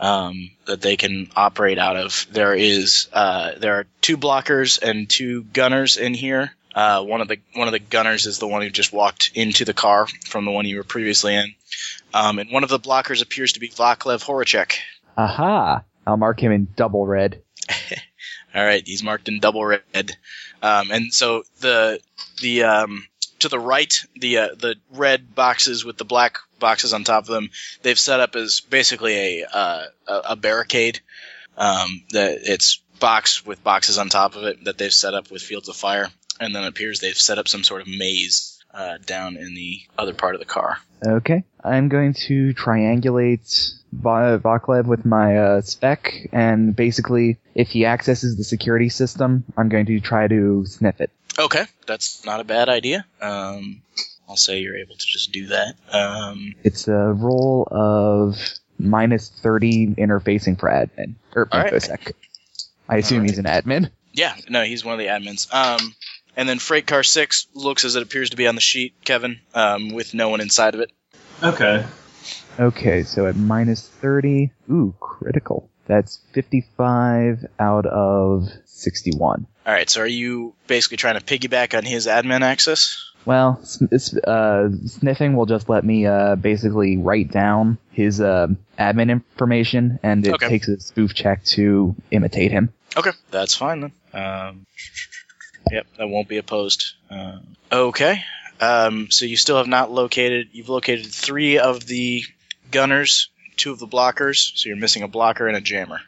Speaker 1: um, that they can operate out of. There is uh, there are two blockers and two gunners in here. Uh, one of the one of the gunners is the one who just walked into the car from the one you were previously in, um, and one of the blockers appears to be Vaclav Horacek.
Speaker 4: Aha! I'll mark him in double red.
Speaker 1: All right, he's marked in double red, um, and so the the um, to the right, the uh, the red boxes with the black boxes on top of them, they've set up as basically a uh, a a barricade. Um, that it's box with boxes on top of it that they've set up with fields of fire, and then it appears they've set up some sort of maze uh, down in the other part of the car.
Speaker 4: Okay. I'm going to triangulate Va- Vaclav with my uh, spec, and basically, if he accesses the security system, I'm going to try to sniff it.
Speaker 1: Okay, that's not a bad idea. Um, I'll say you're able to just do that. Um,
Speaker 4: It's a roll of minus 30 interfacing for admin. Or
Speaker 1: All right.
Speaker 4: infosec. I assume
Speaker 1: All right.
Speaker 4: he's an admin.
Speaker 1: Yeah, no, he's one of the admins. Um, and then Freight Car Six looks as it appears to be on the sheet, Kevin, um, with no one inside of it.
Speaker 5: Okay,
Speaker 4: Okay, so at minus 30. Ooh, critical. That's 55 out of 61.
Speaker 1: All right, so are you basically trying to piggyback on his admin access?
Speaker 4: Well, sn- s- uh, sniffing will just let me uh, basically write down his um admin information, and it
Speaker 1: Okay.
Speaker 4: takes a spoof check to imitate him.
Speaker 1: Okay, that's fine then. Um, yep, that won't be opposed. Uh, okay, um, so you still have not located. You've located three of the gunners, two of the blockers. So you're missing a blocker and a jammer.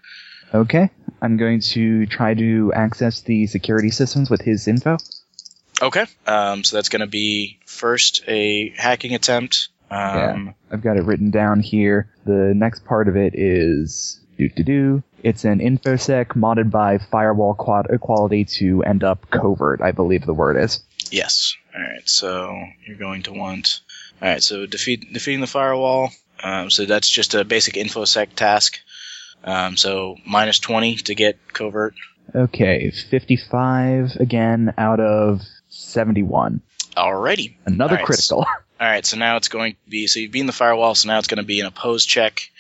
Speaker 4: Okay, I'm going to try to access the security systems with his info.
Speaker 1: Okay, um, so that's going to be first a hacking attempt. Um,
Speaker 4: I've got it written down here. The next part of it is do do do. It's an infosec modded by firewall quad equality to end up covert. I believe the word is.
Speaker 1: Yes. All right. So you're going to want. All right. So defeat defeating the firewall. Um, so that's just a basic infosec task. Um, so minus twenty to get covert.
Speaker 4: Okay, fifty-five again out of seventy-one.
Speaker 1: Alrighty.
Speaker 4: Another
Speaker 1: Nice.
Speaker 4: critical.
Speaker 1: All right. So now it's going to be. So you've beaten the firewall. So now it's going to be an opposed check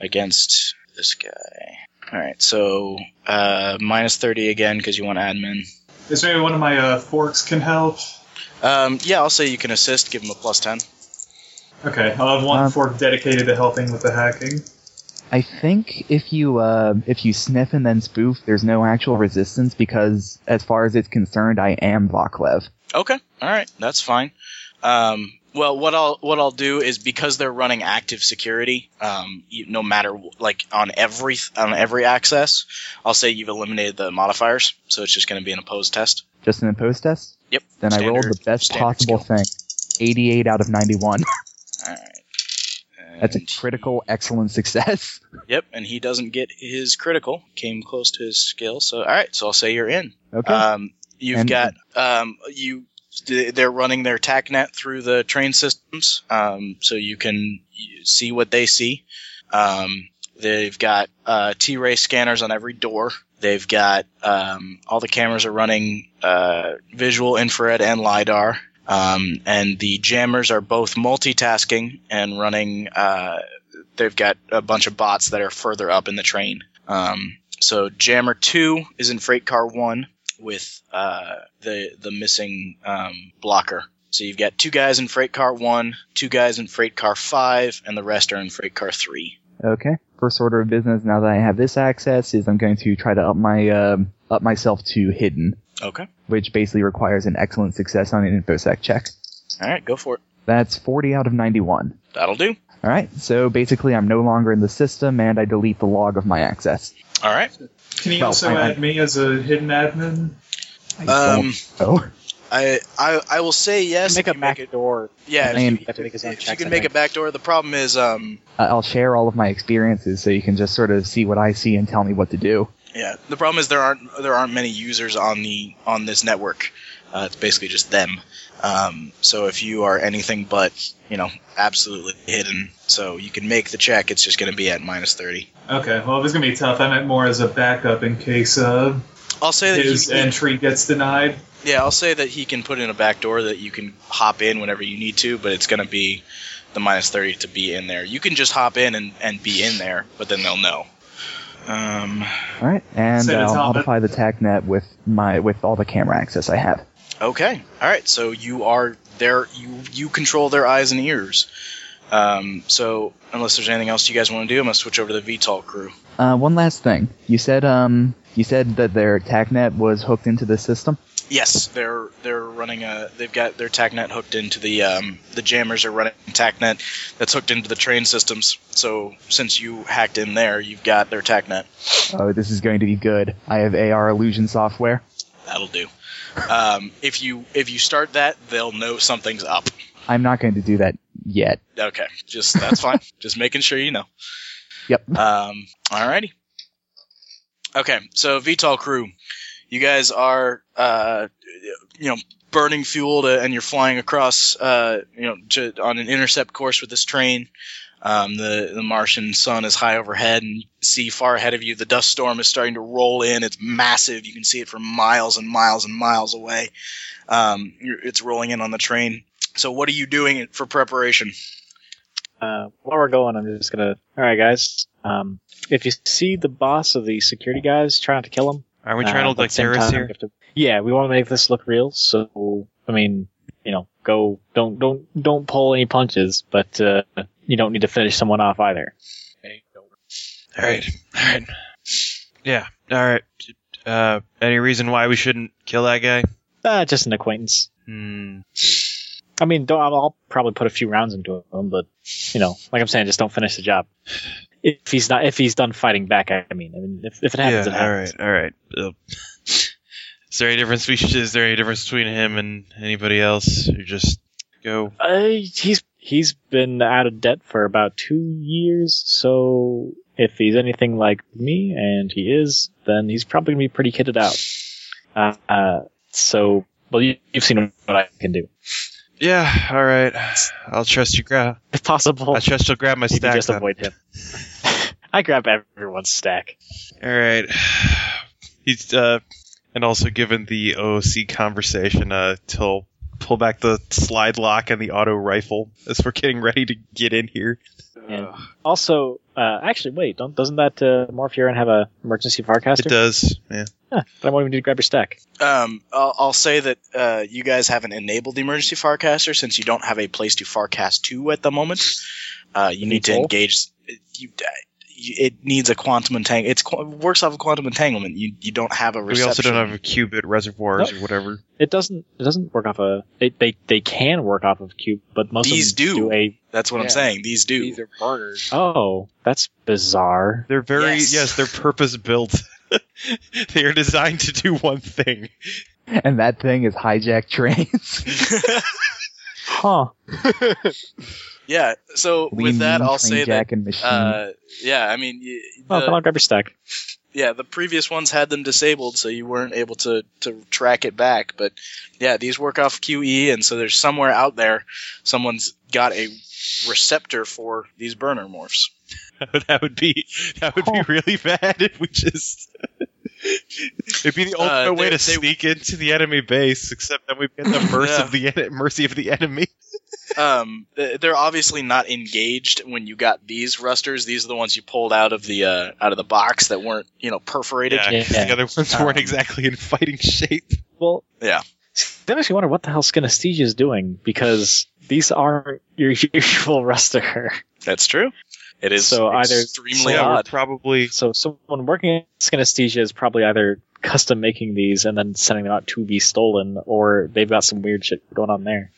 Speaker 1: against this guy. All right. So uh, minus thirty again because you want admin.
Speaker 5: is there any one of my uh, forks can help?
Speaker 1: Um, yeah. I'll say you can assist. Give him a plus ten.
Speaker 5: Okay, I'll have one
Speaker 4: Um,
Speaker 5: fork dedicated to helping with the hacking.
Speaker 4: I think if you uh, if you sniff and then spoof, there's no actual resistance because, as far as it's concerned, I am Voklev.
Speaker 1: Okay. All right. That's fine. Um, well, what I'll what I'll do is because they're running active security, um, you, no matter wh- like on every on every access, I'll say you've eliminated the modifiers, so it's just going to be an opposed test.
Speaker 4: Just an opposed test.
Speaker 1: Yep.
Speaker 4: Then I rolled
Speaker 1: Standard-
Speaker 4: the best
Speaker 1: standard
Speaker 4: possible
Speaker 1: skill.
Speaker 4: thing. Eighty-eight out of ninety-one.
Speaker 1: All right.
Speaker 4: That's a
Speaker 1: And-
Speaker 4: critical, excellent success. *laughs*
Speaker 1: Yep, and he doesn't get his critical. Came close to his skill, so all right. So I'll say you're in.
Speaker 4: Okay.
Speaker 1: Um, you've
Speaker 4: And-
Speaker 1: got um, you. They're running their TACnet through the train systems, um, so you can see what they see. Um, they've got uh, T-ray scanners on every door. They've got um, all the cameras are running uh, visual, infrared, and lidar. Um, and the jammers are both multitasking and running. Uh, they've got a bunch of bots that are further up in the train. Um, so jammer two is in freight car one with uh, the the missing um, blocker. So you've got two guys in freight car one, two guys in freight car five, and the rest are in freight car three.
Speaker 4: okay. First order of business now that I have this access is I'm going to try to up my um, up myself to hidden,
Speaker 1: Okay.
Speaker 4: which basically requires an excellent success on an infosec check.
Speaker 1: All right, go for it.
Speaker 4: That's 40 out of 91.
Speaker 1: That'll do.
Speaker 4: All right, so basically I'm no longer in the system and I delete the log of my access.
Speaker 1: All right.
Speaker 5: Can you
Speaker 4: Well,
Speaker 5: also
Speaker 4: I- I-
Speaker 5: add me as a hidden admin?
Speaker 1: Um,
Speaker 4: Oh,
Speaker 1: I, I I will say yes.
Speaker 6: make
Speaker 1: if
Speaker 6: a
Speaker 1: you
Speaker 6: back door.
Speaker 1: yeah, if
Speaker 4: I am-
Speaker 1: you,
Speaker 6: You have to make his own
Speaker 1: if you
Speaker 6: checks,
Speaker 1: can
Speaker 6: I
Speaker 1: make a
Speaker 6: think.
Speaker 1: backdoor. The problem is, um,
Speaker 4: I- I'll share all of my experiences so you can just sort of see what I see and tell me what to do.
Speaker 1: yeah, the problem is there aren't there aren't many users on the on this network. Uh, it's basically just them. Um, so if you are anything but you know absolutely hidden, so you can make the check. It's just going to be at minus thirty.
Speaker 5: Okay, well, if it's gonna be tough, I meant more as a backup in case uh,
Speaker 1: I'll say that
Speaker 5: his
Speaker 1: he,
Speaker 5: entry gets denied.
Speaker 1: yeah, I'll say that he can put in a backdoor that you can hop in whenever you need to, but it's going to be the minus thirty to be in there. You can just hop in and, and be in there, but then they'll know. Um,
Speaker 4: All right, and
Speaker 5: Send it
Speaker 4: I'll
Speaker 5: to Albert.
Speaker 4: modify the TACnet with my with all the camera access I have.
Speaker 1: Okay. All right. So you are there. You you control their eyes and ears. Um, so unless there's anything else you guys want to do, I'm gonna switch over to the VTOL crew.
Speaker 4: Uh, one last thing. You said um you said that their TACnet was hooked into the system.
Speaker 1: Yes, they're they're running a. They've got their TACnet hooked into the um, the jammers are running TACnet that's hooked into the train systems. So since you hacked in there, you've got their TACnet.
Speaker 4: Oh, this is going to be good. I have AR illusion software.
Speaker 1: That'll do. Um, if you if you start that, they'll know something's up.
Speaker 4: I'm not going to do that yet.
Speaker 1: Okay, just that's fine. Just making sure you know.
Speaker 4: Yep.
Speaker 1: Um, alrighty. Okay, so VTOL crew, you guys are, uh, you know, burning fuel to, and you're flying across, uh, you know, to, on an intercept course with this train. Um, the, the Martian sun is high overhead, and you can see far ahead of you the dust storm is starting to roll in. It's massive. You can see it from miles and miles and miles away. Um, you're, it's rolling in on the train. So, what are you doing for preparation?
Speaker 6: Uh, while we're going, I'm just gonna. All right, guys. Um, if you see the boss of the security guys, try not to kill him.
Speaker 2: Are we
Speaker 6: Uh,
Speaker 2: trying to look
Speaker 6: but
Speaker 2: like
Speaker 6: at the same
Speaker 2: terrorists
Speaker 6: time,
Speaker 2: here?
Speaker 6: we have to- yeah, we want to make this look real. So I mean, you know, go don't don't don't pull any punches, but uh, you don't need to finish someone off either.
Speaker 2: All right. All right. Yeah. All right. Uh, any reason why we shouldn't kill that guy?
Speaker 6: Uh, just an acquaintance.
Speaker 2: Hmm.
Speaker 6: I mean, don't, I'll- I'll probably put a few rounds into him, but you know, like I'm saying, just don't finish the job. If he's not, if he's done fighting back, I mean, I mean, if, if it happens, it
Speaker 2: yeah. All
Speaker 6: happens.
Speaker 2: right. All right. Uh, is there any difference? We should, is there any difference between him and anybody else? Or just go.
Speaker 6: Uh, he's he's been out of debt for about two years, so if he's anything like me, and he is, then he's probably gonna be pretty kitted out. Uh, uh so well, you, you've seen what I can do.
Speaker 2: Yeah. All right. I'll trust you. Grab.
Speaker 6: If possible,
Speaker 2: I trust you'll grab my
Speaker 6: you can
Speaker 2: stack.
Speaker 6: just
Speaker 2: then.
Speaker 6: avoid him. *laughs* I grab everyone's stack.
Speaker 2: All right. He's uh, and also given the OC conversation, uh, till pull back the slide lock and the auto rifle as we're getting ready to get in here.
Speaker 6: And also, uh, actually, wait, don't doesn't that uh, morph urine have a emergency
Speaker 2: It
Speaker 6: farcaster?
Speaker 2: does. Yeah.
Speaker 6: Huh, then I won't even need to grab your stack.
Speaker 1: Um, I'll, I'll say that uh, you guys haven't enabled the emergency farcaster since you don't have a place to farcast to at the moment. Uh, you need to
Speaker 6: Loophole?
Speaker 1: engage. You, you- it needs a quantum entanglement. It's qu- works off of quantum entanglement. You you don't have a
Speaker 2: We
Speaker 1: reception.
Speaker 2: also don't have a qubit reservoirs or whatever.
Speaker 6: It doesn't. It doesn't work off a. It, they they can work off of cube, but most
Speaker 1: These
Speaker 6: of them
Speaker 1: do.
Speaker 6: a
Speaker 1: That's what I'm
Speaker 7: Yeah.
Speaker 1: saying. These do.
Speaker 7: These are burners.
Speaker 6: Oh, that's bizarre.
Speaker 2: They're very
Speaker 1: Yes.
Speaker 2: yes, they're purpose built. *laughs* they are designed to do one thing. *laughs*
Speaker 4: And that thing is hijack *laughs* trains.
Speaker 6: Huh.
Speaker 1: *laughs*
Speaker 6: Oh,
Speaker 1: yeah. So with that,
Speaker 4: mean
Speaker 1: I'll
Speaker 4: train
Speaker 1: say that.
Speaker 4: jack and machine.
Speaker 1: Uh, yeah. I mean, y-
Speaker 6: Oh,
Speaker 1: the-
Speaker 6: come on, grab your stack.
Speaker 1: yeah, the previous ones had them disabled, so you weren't able to to track it back. But yeah, these work off QE, and so there's somewhere out there, someone's got a receptor for these burner morphs.
Speaker 2: that would be that would be really bad if we just it'd be the ultimate
Speaker 1: Uh, they-
Speaker 2: way to
Speaker 1: they-
Speaker 2: sneak into the enemy base except then we get *laughs* the mercy
Speaker 1: Yeah.
Speaker 2: of the en- mercy of the enemy
Speaker 1: Um, th- they're obviously not engaged when you got these rusters. These are the ones you pulled out of the uh, out of the box that weren't you know perforated.
Speaker 2: yeah, 'cause
Speaker 6: Yeah.
Speaker 2: the other ones weren't
Speaker 6: Um,
Speaker 2: exactly in fighting shape
Speaker 6: Well,
Speaker 1: Yeah.
Speaker 6: That makes me wonder what the hell Synesthesia is doing because these aren't your *laughs* usual ruster.
Speaker 1: That's true. It is
Speaker 6: So either-
Speaker 1: extremely
Speaker 6: so-
Speaker 2: yeah we're
Speaker 1: odd.
Speaker 2: probably
Speaker 6: So someone working in Synesthesia is probably either custom making these and then sending them out to be stolen, or they've got some weird shit going on there.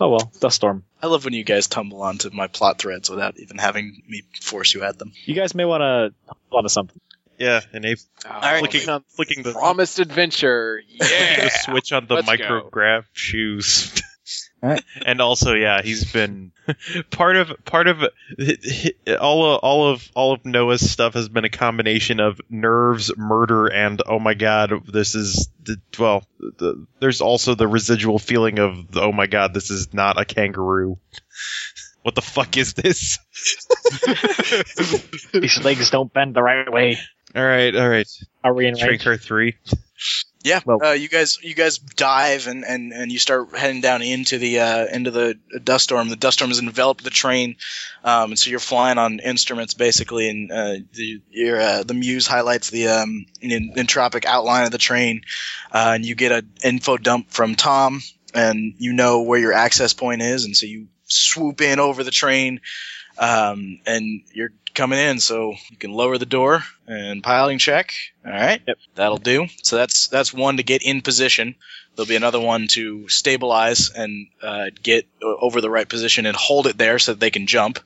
Speaker 6: Oh well, dust storm.
Speaker 1: I love when you guys tumble onto my plot threads without even having me force you at them.
Speaker 6: You guys may want to hold on to something.
Speaker 2: Yeah, and Abe
Speaker 1: right.
Speaker 2: flicking, flicking the,
Speaker 8: Oh, Promised adventure.
Speaker 2: *laughs* the
Speaker 8: Yeah.
Speaker 2: switch on the
Speaker 8: Let's
Speaker 2: micrograph *laughs* shoes.
Speaker 4: Alright.
Speaker 2: and also, yeah, he's been *laughs* part of part of all of, all of all of Noah's stuff has been a combination of nerves, murder, and oh my god, this is the- well. The, there's also the residual feeling of oh my god, this is not a kangaroo. *laughs* What the fuck is this?
Speaker 6: These legs don't bend the right way.
Speaker 2: All right, all right.
Speaker 6: Are we in
Speaker 2: Drink
Speaker 6: range?
Speaker 2: her three.
Speaker 1: Yeah,
Speaker 4: Well-
Speaker 1: uh, you guys, you guys dive and, and, and you start heading down into the uh, into the dust storm. The dust storm has enveloped the train, um, and so you're flying on instruments basically. And uh, the your, uh, the muse highlights the um, en- entropic outline of the train, uh, and you get an info dump from Tom, and you know where your access point is, and so you swoop in over the train, um, and you're coming in. So you can lower the door and piloting check. All right. That'll do. So that's that's one to get in position. There'll be another one to stabilize and uh, get o- over the right position and hold it there so that they can jump.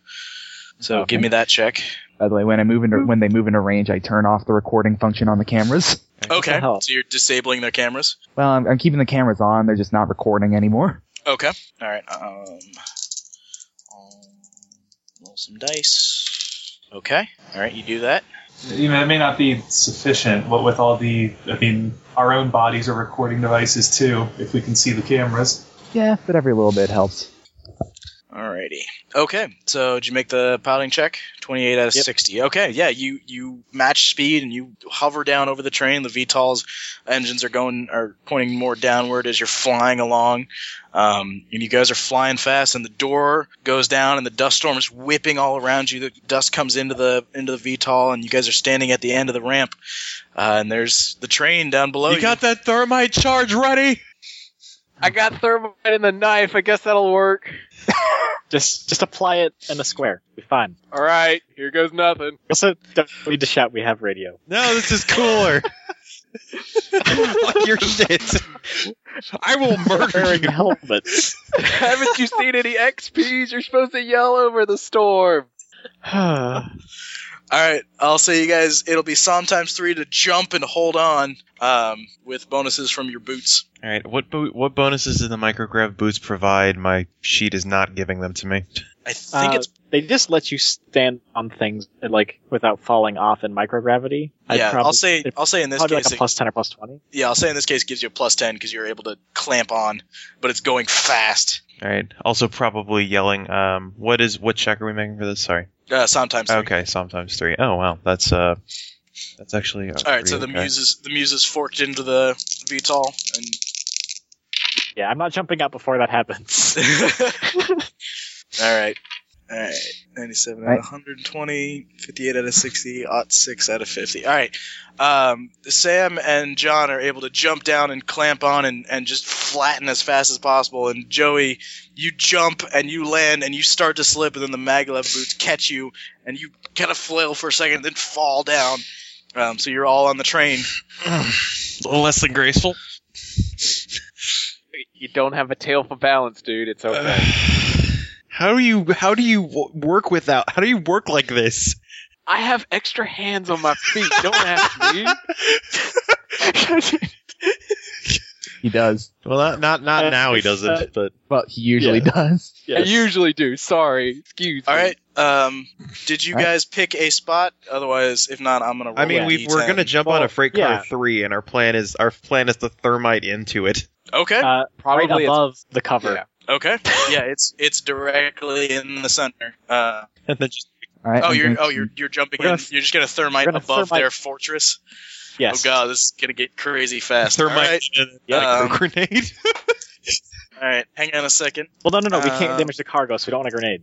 Speaker 1: So
Speaker 4: Okay.
Speaker 1: give me that check.
Speaker 4: By the way, when I move into when they move into range, I turn off the recording function on the cameras.
Speaker 6: the
Speaker 1: Okay.
Speaker 6: hell?
Speaker 1: So you're disabling their cameras.
Speaker 4: Well, I'm, I'm keeping the cameras on; they're just not recording anymore.
Speaker 1: Okay. All right. Um, um, roll some dice. Okay. All right. You do that.
Speaker 5: You know, it may not be sufficient, what with all the. I mean, our own bodies are recording devices too, if we can see the cameras.
Speaker 4: Yeah, but every little bit helps.
Speaker 1: Alrighty. Okay. So did you make the piloting check? Twenty-eight out of
Speaker 6: Yep.
Speaker 1: sixty. Okay. Yeah. You you match speed and you hover down over the train. The VTOL's engines are going are pointing more downward as you're flying along, um, and you guys are flying fast. And the door goes down, and the dust storm is whipping all around you. The dust comes into the into the VTOL, and you guys are standing at the end of the ramp. Uh, and there's the train down below.
Speaker 2: you got that thermite charge ready?
Speaker 8: I got thermite in the knife. I guess that'll work.
Speaker 6: Just just apply it in a square. We're fine.
Speaker 8: All right. Here goes nothing.
Speaker 6: Also, don't need to shout. We have radio.
Speaker 2: No, this is
Speaker 6: *laughs*
Speaker 2: cooler. Fuck your shit. I will murder
Speaker 6: Wearing
Speaker 2: you.
Speaker 6: helmets.
Speaker 8: Haven't you seen any XPs? You're supposed to yell over the storm.
Speaker 1: All right, I'll say you guys. It'll be Psalm times three to jump and hold on um, with bonuses from your boots.
Speaker 2: All right, what bo- what bonuses do the micrograv boots provide? My sheet is not giving them to me.
Speaker 1: I think
Speaker 6: Uh,
Speaker 1: it's
Speaker 6: they just let you stand on things like without falling off in microgravity. I'd
Speaker 1: yeah.
Speaker 6: probably,
Speaker 1: I'll say
Speaker 6: it'd
Speaker 1: I'll say in this
Speaker 6: probably
Speaker 1: case.
Speaker 6: like a
Speaker 1: it-
Speaker 6: plus ten or plus twenty.
Speaker 1: yeah, I'll say in this case it gives you a plus ten because you're able to clamp on, but it's going fast.
Speaker 2: All right, also probably yelling. Um, what is what check are we making for this? Sorry.
Speaker 1: Uh, Psalm times three.
Speaker 2: Okay, sometimes three. Oh wow, that's uh, that's actually. uh,
Speaker 1: All right, so the
Speaker 2: music.
Speaker 1: muse is the muse is forked into the VTOL and
Speaker 6: Yeah, I'm not jumping out before
Speaker 1: *laughs*
Speaker 6: that happens.
Speaker 1: All right. All right. 97 out
Speaker 4: Right.
Speaker 1: of 120, 58 out of 60, ought 6 out of 50. All right. Um, Sam and John are able to jump down and clamp on and, and just flatten as fast as possible. And Joey, you jump and you land and you start to slip, and then the maglev boots catch you, and you kind of flail for a second, and then fall down. Um, so you're all on the train.
Speaker 2: a little less than *sighs* graceful.
Speaker 8: You don't have a tail for balance, dude. It's okay.
Speaker 2: How do you how do you w- work without? How do you work like this?
Speaker 8: I have extra hands on my feet. Don't ask *laughs* me.
Speaker 4: He does.
Speaker 2: Well, not not, not
Speaker 6: Uh,
Speaker 2: now he
Speaker 6: it's,
Speaker 2: doesn't,
Speaker 6: uh,
Speaker 2: but
Speaker 4: Well, he usually does.
Speaker 8: I usually do. Sorry. Excuse
Speaker 1: All
Speaker 8: me.
Speaker 1: right. Um, did you
Speaker 4: All right.
Speaker 1: guys pick a spot? Otherwise, if not, I'm going to roll
Speaker 2: I mean
Speaker 1: a
Speaker 2: we we're
Speaker 1: D10.
Speaker 2: gonna jump on a freight car
Speaker 6: yeah.
Speaker 2: three, and our plan is our plan is to thermite into it. *laughs*
Speaker 1: Okay.
Speaker 6: Uh, right
Speaker 8: Probably it's-
Speaker 6: above the cover.
Speaker 8: Yeah.
Speaker 1: Okay. Yeah, it's it's directly in the center. Uh,
Speaker 2: And then just
Speaker 4: All right.
Speaker 1: oh,
Speaker 4: I'm
Speaker 1: you're
Speaker 4: going
Speaker 1: oh
Speaker 4: to-
Speaker 1: you're you're jumping
Speaker 6: We're gonna
Speaker 1: in. You're just gonna thermite
Speaker 6: we're gonna
Speaker 1: above
Speaker 6: thermite-
Speaker 1: their fortress.
Speaker 6: Yes.
Speaker 1: Oh god, this is gonna get crazy fast.
Speaker 2: thermite
Speaker 1: All right.
Speaker 2: and
Speaker 1: Yeah.
Speaker 2: like, a grenade.
Speaker 1: All right. Hang on a second.
Speaker 6: Well, no, no, no. we
Speaker 1: Uh,
Speaker 6: can't damage the cargo, so we don't want a grenade.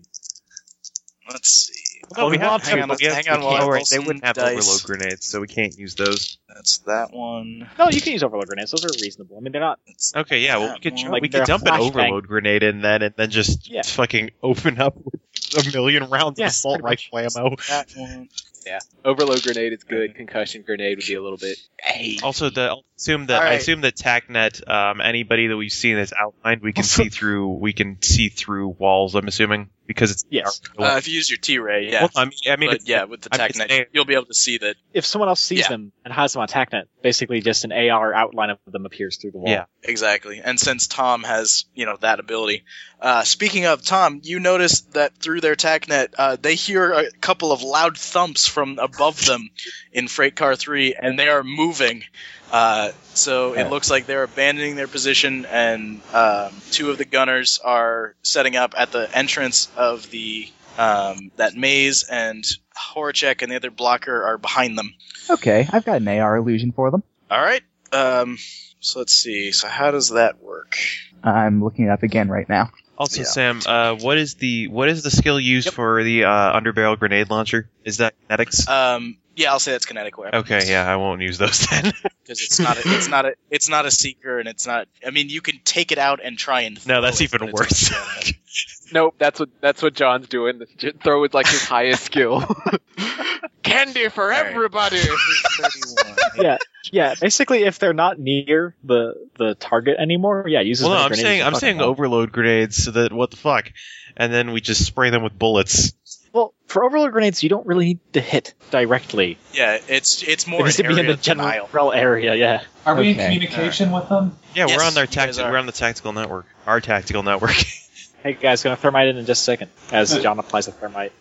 Speaker 1: Let's see.
Speaker 2: Well, Oh, we have-
Speaker 1: hang on.
Speaker 2: we
Speaker 1: hang
Speaker 2: have- we
Speaker 1: on.
Speaker 2: can't-
Speaker 1: While I
Speaker 2: oh,
Speaker 1: roll
Speaker 2: right, they
Speaker 1: some
Speaker 2: wouldn't have
Speaker 1: dice.
Speaker 2: overload grenades, so we can't use those.
Speaker 1: That's that one.
Speaker 6: No, you can use overload grenades. Those are reasonable. I mean, they're not.
Speaker 1: That's
Speaker 2: Okay, yeah, well, we could
Speaker 1: Like,
Speaker 2: like, we
Speaker 6: they're
Speaker 2: could
Speaker 6: a
Speaker 2: dump an
Speaker 6: flashbang.
Speaker 2: overload grenade in then, and then just
Speaker 6: Yeah.
Speaker 2: fucking open up with a million rounds
Speaker 6: Yeah,
Speaker 2: of assault
Speaker 6: pretty much.
Speaker 2: rifle ammo.
Speaker 1: that one.
Speaker 8: Overload grenade is good. Concussion grenade would be a little bit.
Speaker 7: Hey.
Speaker 2: Also, the, I'll assume that
Speaker 7: All
Speaker 2: I
Speaker 7: right.
Speaker 2: assume that TacNet, um, anybody that we've seen that's outlined, we can
Speaker 6: Also-
Speaker 2: see through. We can see through walls. I'm assuming because it's
Speaker 6: Yes.
Speaker 1: Uh, if you use your T ray, yeah.
Speaker 2: Well, I mean, I mean,
Speaker 1: but
Speaker 2: it's-
Speaker 1: yeah, with the
Speaker 2: I'm
Speaker 1: tac
Speaker 2: just
Speaker 1: net,
Speaker 2: saying-
Speaker 1: you'll be able to see that.
Speaker 6: If someone else sees
Speaker 1: Yeah.
Speaker 6: them and has them on TACnet, basically just an AR outline of them appears through the wall.
Speaker 2: Yeah.
Speaker 1: Exactly. And since Tom has, you know, that ability. Uh, speaking of, Tom, you notice that through their TACnet, uh, they hear a couple of loud thumps from above them in Freight Car 3, and they are moving. Uh, so it looks like they're abandoning their position, and um, two of the gunners are setting up at the entrance of the um, that maze, and Horacek and the other blocker are behind them.
Speaker 4: Okay, I've got an AR illusion for them.
Speaker 1: All right. Um, so let's see. So how does that work?
Speaker 4: I'm looking it up again right now.
Speaker 2: Also,
Speaker 1: Yeah.
Speaker 2: Sam, uh, what is the what is the skill used for the uh, underbarrel grenade launcher? Is that kinetics?
Speaker 1: Um, yeah, I'll say that's kinetic weapon.
Speaker 2: okay, yeah, I won't use those *laughs* then.
Speaker 1: because it's not a, it's not a it's not a seeker, and it's not. I mean, you can take it out and try and.
Speaker 2: No, that's
Speaker 1: throw it,
Speaker 2: even
Speaker 1: but it's-
Speaker 2: worse. *laughs*
Speaker 1: yeah,
Speaker 8: Nope, that's what that's what John's doing. J- Throw with like his highest skill. *laughs* Candy for everybody.
Speaker 6: Yeah, basically, if they're not near the the target anymore, yeah, use. as
Speaker 2: well, no,
Speaker 6: many
Speaker 2: I'm
Speaker 6: grenades
Speaker 2: saying
Speaker 6: as you
Speaker 2: I'm
Speaker 6: fucking
Speaker 2: saying
Speaker 6: want.
Speaker 2: overload grenades. So that what the fuck? And then we just spray them with bullets.
Speaker 6: Well, for overload grenades, you don't really need to hit directly.
Speaker 1: yeah, it's it's
Speaker 6: They
Speaker 1: more
Speaker 6: just
Speaker 1: an
Speaker 6: need to be in
Speaker 1: area
Speaker 6: the
Speaker 1: of denial.
Speaker 6: general area. Yeah.
Speaker 5: Are we in
Speaker 4: Okay.
Speaker 5: communication with them?
Speaker 2: Yeah,
Speaker 1: Yes,
Speaker 2: we're on their
Speaker 1: you guys
Speaker 2: tacti-
Speaker 1: are.
Speaker 2: We're on the tactical network. Our tactical *laughs* network.
Speaker 6: Hey guys, gonna thermite in in just a second as
Speaker 5: Good.
Speaker 6: John applies the thermite.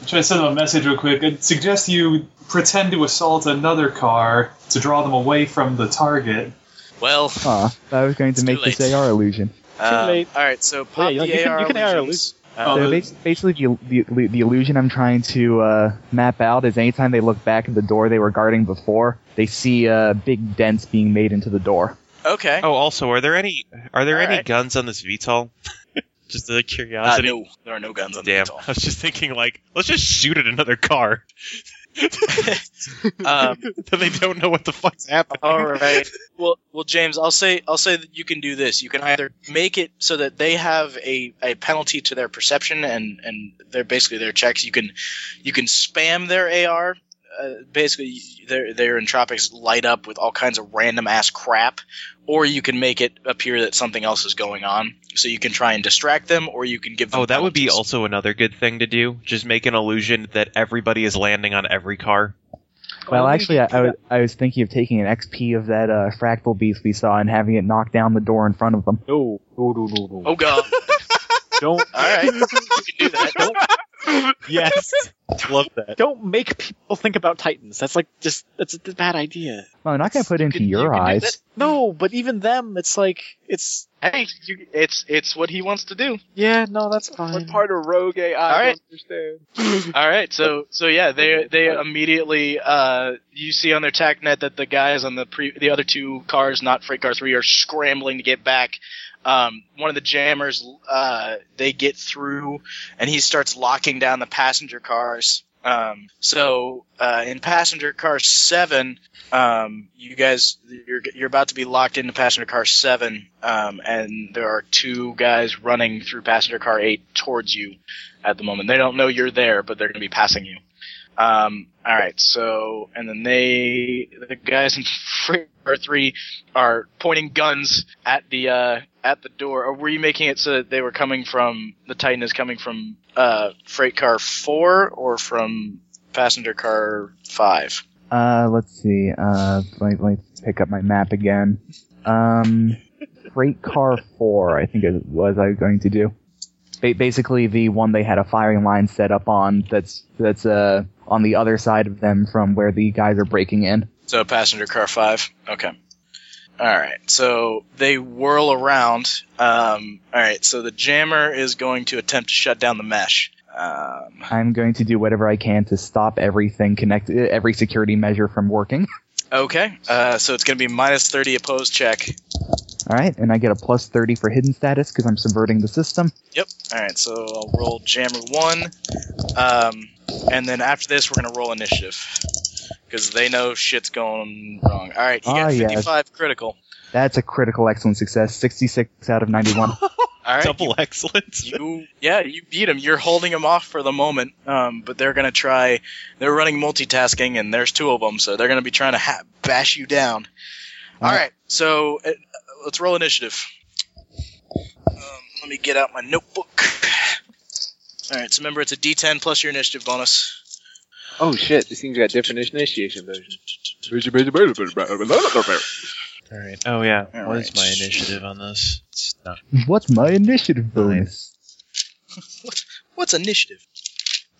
Speaker 5: I'm trying to send them a message real quick. I'd suggest you pretend to assault another car to draw them away from the target.
Speaker 1: Well,
Speaker 4: Huh. I was going to
Speaker 1: It's
Speaker 4: make
Speaker 1: too
Speaker 4: this
Speaker 1: late.
Speaker 4: AR illusion.
Speaker 1: um,
Speaker 6: late. Oh,
Speaker 1: all right. So pop
Speaker 6: you-
Speaker 1: the
Speaker 6: you can-
Speaker 1: AR
Speaker 6: you can AR
Speaker 1: illusions.
Speaker 5: Oh,
Speaker 4: So
Speaker 5: the-
Speaker 4: bas- basically, the, the the illusion I'm trying to uh, map out is anytime they look back at the door they were guarding before, they see uh, big dents being made into the door.
Speaker 1: Okay.
Speaker 2: oh, also, are there any are there
Speaker 1: All
Speaker 2: any
Speaker 1: right.
Speaker 2: guns on this *laughs* VTOL? just out of
Speaker 1: Uh,
Speaker 2: curiosity.
Speaker 1: no, there are no guns on
Speaker 2: Damn,
Speaker 1: the
Speaker 2: I was just thinking like, let's just shoot at another car. *laughs*
Speaker 1: Vitol. Um,
Speaker 2: then they don't know what the fuck's happening.
Speaker 1: All right. Well, well, James, I'll say I'll say that you can do this. You can either make it so that they have a, a penalty to their perception and and they're basically their checks. You can you can spam their AR. Uh, basically, their their entropics light up with all kinds of random ass crap, or you can make it appear that something else is going on. So you can try and distract them, or you can give them.
Speaker 2: Oh, that would be
Speaker 1: penalties.
Speaker 2: also another good thing to do. Just make an illusion that everybody is landing on every car.
Speaker 4: Well, actually, I, I, was, I was thinking of taking an XP of that uh, fractal beast we saw and having it knock down the door in front of them.
Speaker 6: No, no, no, no, no.
Speaker 1: Oh god! All
Speaker 6: Don't,
Speaker 1: *laughs* right, you can do that.
Speaker 6: yes,
Speaker 2: *laughs* Love that.
Speaker 6: don't make people think about Titans. That's like just that's a bad idea.
Speaker 4: Well, I'm not going to put it into
Speaker 1: can- you
Speaker 4: your
Speaker 1: can do
Speaker 4: eyes.
Speaker 1: that.
Speaker 6: No, but even them, it's like it's
Speaker 1: Hey, you, it's it's what he wants to do.
Speaker 6: yeah, no, that's
Speaker 7: What
Speaker 6: fine.
Speaker 7: part of Rogue AI I
Speaker 1: Alright.
Speaker 7: don't understand?
Speaker 1: *laughs* All right, so so yeah, they they immediately uh, you see on their tac net that the guys on the pre- the other two cars, not freight car three, are scrambling to get back. Um, one of the jammers uh, they get through, and he starts locking down the passenger cars. Um, so uh, in passenger car seven, um, you guys you're you're about to be locked into passenger car seven, um, and there are two guys running through passenger car eight towards you at the moment. They don't know you're there, but they're going to be passing you. Um, all right, so and then they, the guys in *laughs* Freight Car Three, are pointing guns at the uh, at the door. Or were you making it so that they were coming from the Titan is coming from uh, Freight Car Four or from Passenger Car Five?
Speaker 4: Uh, let's see. Uh, let, let me pick up my map again. Um, freight car four, I think it was I was going to do. Ba- basically, the one they had a firing line set up on. That's that's uh on the other side of them from where the guys are breaking in.
Speaker 1: So passenger car five. Okay. All right. So they whirl around. Um, all right. So the jammer is going to attempt to shut down the mesh. Um,
Speaker 4: I'm going to do whatever I can to stop everything connected, every security measure from working.
Speaker 1: okay. Uh, so it's going to be minus thirty opposed check.
Speaker 4: All right, and I get a plus thirty for hidden status because I'm subverting the system.
Speaker 1: All right. So I'll roll jammer one. Um, and then after this, we're going to roll initiative because they know shit's going wrong. All right. You got
Speaker 4: Ah, yes.
Speaker 1: fifty-five critical.
Speaker 4: That's a critical excellent success, 66 out of 91.
Speaker 1: All All right.
Speaker 2: Double *laughs* excellence.
Speaker 1: You, yeah, you beat them. You're holding them off for the moment, um, but they're gonna try. They're running multitasking, and there's two of them, so they're gonna be trying to ha- bash you down. All right, so uh, let's roll initiative. Um, let me get out my notebook. All right, so remember it's a D10 plus your initiative bonus.
Speaker 8: Oh shit! This thing's got different initiation version.
Speaker 2: All right. Oh yeah.
Speaker 1: All
Speaker 2: What is
Speaker 1: right.
Speaker 2: my initiative on this? It's not.
Speaker 4: What's my initiative bonus?
Speaker 1: What's initiative?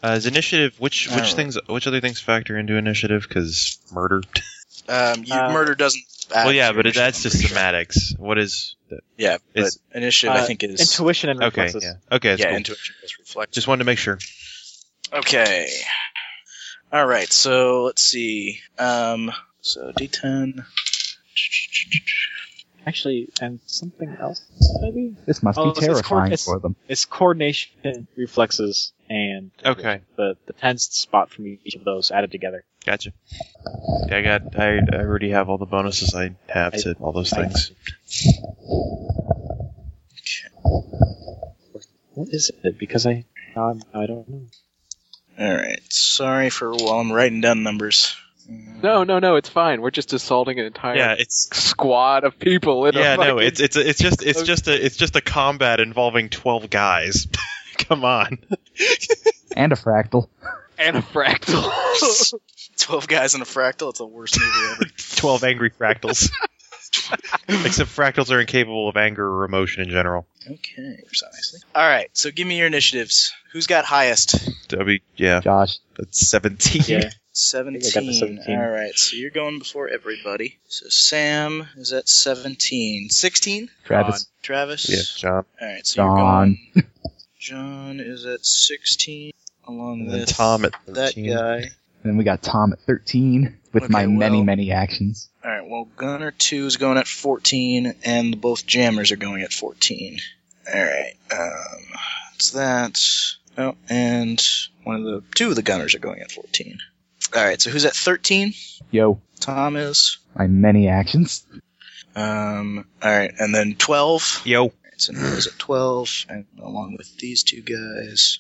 Speaker 2: Uh, is initiative which
Speaker 1: All
Speaker 2: which
Speaker 1: right.
Speaker 2: things which other things factor into initiative? Because murder. *laughs*
Speaker 1: Um, you,
Speaker 6: Uh,
Speaker 1: murder doesn't. add
Speaker 2: well, yeah,
Speaker 1: to your
Speaker 2: but it,
Speaker 1: initiative,
Speaker 2: that's
Speaker 1: I'm
Speaker 2: just
Speaker 1: pretty sure.
Speaker 2: semantics. What is? The,
Speaker 1: Yeah, but
Speaker 2: It's-
Speaker 1: initiative I
Speaker 6: uh,
Speaker 1: think is
Speaker 6: Intuition and
Speaker 2: okay.
Speaker 6: reflexes.
Speaker 2: Yeah. Okay. That's
Speaker 1: yeah,
Speaker 2: cool.
Speaker 1: intuition is reflect.
Speaker 2: just wanted to make sure.
Speaker 1: Okay. All right. So let's see. Um, so D10.
Speaker 6: Actually, and something else maybe
Speaker 4: This must
Speaker 6: Oh,
Speaker 4: be
Speaker 6: it's- it's
Speaker 4: terrifying
Speaker 6: corpus.
Speaker 4: for them.
Speaker 6: it's coordination, reflexes, and
Speaker 2: Okay.
Speaker 6: the the tensed spot from each of those added together.
Speaker 2: Gotcha. Yeah, I got. I, I already have all the bonuses I have to all those things.
Speaker 6: What is it? Because I now I'm, I don't know.
Speaker 1: All right. Sorry for while I'm writing down numbers.
Speaker 8: No, no, no. It's fine. We're just assaulting an entire
Speaker 2: Yeah, it's
Speaker 8: squad of people. In
Speaker 2: yeah,
Speaker 8: a fucking-
Speaker 2: no, it's it's it's just it's just a it's just a combat involving twelve guys. *laughs* Come on.
Speaker 4: And a fractal.
Speaker 8: and a *laughs* fractal.
Speaker 1: *laughs* Twelve guys in a fractal. It's the worst movie ever.
Speaker 2: 12 angry fractals. Except fractals are incapable of anger or emotion in general.
Speaker 1: okay. Precisely. All right. So give me your initiatives. Who's got highest?
Speaker 2: W, yeah,
Speaker 4: Josh,
Speaker 2: that's 17.
Speaker 6: Yeah.
Speaker 1: Seventeen.
Speaker 6: got the 17.
Speaker 1: All right. So you're going before everybody. So Sam is at seventeen. Sixteen.
Speaker 4: Travis,
Speaker 1: Travis.
Speaker 2: Yeah, John.
Speaker 1: All right. So
Speaker 4: John.
Speaker 1: you're going. John is at sixteen. Along
Speaker 2: And
Speaker 1: with
Speaker 2: then *laughs* Tom at
Speaker 1: that
Speaker 2: 13.
Speaker 1: guy.
Speaker 4: and we got Tom at 13 with
Speaker 1: Okay,
Speaker 4: my many,
Speaker 1: well-
Speaker 4: many actions.
Speaker 1: All right. Well, Gunner two is going at fourteen, and both jammers are going at fourteen. All right. Um, it's that. Oh, and one of the two of the gunners are going at fourteen. All right. So who's at thirteen?
Speaker 4: Yo,
Speaker 1: Tom is.
Speaker 4: my many actions.
Speaker 1: Um. All right. And then twelve.
Speaker 2: Yo.
Speaker 1: All right, so Noah's at twelve, and along with these two guys,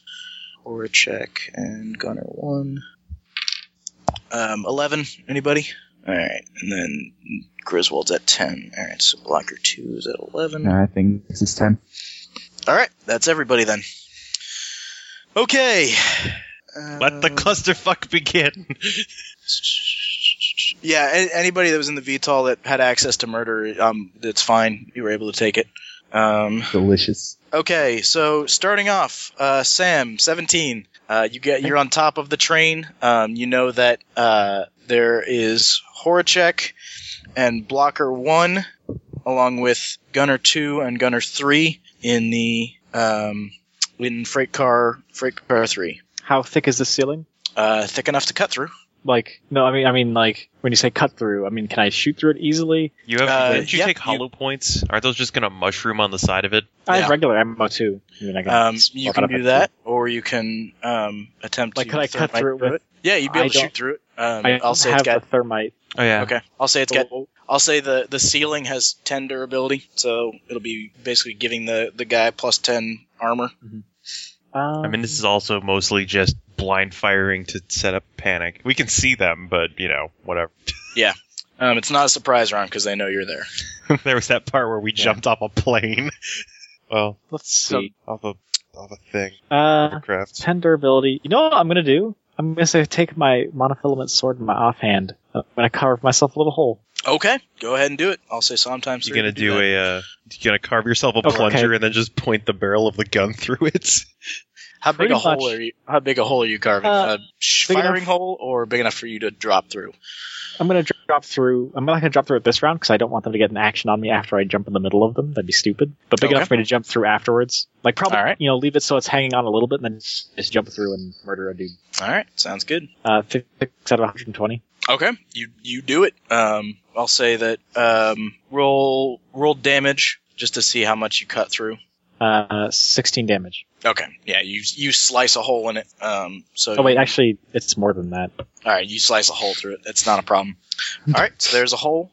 Speaker 1: Horacek and Gunner one. Um. Eleven. Anybody? All right. And then Griswold's at ten. All right. So Blocker two is at eleven.
Speaker 4: Nah, I think this is time.
Speaker 1: All right. That's everybody then. Okay.
Speaker 2: Let the
Speaker 1: Uh,
Speaker 2: clusterfuck begin.
Speaker 1: Yeah, a- anybody that was in the VTOL that had access to murder, um, it's fine. You were able to take it. Um,
Speaker 4: Delicious.
Speaker 1: Okay, so starting off, uh, Sam, seventeen. Uh, you get you're on top of the train. Um, you know that uh, there is Horacek and Blocker one, along with Gunner two and Gunner three in the um, in freight car freight car three.
Speaker 6: How thick is the ceiling?
Speaker 1: Uh, thick enough to cut through.
Speaker 6: Like no, I mean I mean like when you say cut through, I mean can I shoot through it easily?
Speaker 2: You have,
Speaker 1: Uh,
Speaker 2: didn't you
Speaker 1: yep,
Speaker 2: take
Speaker 1: you-
Speaker 2: hollow points? Aren't those just gonna mushroom on the side of it?
Speaker 6: I
Speaker 1: Yeah.
Speaker 6: have regular ammo too. I mean I can
Speaker 1: Um,
Speaker 6: swap
Speaker 1: you
Speaker 6: it
Speaker 1: can
Speaker 6: up
Speaker 1: do
Speaker 6: if-
Speaker 1: that, or you can um, attempt.
Speaker 6: Like
Speaker 1: to
Speaker 6: could I cut
Speaker 1: thermite
Speaker 6: through it with?
Speaker 1: Yeah, you'd be
Speaker 6: I
Speaker 1: able to
Speaker 6: don't-
Speaker 1: shoot through it. Um,
Speaker 6: I
Speaker 1: I'll say
Speaker 6: have
Speaker 1: it's got.
Speaker 6: the thermite.
Speaker 2: Oh yeah.
Speaker 1: Okay, I'll say it's got
Speaker 6: Oh,
Speaker 1: I'll say the the ceiling has ten durability, so it'll be basically giving the the guy plus ten armor.
Speaker 6: um,
Speaker 2: I mean, this is also mostly just blind firing to set up panic. We can see them, but you know, whatever. *laughs*
Speaker 1: Um, it's not a surprise round because they know you're there.
Speaker 2: there was that part where we jumped off a plane. well,
Speaker 6: Um, let's see.
Speaker 2: off a off a thing,
Speaker 6: Uh,
Speaker 2: aircraft.
Speaker 6: ten durability. You know what I'm gonna do? I'm gonna say take my monofilament sword in my offhand. I'm gonna carve myself a little hole.
Speaker 1: Okay, go ahead and do it. I'll say sometimes
Speaker 2: You're gonna do a uh, you gonna carve yourself a
Speaker 6: Okay.
Speaker 2: plunger and then just point the barrel of the gun *laughs* through it.
Speaker 1: how big a
Speaker 6: pretty
Speaker 1: hole
Speaker 6: much-
Speaker 1: are you? How big a hole are you carving? a
Speaker 6: Uh,
Speaker 1: sh-
Speaker 6: big enough-
Speaker 1: firing hole or big enough for you to drop through?
Speaker 6: I'm gonna dr- drop through. I'm not gonna drop through it this round because I don't want them to get an action on me after I jump in the middle of them. That'd be stupid. But big
Speaker 1: Okay.
Speaker 6: enough for me to jump through afterwards. Like probably,
Speaker 1: All right.
Speaker 6: you know, leave it so it's hanging on a little bit, and then just jump through and murder a dude.
Speaker 1: All right, sounds good.
Speaker 6: Uh, six out of 120.
Speaker 1: Okay, you you do it. Um, I'll say that um, roll roll damage just to see how much you cut through.
Speaker 6: Uh, 16 damage.
Speaker 1: Okay, yeah, you you slice a hole in it. Um, so
Speaker 6: Oh wait, actually, it's more than that.
Speaker 1: All right, you slice a hole through it. That's not a problem. All right, so there's a hole.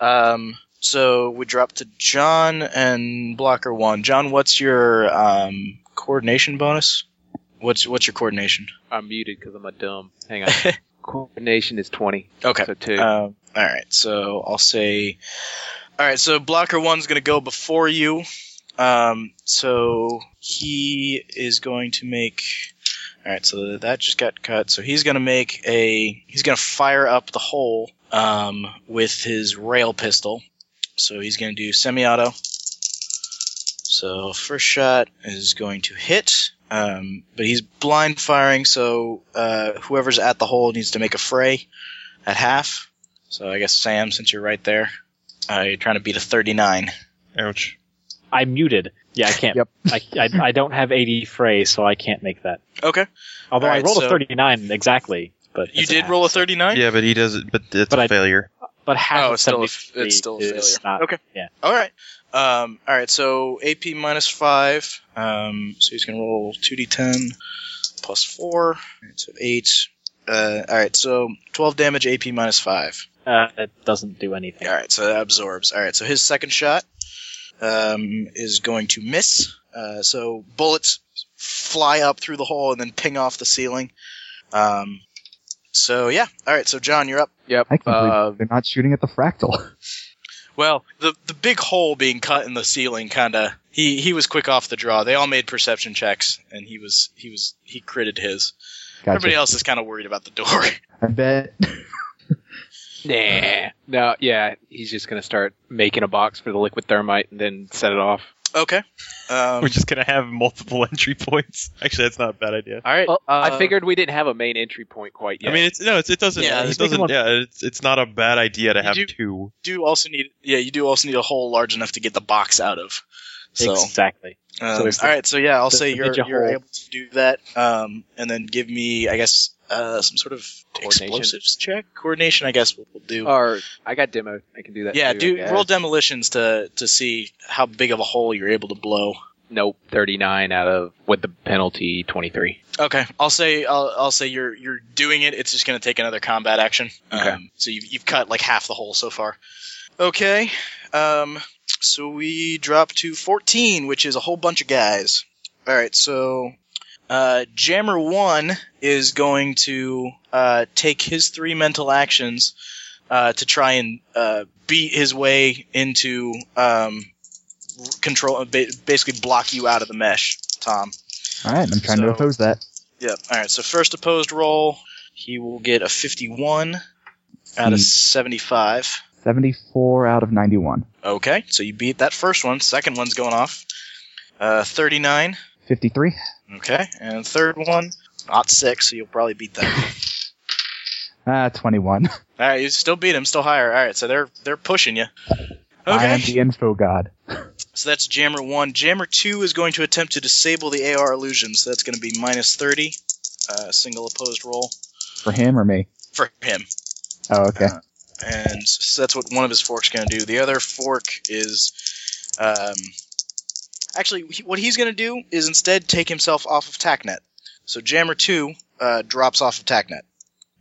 Speaker 1: Um, So we drop to John and blocker one. John, what's your um, coordination bonus? What's what's your coordination?
Speaker 8: I'm muted because I'm a dumb.
Speaker 1: *laughs*
Speaker 8: Hang on. Coordination is 20.
Speaker 1: Okay.
Speaker 8: So two.
Speaker 1: Um, all right, so I'll say. All right, so blocker one's going to go before you. Um, so he is going to make. All right, so that just got cut. So he's going to make a. He's going to fire up the hole um, with his rail pistol. So he's going to do semi-auto. So first shot is going to hit, um, but he's blind firing. So uh, whoever's at the hole needs to make a fray at half. So I guess Sam, since you're right there, uh, you're trying to beat a 39.
Speaker 2: Ouch.
Speaker 6: I'm muted. Yeah, I can't.
Speaker 4: Yep.
Speaker 6: I, I, I don't have 80 fray, so I can't make that.
Speaker 1: Okay,
Speaker 6: Although
Speaker 1: All
Speaker 6: I
Speaker 1: right,
Speaker 6: rolled
Speaker 1: so-
Speaker 6: a 39 exactly, but
Speaker 1: you
Speaker 6: it's
Speaker 1: did
Speaker 6: half,
Speaker 1: roll a
Speaker 6: so-
Speaker 1: 39.
Speaker 2: Yeah, but he does it. But it's
Speaker 6: But
Speaker 2: a
Speaker 6: I-
Speaker 2: failure.
Speaker 6: But half
Speaker 1: Oh,
Speaker 6: of
Speaker 1: it's still a-
Speaker 6: 73
Speaker 1: it's still a failure.
Speaker 6: is not.
Speaker 1: Okay.
Speaker 6: Yeah.
Speaker 1: All right. Um, all right. So AP minus five. Um, so he's gonna roll two d10 plus four. All right, so eight. Uh, all right. So twelve damage. AP minus five.
Speaker 6: Uh, it doesn't do anything.
Speaker 1: All right. So that absorbs. All right. So his second shot um, is going to miss. Uh, so bullets fly up through the hole and then ping off the ceiling. Um, so yeah. All right. So John, you're up.
Speaker 8: Yep.
Speaker 4: I can't believe
Speaker 8: Uh,
Speaker 4: they're not shooting at the fractal. *laughs*
Speaker 1: Well, the the big hole being cut in the ceiling kind of he he was quick off the draw. They all made perception checks, and he was he was he critted his. Everybody
Speaker 4: Gotcha.
Speaker 1: else is kind of worried about the door. *laughs*
Speaker 4: I bet.
Speaker 8: nah. No, yeah. He's just going to start making a box for the liquid thermite and then set it off.
Speaker 1: okay. Um,
Speaker 2: We're just gonna have multiple *laughs* entry points. Actually, that's not a bad idea.
Speaker 1: all right.
Speaker 8: Well,
Speaker 1: uh,
Speaker 8: I figured we didn't have a main entry point quite yet.
Speaker 2: I mean, it's no, it's, it doesn't.
Speaker 1: Yeah,
Speaker 2: it
Speaker 1: just
Speaker 6: make him
Speaker 2: doesn't.
Speaker 6: one.
Speaker 2: Yeah, it's, it's not a bad idea to
Speaker 1: You
Speaker 2: have
Speaker 1: do-
Speaker 2: two.
Speaker 1: You do also need yeah you do also need a hole large enough to get the box out of. So
Speaker 6: Exactly.
Speaker 1: um,
Speaker 6: there's the-
Speaker 1: all right. So yeah, I'll
Speaker 6: the-
Speaker 1: say
Speaker 6: the
Speaker 1: you're
Speaker 6: ninja
Speaker 1: you're
Speaker 6: hole.
Speaker 1: able to do that, um, and then give me I guess uh, some sort of
Speaker 8: Coordination.
Speaker 1: explosives check coordination. I guess we'll, we'll do.
Speaker 8: Or I got demo. I can Uh, do that.
Speaker 1: yeah,
Speaker 8: too, I
Speaker 1: do
Speaker 8: guess.
Speaker 1: roll demolitions to to see how big of a hole you're able to blow.
Speaker 8: Nope. Thirty-nine out of with the penalty twenty-three.
Speaker 1: Okay, I'll say I'll, I'll say you're you're doing it. It's just going to take another combat action.
Speaker 8: Okay.
Speaker 1: Um, so you've, you've cut like half the hole so far. Okay. Um, so we drop to 14, which is a whole bunch of guys. All right. So uh, Jammer One is going to uh, take his three mental actions uh, to try and uh, beat his way into um, control, ba- basically block you out of the mesh, Tom.
Speaker 4: All right, I'm trying
Speaker 1: So-
Speaker 4: to oppose that.
Speaker 1: Yep. All right. So first opposed roll, he will get a 51 out of
Speaker 4: Hmm.
Speaker 1: 75.
Speaker 4: 74 out of 91.
Speaker 1: Okay. So you beat that first one. Second one's going off. Uh, 39.
Speaker 4: 53.
Speaker 1: Okay. And third one, not six. So you'll probably beat
Speaker 4: *laughs*
Speaker 1: that.
Speaker 4: Ah, 21.
Speaker 1: All right. You still beat him. Still higher. All right. So they're they're pushing you.
Speaker 4: I am
Speaker 1: Okay.
Speaker 4: the info god.
Speaker 1: So that's Jammer one. Jammer two is going to attempt to disable the AR illusion. So that's going to be minus 30. Uh, single opposed roll
Speaker 4: For him or me?
Speaker 1: for him.
Speaker 4: Oh, okay.
Speaker 1: Uh. and so that's what one of his forks going to do. The other fork is, um, actually, he- what he's going to do is instead take himself off of TACnet. So Jammer Two uh, drops off of TACnet,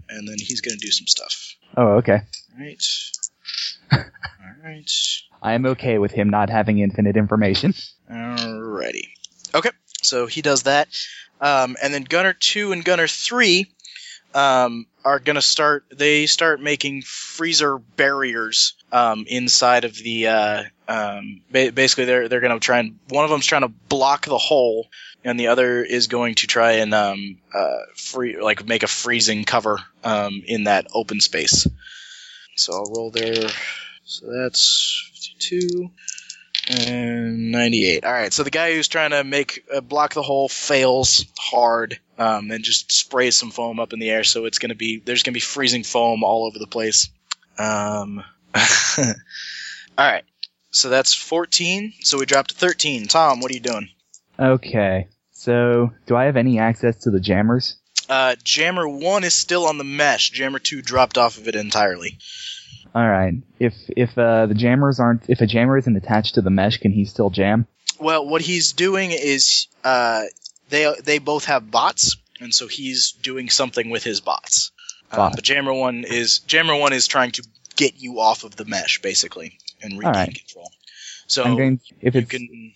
Speaker 1: and then he's going to do some stuff.
Speaker 4: Oh, okay.
Speaker 1: All right. *laughs* All right.
Speaker 4: I am okay with him not having infinite information. *laughs*
Speaker 1: Alrighty. Okay. So he does that, um, and then Gunner Two and Gunner Three um, are gonna start. They start making freezer barriers um, inside of the. Uh, um, ba- basically, they're they're gonna try and one of them's trying to block the hole, and the other is going to try and um, uh, free like make a freezing cover um, in that open space. So I'll roll there. So that's fifty-two. And 98. Uh, All right, so the guy who's trying to make uh, block the hole fails hard, um, and just sprays some foam up in the air. So it's gonna be there's gonna be freezing foam all over the place. Um, *laughs* all right, so that's 14. So we dropped to 13. Tom, what are you doing?
Speaker 4: Okay. So, do I have any access to the jammers?
Speaker 1: Uh, Jammer one is still on the mesh. Jammer two dropped off of it entirely.
Speaker 4: All right. If if uh, the jammers aren't, if a jammer isn't attached to the mesh, can he still jam?
Speaker 1: Well, what he's doing is uh, they they both have bots, and so he's doing something with his bots. Uh,
Speaker 4: Bot.
Speaker 1: but Jammer One is Jammer One is trying to get you off of the mesh, basically, and regain
Speaker 4: All right.
Speaker 1: control. So
Speaker 4: I'm going. If
Speaker 1: you
Speaker 4: it's
Speaker 1: can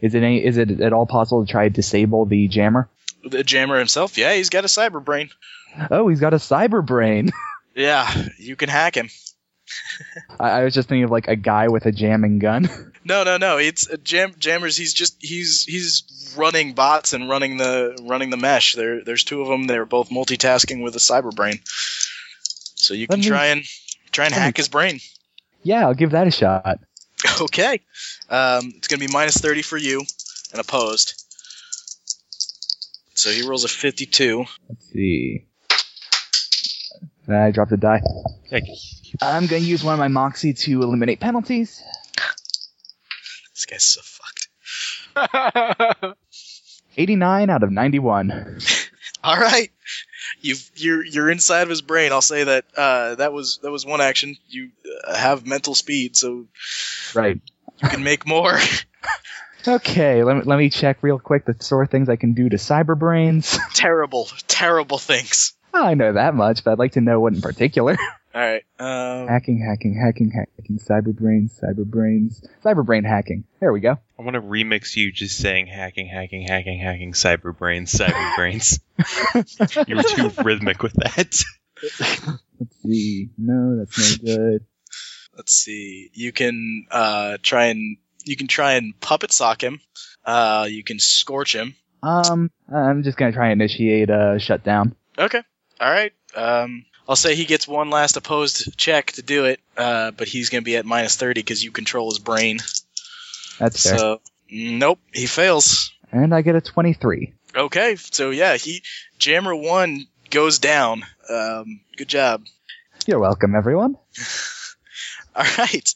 Speaker 4: is it any, is it at all possible to try to disable the jammer?
Speaker 1: the jammer himself. Yeah, he's got a cyber brain.
Speaker 4: Oh, he's got a cyber brain. *laughs*
Speaker 1: Yeah, you can hack him.
Speaker 4: I, I was just thinking of like a guy with a jamming gun. *laughs*
Speaker 1: No, no, no. It's uh, jam- jammers. He's just he's he's running bots and running the running the mesh. There, there's two of them. They're both multitasking with a cyber brain. So you
Speaker 4: Let
Speaker 1: can
Speaker 4: me-
Speaker 1: try and try and
Speaker 4: let me-
Speaker 1: hack his brain. *laughs*
Speaker 4: yeah, I'll give that a shot.
Speaker 1: Okay. Um, it's going to be minus 30 for you and opposed. So he rolls a 52.
Speaker 4: Let's see. I dropped a die.
Speaker 2: Thank
Speaker 4: I'm going to use one of my moxie to eliminate penalties.
Speaker 1: This guy's so fucked. *laughs*
Speaker 4: 89 out of 91.
Speaker 1: All right. You've, you're you're inside of his brain. I'll say that uh, that was that was one action. You uh, have mental speed, so
Speaker 4: Right.
Speaker 1: you can make more. *laughs*
Speaker 4: Okay, let me, let me check real quick the sort of things I can do to cyber brains. *laughs*
Speaker 1: terrible, terrible things.
Speaker 4: I know that much, but I'd like to know what in particular. *laughs*
Speaker 1: All right. Um,
Speaker 4: hacking, hacking, hacking, hacking, cyber brains, cyber brains, cyber brain hacking. There
Speaker 2: *laughs*
Speaker 4: we go.
Speaker 2: I want to remix you just saying hacking, hacking, hacking, hacking, cyber brains, cyber *laughs* brains. you were too rhythmic with that. *laughs*
Speaker 4: *laughs* Let's see. No, that's no good.
Speaker 1: let's see. You can uh, try and you can try and puppet sock him. Uh, you can scorch him.
Speaker 4: Um, I'm just gonna try and initiate a shutdown.
Speaker 1: Okay. All right. Um, I'll say he gets one last opposed check to do it, uh, but he's going to be at minus 30 because you control his brain.
Speaker 4: That's fair.
Speaker 1: So, nope, he fails.
Speaker 4: And I get a 23.
Speaker 1: Okay. So, yeah, he Jammer 1 goes down. Um, good job. *laughs*
Speaker 4: You're welcome, everyone.
Speaker 1: All right.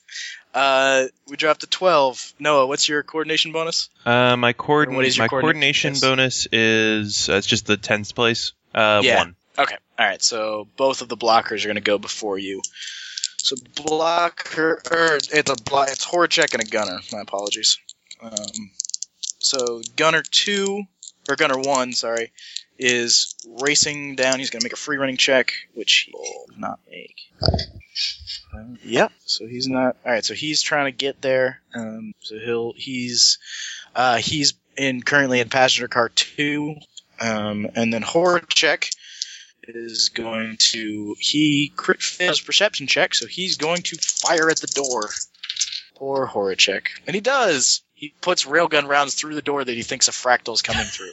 Speaker 1: Uh, we dropped to 12. Noah, what's your coordination bonus?
Speaker 2: Uh, my coord-
Speaker 1: What is your
Speaker 2: my
Speaker 1: coordination?
Speaker 2: coordination bonus is uh, it's just the tens place. Uh,
Speaker 1: Yeah.
Speaker 2: one.
Speaker 1: Okay. All right. So, both of the blockers are going to go before you. So, blocker. Er, it's a blo- it's Horacek and a gunner. My apologies. Um, so Gunner two or Gunner one, sorry, is racing down. He's going to make a free running check, which he will not make. Um, yep. So he's not. All right. So he's trying to get there. Um, so he'll he's uh, he's in currently in passenger car two, um, and then Horacek is going to he crit fails perception check, so he's going to fire at the door. Poor Horacek. And he does. He puts railgun rounds through the door that he thinks a fractal's coming
Speaker 4: *laughs*
Speaker 1: through.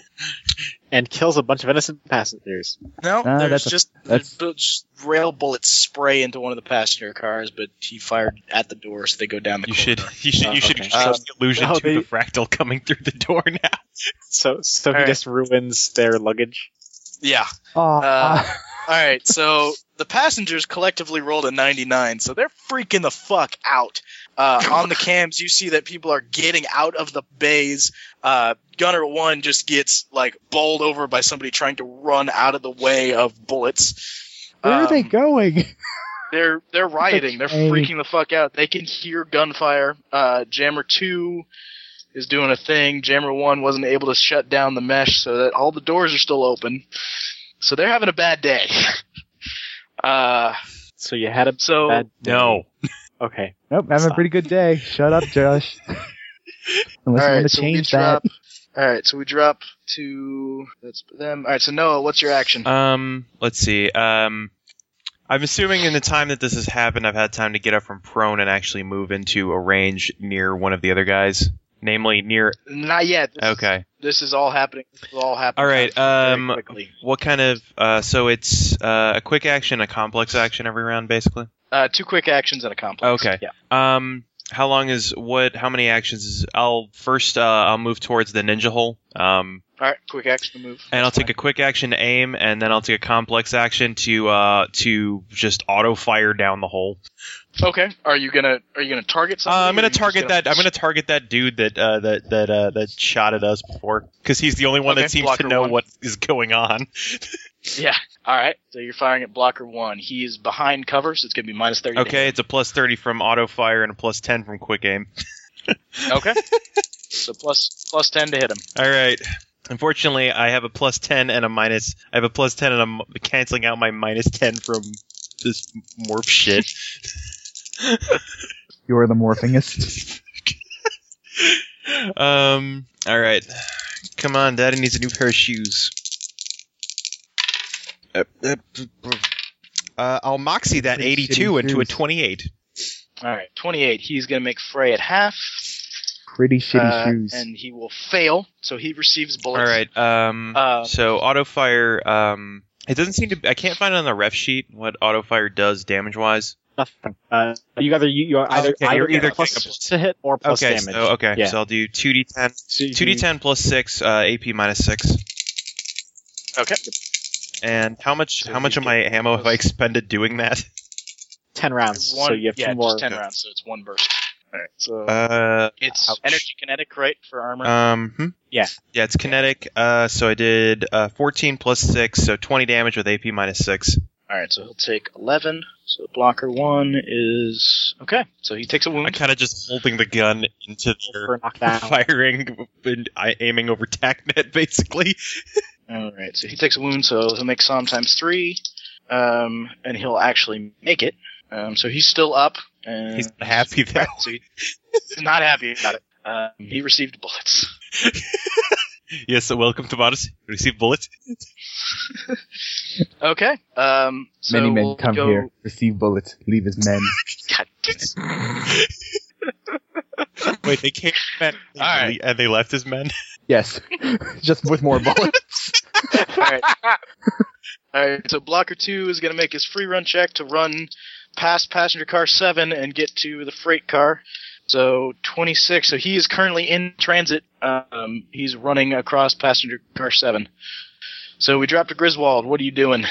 Speaker 6: and kills a bunch of innocent passengers.
Speaker 1: No,
Speaker 4: Ah,
Speaker 1: there's
Speaker 4: that's a-
Speaker 1: just
Speaker 4: that's-
Speaker 1: there's just rail bullets spray into one of the passenger cars, but he fired at the door, so they go down the. Uh,
Speaker 2: You should *laughs*
Speaker 1: corridor.
Speaker 2: you should
Speaker 6: Oh,
Speaker 2: you should
Speaker 6: okay.
Speaker 2: trust the illusion
Speaker 6: Oh,
Speaker 2: to
Speaker 6: they-
Speaker 2: the fractal coming through the door now.
Speaker 6: So, so he
Speaker 1: Alright.
Speaker 6: just ruins their luggage.
Speaker 1: Yeah.
Speaker 4: Aw.
Speaker 1: Uh, All right. So the passengers collectively rolled a 99, so they're freaking the fuck out. Uh, on the cams, you see that people are getting out of the bays. Uh, Gunner one just gets like bowled over by somebody trying to run out of the way of bullets.
Speaker 4: where are they
Speaker 1: Um,
Speaker 4: going? *laughs*
Speaker 1: They're they're rioting. They're
Speaker 4: train.
Speaker 1: freaking the fuck out. They can hear gunfire. Uh, Jammer two is doing a thing. Jammer one wasn't able to shut down the mesh, so that all the doors are still open. So they're having a bad day. *laughs* uh,
Speaker 6: So you had a
Speaker 1: so
Speaker 6: bad.
Speaker 2: No.
Speaker 6: Okay.
Speaker 4: Nope, having a pretty good day. Shut up,
Speaker 7: *laughs*
Speaker 4: Josh. Unless you
Speaker 1: all
Speaker 4: want
Speaker 1: right,
Speaker 4: to
Speaker 1: so we
Speaker 4: change
Speaker 1: drop.
Speaker 4: that.
Speaker 1: All right, so we drop to that's them. All right, so Noah, what's your action?
Speaker 2: Um, let's see. Um, I'm assuming in the time that this has happened, I've had time to get up from prone and actually move into a range near one of the other guys, namely near.
Speaker 1: Not yet. This is-
Speaker 2: Okay.
Speaker 1: this is all happening. This is all happening.
Speaker 2: All right.
Speaker 1: very
Speaker 2: Um,
Speaker 1: quickly.
Speaker 2: what kind of? Uh, so it's uh, a quick action, a complex action every round, basically.
Speaker 1: Uh, two quick actions and a complex.
Speaker 2: Okay.
Speaker 1: Yeah.
Speaker 2: Um, how long is what? How many actions? Is, I'll first. Uh, I'll move towards the ninja hole. Um,
Speaker 1: All right, quick action to move.
Speaker 2: and I'll take a quick action to aim, and then I'll take a complex action to uh to just auto fire down the hole.
Speaker 1: Okay. Are you gonna Are you gonna target
Speaker 2: Uh,
Speaker 1: something?
Speaker 2: I'm gonna target that. I'm gonna target that dude that uh, that that uh, that shot at us before, because he's the only one
Speaker 1: Okay,
Speaker 2: that seems
Speaker 1: blocker
Speaker 2: to know
Speaker 1: one.
Speaker 2: what is going on.
Speaker 1: Yeah. All right. So you're firing at blocker one. He is behind cover, so it's gonna be minus thirty. to
Speaker 2: Okay, it's a plus thirty from auto fire and a plus ten from quick aim.
Speaker 1: hit. *laughs*
Speaker 2: *laughs*
Speaker 1: Okay. so plus plus ten to hit him.
Speaker 2: All right. Unfortunately, I have a plus ten and a minus. I have a plus ten and I'm canceling out my minus ten from this morph shit.
Speaker 4: You're the morphingist.
Speaker 2: Um. All right. Come on, Daddy needs a new pair of shoes. Uh, uh, uh, I'll moxie that
Speaker 4: Pretty
Speaker 2: 82
Speaker 4: shitty
Speaker 2: into a
Speaker 4: shoes.
Speaker 2: 28.
Speaker 7: All right, 28. He's going to make Frey at half.
Speaker 4: Pretty shitty
Speaker 7: uh,
Speaker 4: shoes.
Speaker 7: And he will fail, so he receives
Speaker 2: All
Speaker 7: bullets.
Speaker 2: right. Um.
Speaker 7: Uh,
Speaker 2: so auto fire. Um. It doesn't seem to. I can't find it on the ref sheet what auto fire does damage wise.
Speaker 6: Nothing. Uh, you either you, you are either,
Speaker 2: Okay,
Speaker 6: either
Speaker 2: you're
Speaker 6: get
Speaker 2: either
Speaker 6: plus
Speaker 2: getting a-
Speaker 6: to hit or plus
Speaker 2: okay.
Speaker 6: damage.
Speaker 2: So, okay.
Speaker 6: Yeah.
Speaker 2: So I'll do 2d10.
Speaker 6: So you-
Speaker 2: 2d10 plus 6. Uh, AP minus 6.
Speaker 7: Okay.
Speaker 2: And how much?
Speaker 7: So
Speaker 2: how
Speaker 7: you
Speaker 2: much of
Speaker 7: get
Speaker 2: my ammo have I
Speaker 7: plus-
Speaker 2: expended doing that?
Speaker 6: ten rounds.
Speaker 7: One,
Speaker 6: so you have
Speaker 7: yeah,
Speaker 6: two more.
Speaker 7: just 10 rounds, so it's one burst. All right. So Uh,
Speaker 2: Uh.
Speaker 7: it's
Speaker 2: ouch.
Speaker 7: energy kinetic, right, for armor?
Speaker 2: Um. hmm?
Speaker 6: Yeah.
Speaker 2: Yeah, it's kinetic. Uh, so I did uh, 14 plus 6, so 20 damage with AP minus 6.
Speaker 7: All right, so he'll take 11. So blocker 1 is okay. So he takes a
Speaker 2: I'm
Speaker 7: wound.
Speaker 2: kind of just holding the gun into
Speaker 6: for
Speaker 2: their
Speaker 6: knockdown.
Speaker 2: firing and I- aiming over TACnet, *laughs* basically.
Speaker 7: All right, so he takes a wound, so he'll make Psalm times 3. Um, and he'll actually make it. Um, so he's still up. And
Speaker 2: He's not happy that
Speaker 7: *laughs* so he- he's not happy about it. Uh, *laughs* he received bullets.
Speaker 2: *laughs* Yes, so welcome to Modest. Receive bullet.
Speaker 7: Okay. Um, so
Speaker 4: Many men
Speaker 7: we'll
Speaker 4: come
Speaker 7: go-
Speaker 4: here, receive bullets, leave as
Speaker 7: *laughs*
Speaker 4: men.
Speaker 7: God damn it.
Speaker 2: Wait, they came men
Speaker 7: All right.
Speaker 2: and they left as men.
Speaker 4: yes, *laughs* just with more bullets.
Speaker 7: *laughs* Alright. Alright, so blocker two is gonna make his free run check to run past passenger car seven and get to the freight car. So twenty six. So he is currently in transit. Um, he's running across passenger car seven. So we dropped to Griswold. What are you doing?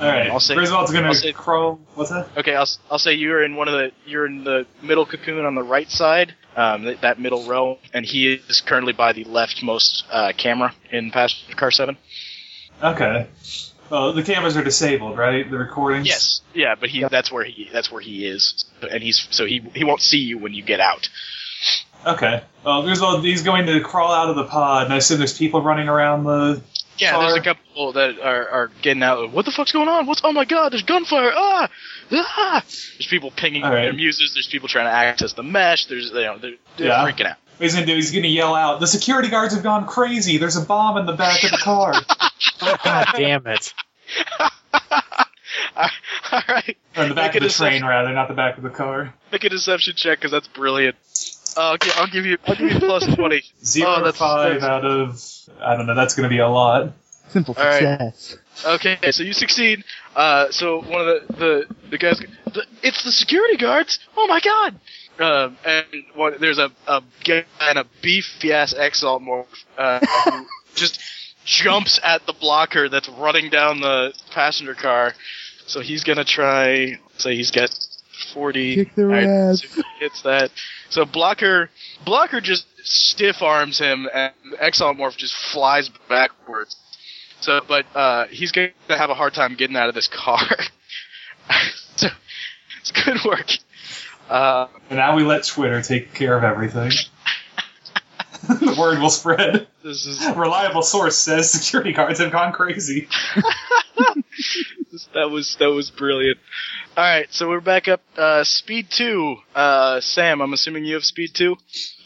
Speaker 5: All right.
Speaker 7: I'll say-
Speaker 5: Griswold's gonna
Speaker 7: I'll say-
Speaker 5: crawl. What's that?
Speaker 7: Okay, I'll, s- I'll say you're in one of the you're in the middle cocoon on the right side, um, th- that middle row, and he is currently by the leftmost uh, camera in passenger car seven.
Speaker 5: Okay. Well, the cameras are disabled, right? The recordings.
Speaker 7: Yes. Yeah, but he that's where he that's where he is, and he's so he he won't see you when you get out.
Speaker 5: Okay. Well, Griswold, he's going to crawl out of the pod, and I assume there's people running around the.
Speaker 7: Yeah, there's a
Speaker 5: Car.
Speaker 7: couple people that are, are getting out. What the fuck's going on? What's oh my god? There's gunfire! Ah, ah! There's people pinging
Speaker 5: All right.
Speaker 7: their muses. There's people trying to access the mesh. There's you know they're, they're
Speaker 5: Yeah.
Speaker 7: freaking out.
Speaker 5: What he's gonna do? He's gonna yell out, "The security guards have gone crazy! There's a bomb in the back of the car!"
Speaker 6: God damn it!
Speaker 7: *laughs* All right,
Speaker 5: or in the back
Speaker 7: Make
Speaker 5: of
Speaker 7: a
Speaker 5: the train,
Speaker 7: deception-
Speaker 5: rather, not the back of the car.
Speaker 7: make a deception check because that's brilliant. Uh, I'll, gi- I'll give you I'll give you plus twenty.
Speaker 5: Zero
Speaker 7: Oh, that's-
Speaker 5: five
Speaker 7: that's-
Speaker 5: out of I don't know. That's gonna be a lot.
Speaker 4: Simple
Speaker 7: All right.
Speaker 4: success.
Speaker 7: Okay, so you succeed. Uh, so one of the the, the guys, the, it's the security guards. Oh my god! Um, and one, there's a a guy and a beefy ass exalt morph uh, who *laughs* just jumps at the blocker that's running down the passenger car. So he's gonna try. Say he's got forty.
Speaker 4: Kick their
Speaker 7: Alright,
Speaker 4: ass.
Speaker 7: so he hits that. So blocker blocker just stiff arms him, and Exomorph just flies backwards. So, but uh, he's going to have a hard time getting out of this car. *laughs* so, it's good work. Uh,
Speaker 5: And now we let Twitter take care of everything. *laughs* the word will spread.
Speaker 7: this is
Speaker 5: Reliable source says security guards have gone crazy.
Speaker 7: that was that was brilliant. All right, so we're back up. Uh, speed two. Uh, Sam, I'm assuming you have speed two.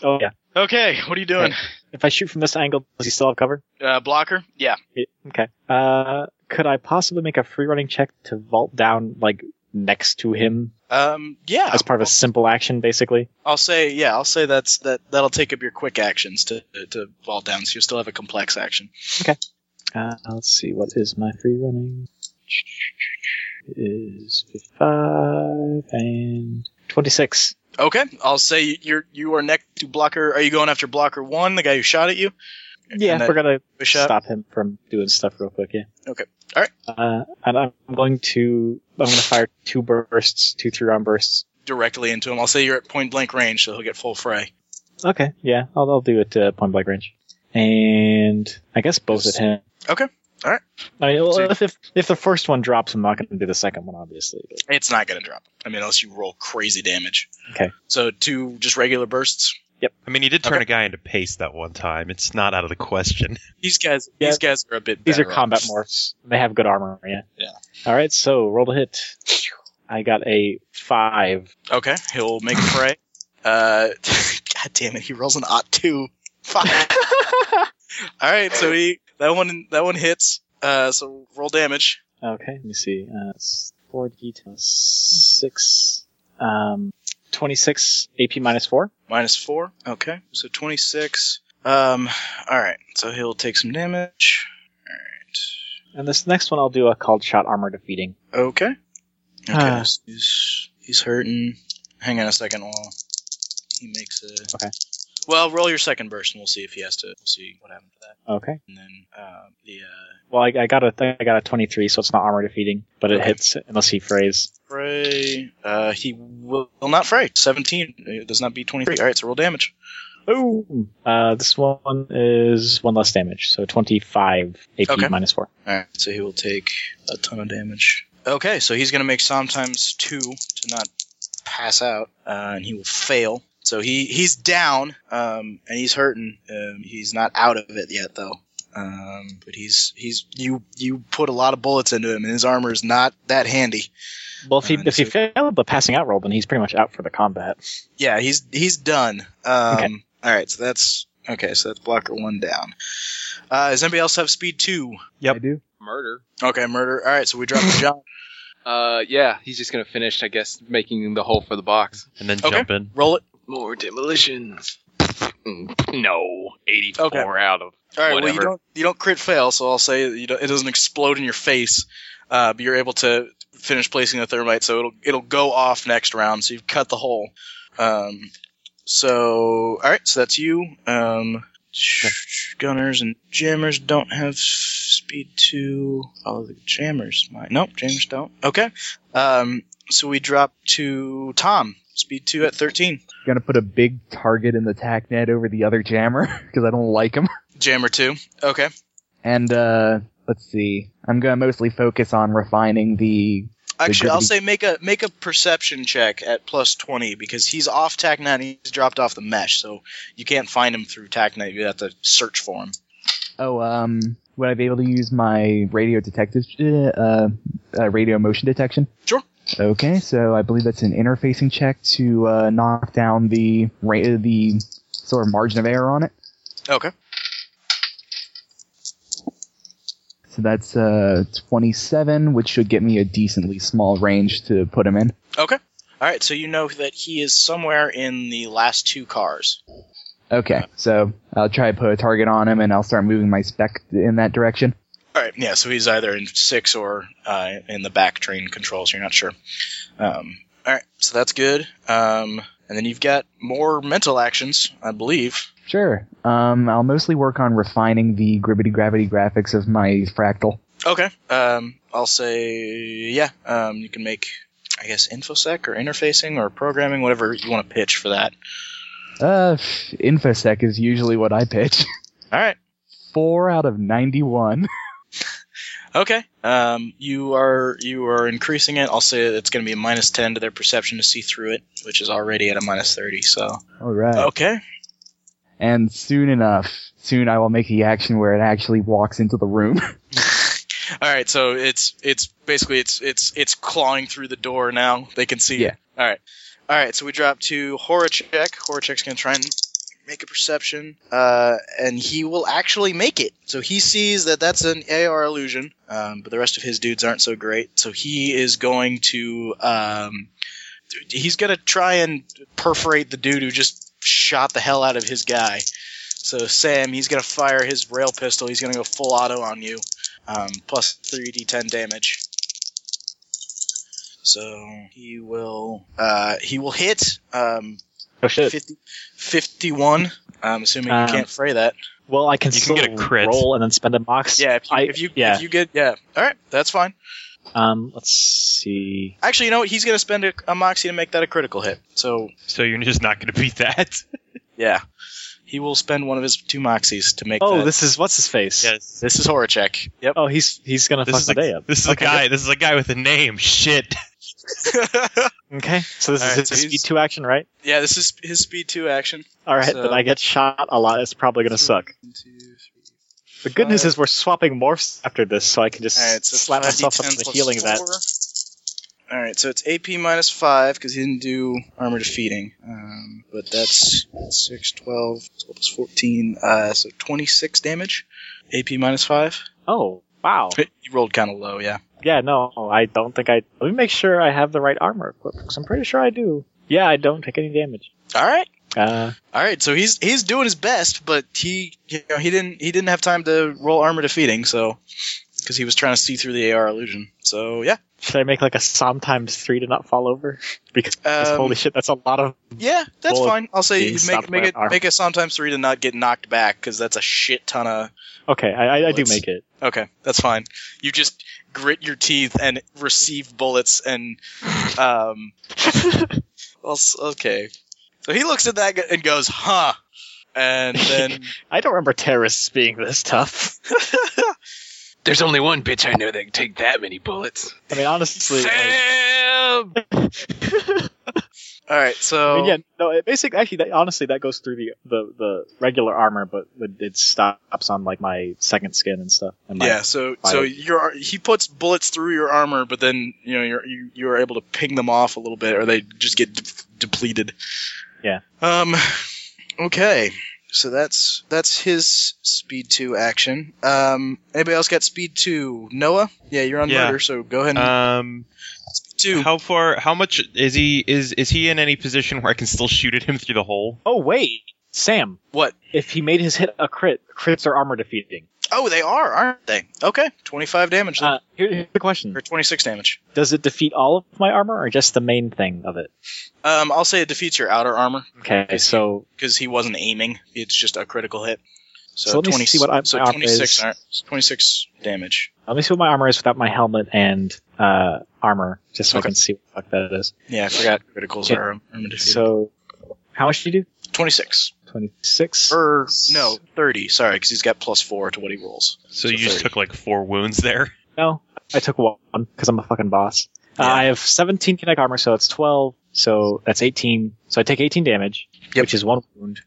Speaker 6: Oh yeah.
Speaker 7: Okay, what are you doing?
Speaker 6: If I shoot from this angle, does he still have cover?
Speaker 7: Uh, blocker. Yeah.
Speaker 6: It- okay. Uh, could I possibly make a free running check to vault down like next to him
Speaker 7: Um, yeah.
Speaker 6: as part of a simple action, basically?
Speaker 7: I'll say yeah. I'll say that's that. That'll take up your quick actions to to vault down. So you still have a complex action.
Speaker 6: Uh, let's see. What is my free running? It Is fifty-five and twenty-six.
Speaker 7: Okay. I'll say you're you are next to blocker. Are you going after blocker one, the guy who shot at you?
Speaker 6: Yeah,
Speaker 7: And that
Speaker 6: we're gonna
Speaker 7: Push up.
Speaker 6: stop him from doing stuff real quick. Yeah.
Speaker 7: Okay. Alright.
Speaker 6: Uh, and I'm going to I'm going to fire two bursts, two three round bursts.
Speaker 7: directly into him. I'll say you're at point blank range, so he'll get full fray.
Speaker 6: Okay. Yeah, I'll I'll do it uh, point blank range, and I guess both at him.
Speaker 7: Okay. Alright.
Speaker 6: I mean, well,
Speaker 7: So-
Speaker 6: if, if if the first one drops, I'm not going to do the second one, obviously. but-
Speaker 7: It's not going to drop. I mean, unless you roll crazy damage.
Speaker 6: Okay.
Speaker 7: So two just regular bursts.
Speaker 2: I mean, he did turn
Speaker 7: Okay.
Speaker 2: a guy into paste that one time. It's not out of the question. *laughs*
Speaker 7: These guys,
Speaker 6: Yeah.
Speaker 7: these guys are a bit.
Speaker 6: These are
Speaker 7: better off.
Speaker 6: combat morphs. They have good armor. Yeah.
Speaker 7: Yeah.
Speaker 6: All right. So roll to hit. I got a five.
Speaker 7: Okay. He'll make a fray. Uh, *laughs* God damn it, he rolls an ot two. *laughs* Fuck. All right, so he that one that one hits. Uh, so roll damage.
Speaker 6: Okay, let me see. Uh, it's 4d plus 6. Um, 26 AP minus 4.
Speaker 7: Minus four. Okay. So twenty six. Um. All right. So he'll take some damage.
Speaker 6: And this next one I'll do a called shot armor defeating.
Speaker 7: Okay. Okay.
Speaker 6: Ah.
Speaker 7: so He's he's hurting. Hang on a second while he makes a.
Speaker 6: Okay.
Speaker 7: Well, roll your second burst, and we'll see if he has to. We'll see what happened to that.
Speaker 6: Okay.
Speaker 7: And then um, the uh,
Speaker 6: Well, I, I got a I got a 23, so it's not armor defeating, but it
Speaker 7: Okay.
Speaker 6: hits unless he frays.
Speaker 7: fray. Uh, he will not fray. Seventeen. It does not beat twenty three. All right. So roll damage.
Speaker 6: Oh. Uh, this one is one less damage, so 25 AP
Speaker 7: Okay.
Speaker 6: minus 4.
Speaker 7: All right. So he will take a ton of damage. Okay. So he's going to make sometimes two to not pass out, uh, and he will fail. So he he's down, um, and he's hurting. Um, he's not out of it yet though. Um, but he's he's you you put a lot of bullets into him, and his armor is not that handy.
Speaker 6: Well, if he,
Speaker 7: Uh,
Speaker 6: if he
Speaker 7: so-
Speaker 6: failed the passing out roll, then he's pretty much out for the combat.
Speaker 7: Yeah, he's he's done. Um,
Speaker 6: Okay.
Speaker 7: All right, so that's okay. So that's blocker one down. Uh, does anybody else have speed two?
Speaker 2: Yep.
Speaker 4: I do.
Speaker 8: Murder.
Speaker 7: Okay, murder. All right, so we drop the John.
Speaker 8: Uh, yeah, he's just gonna finish, I guess, making the hole for the box.
Speaker 2: and then
Speaker 7: Okay.
Speaker 2: jump in.
Speaker 7: Roll it.
Speaker 8: More demolitions. Mm, No, eighty-four
Speaker 7: Okay.
Speaker 8: out
Speaker 7: All
Speaker 8: of.
Speaker 7: right. Well, you
Speaker 8: Whatever.
Speaker 7: don't you don't crit fail, so I'll say that you don't, it doesn't explode in your face. Uh, but you're able to finish placing the thermite, so it'll it'll go off next round. So you've cut the hole. Um, so all right, so that's you. Um, gunners and jammers don't have s- speed two. Follow the jammers. might nope, jammers don't. Okay. Um, so we drop to Tom. Speed two at thirteen.
Speaker 4: Gonna put a big target in the tack net over the other jammer *laughs* because I don't like him.
Speaker 7: Jammer two. Okay.
Speaker 4: And uh, let's see. I'm gonna mostly focus on refining the.
Speaker 7: Actually, I'll
Speaker 4: goody-
Speaker 7: say make a make a perception check at plus twenty because he's off Tacnet and he's dropped off the mesh, so you can't find him through Tacnet. You have to search for him.
Speaker 4: Oh, um, would I be able to use my radio detective, uh, uh, radio motion detection?
Speaker 7: Sure.
Speaker 4: Okay, so I believe that's an interfacing check to uh, knock down the ra- uh, the sort of margin of error on it.
Speaker 7: Okay.
Speaker 4: So that's uh 27, which should get me a decently small range to put him in.
Speaker 7: All right, so you know that he is somewhere in the last two cars.
Speaker 4: Okay, so I'll try to put a target on him, and I'll start moving my spec in that direction.
Speaker 7: All right, yeah, so he's either in six or uh, in the back train controls. You're not sure. Um, all right, so that's good. Um, and then you've got more mental actions, I believe.
Speaker 4: Sure. Um, I'll mostly work on refining the gribbity gravity graphics of my fractal.
Speaker 7: Okay. Um, I'll say yeah. Um, you can make, I guess, infosec or interfacing or programming, whatever you want to pitch for that.
Speaker 4: Uh, pff, infosec is usually what I pitch. *laughs*
Speaker 7: All right.
Speaker 4: Four out of
Speaker 6: *laughs*
Speaker 4: 91.
Speaker 7: Okay. Um, you are you are increasing it. I'll say it's going to be a minus ten to their perception to see through it, which is already at a minus thirty. So
Speaker 4: All right.
Speaker 1: Oh.
Speaker 7: okay.
Speaker 4: And soon enough, soon I will make the action where it actually walks into the room. *laughs*
Speaker 7: All right. So it's it's basically it's it's it's clawing through the door now. They can see.
Speaker 4: Yeah.
Speaker 7: It. All right. All right. So we drop to Horacek. Horacek's going to try and make a perception, uh, and he will actually make it. So he sees that that's an AR illusion, um, but the rest of his dudes aren't so great. So he is going to um, he's going to try and perforate the dude who just shot the hell out of his guy. So Sam, he's going to fire his rail pistol. He's going to go full auto on you, um, plus three d10 damage. So he will uh, he will hit um,
Speaker 6: Oh, shit.
Speaker 7: 50, 51. I'm assuming
Speaker 6: Um,
Speaker 7: you can't fray that.
Speaker 6: Well, I can
Speaker 2: You
Speaker 6: still
Speaker 2: can get a crit.
Speaker 6: roll and then spend a box.
Speaker 7: Yeah, if you,
Speaker 6: I-
Speaker 7: if you
Speaker 6: yeah.
Speaker 7: if you get yeah, all right, that's fine.
Speaker 6: Um, let's see.
Speaker 7: Actually, you know what? He's gonna spend a, a moxie to make that a critical hit. So
Speaker 2: So you're just not going to beat that.
Speaker 7: yeah, he will spend one of his two moxies to make.
Speaker 6: Oh,
Speaker 7: that.
Speaker 6: this is what's his face.
Speaker 2: yes.
Speaker 7: this is *laughs* Horacek. Yep.
Speaker 6: Oh, he's he's
Speaker 2: *laughs*
Speaker 6: gonna
Speaker 2: This
Speaker 6: fuck
Speaker 2: is
Speaker 6: the day
Speaker 2: a,
Speaker 6: up.
Speaker 2: this is a
Speaker 6: Okay,
Speaker 2: guy. This is a guy with a name. Shit.
Speaker 6: Okay, so this
Speaker 7: All
Speaker 6: is
Speaker 7: right,
Speaker 6: his
Speaker 7: so
Speaker 6: speed
Speaker 7: he's-
Speaker 6: two action, right?
Speaker 7: yeah, this is his speed two action.
Speaker 6: All right,
Speaker 7: So-
Speaker 6: then I get shot a lot. It's probably gonna suck.
Speaker 7: One, two, three.
Speaker 6: The good news
Speaker 7: five.
Speaker 6: is we're swapping morphs after this, so I can just
Speaker 7: All right, so
Speaker 6: slap myself up
Speaker 7: 5d10
Speaker 6: into
Speaker 7: plus
Speaker 6: healing that.
Speaker 7: four.
Speaker 1: All right, so it's AP minus five because he didn't do armor defeating. Um, but that's 6, 12, 12 plus 14, uh, so 26 damage. AP minus five.
Speaker 6: Oh, wow.
Speaker 1: You rolled kind of low, yeah.
Speaker 6: Yeah, no, I don't think I. Let me make sure I have the right armor equipped because I'm pretty sure I do. Yeah, I don't take any damage.
Speaker 1: All right.
Speaker 6: Uh,
Speaker 1: All right, so he's he's doing his best, but he you know he didn't he didn't have time to roll armor defeating, so because he was trying to see through the AR illusion. So yeah,
Speaker 6: should I make like a sometimes three to not fall over? *laughs* Because
Speaker 1: Um,
Speaker 6: holy shit, that's a lot of.
Speaker 1: yeah, that's
Speaker 6: Well,
Speaker 1: fine. I'll say
Speaker 6: being
Speaker 1: you make
Speaker 6: stopped
Speaker 1: make
Speaker 6: by
Speaker 1: it
Speaker 6: armor.
Speaker 1: make it sometimes three to not get knocked back because that's a shit ton of.
Speaker 6: Okay, I, I, I do
Speaker 1: Bullets.
Speaker 6: make it.
Speaker 1: Okay, that's fine. You just grit your teeth and receive bullets and
Speaker 6: *laughs*
Speaker 1: um. well, s- okay, so he looks at that and goes, "Huh," and
Speaker 6: *laughs*
Speaker 1: then
Speaker 6: I don't remember terrorists being this tough.
Speaker 8: *laughs* There's only one bitch I know that can take that many bullets.
Speaker 6: I mean, honestly. like- *laughs*
Speaker 8: Sam!
Speaker 1: all right, so
Speaker 6: I mean, yeah, no. It basically, actually, that, honestly, that goes through the, the the regular armor, but it- it stops on like my second skin and stuff. And my,
Speaker 1: yeah, so
Speaker 6: my-
Speaker 1: so your he puts bullets through your armor, but then you know you're you, you're able to ping them off a little bit, or they just get de- depleted.
Speaker 6: Yeah.
Speaker 1: Um. Okay. So that's that's his speed two action. Um. Anybody else got speed two? Noah. Yeah, Uh, you're on
Speaker 2: Yeah.
Speaker 1: murder, so go ahead and
Speaker 2: Um,
Speaker 1: *laughs* two.
Speaker 2: how far? How much is he? Is is he in any position where I can still shoot at him through the hole?
Speaker 6: Oh wait, Sam.
Speaker 1: What?
Speaker 6: If he made his hit a crit, crits are armor defeating.
Speaker 1: Oh, they are, aren't they? Okay, twenty five damage then,
Speaker 6: Uh, here- here's the question:
Speaker 1: or twenty six damage.
Speaker 6: Does it defeat all of my armor, or just the main thing of it?
Speaker 1: Um, I'll say it defeats your outer armor
Speaker 6: Okay, so
Speaker 1: because he wasn't aiming. It's just a critical hit. So,
Speaker 6: So let me
Speaker 1: 20,
Speaker 6: see what I-
Speaker 1: so
Speaker 6: my armor
Speaker 1: 26,
Speaker 6: is.
Speaker 1: ar- 26 damage.
Speaker 6: let me see what my armor is without my helmet and uh, armor, just so
Speaker 1: Okay.
Speaker 6: I can see what the fuck that is.
Speaker 1: Yeah, I forgot criticals
Speaker 6: Yeah.
Speaker 1: are armor defeated.
Speaker 6: So, how much did you do?
Speaker 1: 26.
Speaker 6: Twenty six.
Speaker 1: Or, Er, no, 30, sorry, because he's got plus 4 to what he rolls.
Speaker 2: So,
Speaker 1: So
Speaker 2: you just
Speaker 1: 30.
Speaker 2: took like four wounds there.
Speaker 6: No, I took one because I'm a fucking boss. Uh,
Speaker 1: Yeah.
Speaker 6: I have 17 kinetic armor, so that's 12. So that's 18. So I take 18 damage,
Speaker 1: Yep.
Speaker 6: which is one wound.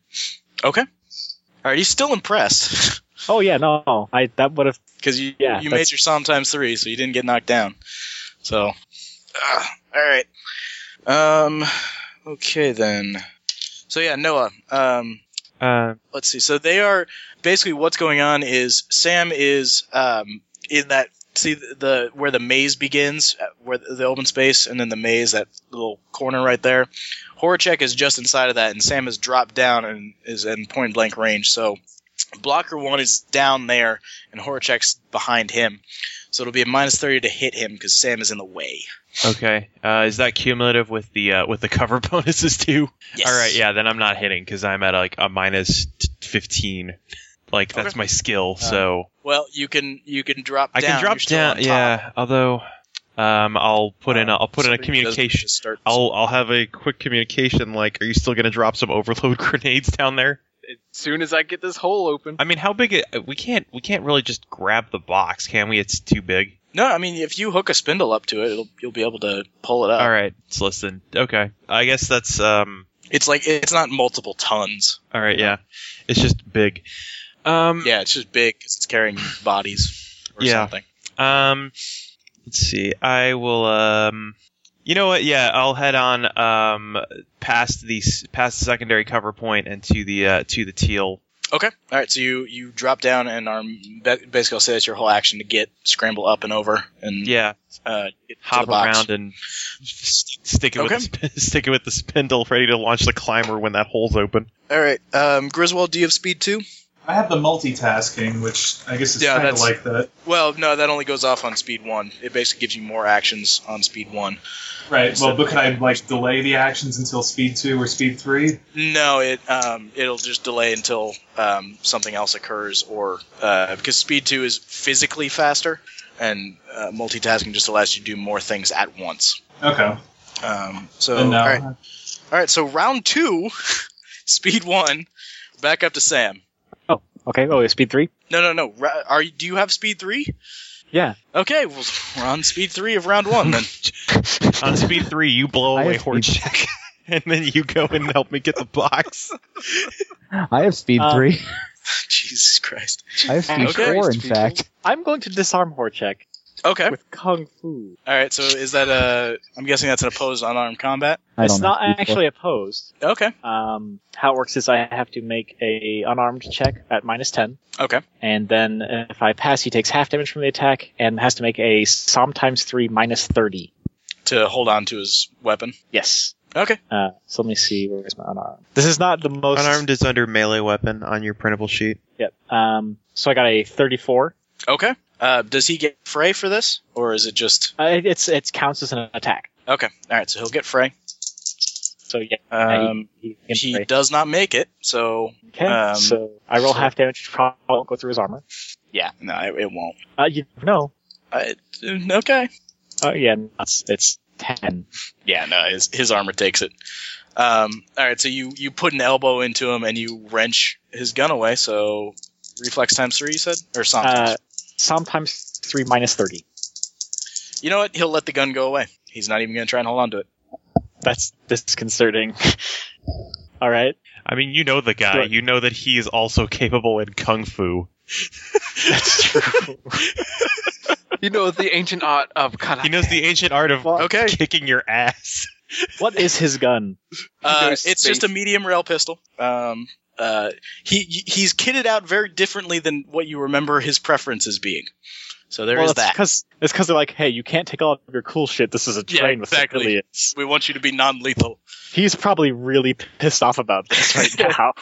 Speaker 1: Alright, he's still impressed. *laughs*
Speaker 6: Oh yeah, no, I that would have.
Speaker 1: Because you,
Speaker 6: Yeah,
Speaker 1: you made
Speaker 6: that's-
Speaker 1: your Psalm times 3, so you didn't get knocked down. So, uh, alright. Um, okay then. So yeah, Noah, um,
Speaker 2: Uh,
Speaker 1: let's see. So they are basically what's going on is Sam is um, in that see the, the where the maze begins, uh, where the the open space, and then the maze that little corner right there. Horacek is just inside of that, and Sam has dropped down and is in point blank range. So blocker one is down there, and Horacek's behind him. So it'll be a minus thirty to hit him because Sam is in the way.
Speaker 2: okay. Uh, is that cumulative with the uh, with the cover *laughs* bonuses too?
Speaker 1: Yes.
Speaker 2: All right. Yeah. Then I'm not hitting because I'm at like a minus t- fifteen. Like that's
Speaker 1: Okay.
Speaker 2: my skill. so
Speaker 1: Well, you can you can drop.
Speaker 2: I
Speaker 1: Uh, down.
Speaker 2: can drop
Speaker 1: You're still on
Speaker 2: down.
Speaker 1: top.
Speaker 2: Yeah. Although, um, I'll put in a,
Speaker 1: Uh,
Speaker 2: I'll put in a
Speaker 1: somebody does
Speaker 2: communication.
Speaker 1: just Start
Speaker 2: I'll I'll have a quick communication. Like, are you still gonna drop some overload *laughs* grenades down there?
Speaker 8: As soon as I get this hole open.
Speaker 2: I mean, how big? It, we can't we can't really just grab the box, can we? It's too big.
Speaker 1: No, I mean if you hook a spindle up to it, it'll, you'll be able to pull
Speaker 8: Uh,
Speaker 1: it up.
Speaker 2: All right, it's less than okay. I guess that's um.
Speaker 1: It's like it's not multiple tons.
Speaker 2: All right, yeah, it's just big. Um,
Speaker 1: Yeah, it's just big 'cause it's carrying bodies or
Speaker 2: Yeah.
Speaker 1: something.
Speaker 2: Um, let's see. I will. Um, you know what? Yeah, I'll head on um past the s- past the secondary cover point and to the uh, to the teal.
Speaker 1: Okay. All right. So you you drop down and are ba- basically I'll say it's your whole action to get scramble up and over and
Speaker 2: Yeah,
Speaker 1: uh, get to
Speaker 2: hop
Speaker 1: the box.
Speaker 2: around and st- stick it
Speaker 1: Okay.
Speaker 2: with the, sp- *laughs* stick it with the spindle, ready to launch the climber when that hole's open.
Speaker 1: All right. Um, Griswold, do you have speed two?
Speaker 5: I have the multitasking, which I guess is
Speaker 1: Yeah,
Speaker 5: kind of
Speaker 1: that's-
Speaker 5: like that.
Speaker 1: Well, no, that only goes off on speed one. It basically gives you more actions on speed one.
Speaker 5: Right. Well, but could I like delay the actions until speed two or speed three?
Speaker 1: No, it um, it'll just delay until um, something else occurs, or uh, because speed two is physically faster, and uh, multitasking just allows you to do more things at once.
Speaker 5: Okay.
Speaker 1: Um, so
Speaker 5: then no.
Speaker 1: all right, all right. So round two, *laughs* speed one, back up to Sam.
Speaker 6: Okay, oh, it's speed three.
Speaker 1: No, no, no. Ra- are you, do you have speed three?
Speaker 6: Yeah,
Speaker 1: Okay, well, we're on speed three of round one *laughs* then.
Speaker 2: On speed three, you blow
Speaker 4: I
Speaker 2: away
Speaker 4: have
Speaker 2: Horchak, *laughs* and then you go and help me get the box.
Speaker 4: I have speed
Speaker 6: Uh, *laughs*
Speaker 4: three.
Speaker 1: Jesus Christ.
Speaker 4: I have speed
Speaker 1: okay.
Speaker 4: four, in
Speaker 8: People.
Speaker 4: fact.
Speaker 6: I'm going to disarm Horchek.
Speaker 1: Okay.
Speaker 6: with kung fu.
Speaker 1: All right. So is that uh? I'm guessing that's an opposed unarmed combat.
Speaker 4: I
Speaker 6: it's
Speaker 4: don't know.
Speaker 6: not actually opposed.
Speaker 1: Okay.
Speaker 6: Um, how it works is I have to make a unarmed check at minus ten.
Speaker 1: Okay.
Speaker 6: and then if I pass, he takes half damage from the attack and has to make a som times three minus thirty.
Speaker 1: To hold on to his weapon.
Speaker 6: Yes.
Speaker 1: Okay.
Speaker 6: Uh, so let me see. Where's my unarmed? This is not the most
Speaker 2: Unarmed is under melee weapon on your printable sheet.
Speaker 6: Yep. Um. So I got a thirty-four.
Speaker 1: Okay. Uh, does he get Frey for this, or is it just
Speaker 6: Uh, it- it's it counts as an attack.
Speaker 1: okay? All right. So he'll get Frey.
Speaker 6: So yeah.
Speaker 1: Um,
Speaker 6: he, he can
Speaker 1: he
Speaker 6: break.
Speaker 1: does not make it. So
Speaker 6: okay.
Speaker 1: um,
Speaker 6: so I roll half damage. which Probably won't go through his armor.
Speaker 1: yeah, no, it, it won't.
Speaker 6: Uh, you no.
Speaker 1: I, okay.
Speaker 6: Oh yeah. It's it's ten.
Speaker 1: Yeah, no, his his armor takes it. Um, all right, so you you put an elbow into him and you wrench his gun away. So reflex times three, you said, or something.
Speaker 6: Uh, som times three minus thirty.
Speaker 1: you know what? He'll let the gun go away. He's not even going to try and hold on to it.
Speaker 6: That's disconcerting. *laughs* All right.
Speaker 2: I mean, you know the guy.
Speaker 6: Right.
Speaker 2: You know that he is also *laughs* capable in kung fu.
Speaker 6: That's true.
Speaker 8: You know the ancient art of karate.
Speaker 2: He knows the ancient art of
Speaker 6: Well-
Speaker 1: Okay.
Speaker 2: kicking your ass.
Speaker 6: what is his gun?
Speaker 1: Uh,
Speaker 8: knows
Speaker 1: it's
Speaker 8: space.
Speaker 1: just a medium rail pistol. Um, uh, he he's kitted out very differently than what you remember his preferences being. So there is
Speaker 6: well,
Speaker 1: that.
Speaker 6: Cause, it's because they're like, hey, you can't take all of your cool shit. This is a
Speaker 1: Yeah,
Speaker 6: train with
Speaker 1: exactly.
Speaker 6: civilians.
Speaker 1: We want you to be non-lethal.
Speaker 6: He's probably really pissed off about *laughs* this right now.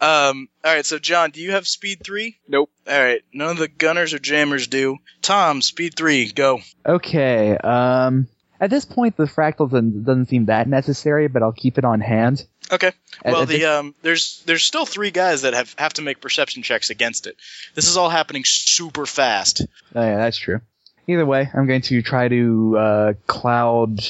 Speaker 1: Um, all right, so John, do you have speed three?
Speaker 8: Nope.
Speaker 1: All right, none of the gunners or jammers do. Tom, speed three, go.
Speaker 4: Okay. Um, at this point, the fractal doesn't, doesn't seem that necessary, but I'll keep it on hand.
Speaker 1: Okay.
Speaker 4: At-
Speaker 1: Well,
Speaker 4: at
Speaker 1: the
Speaker 4: this-
Speaker 1: um, there's there's still three guys that have have to make perception checks against it. This is all happening super fast.
Speaker 4: oh, yeah, that's true. Either way, I'm going to try to uh, cloud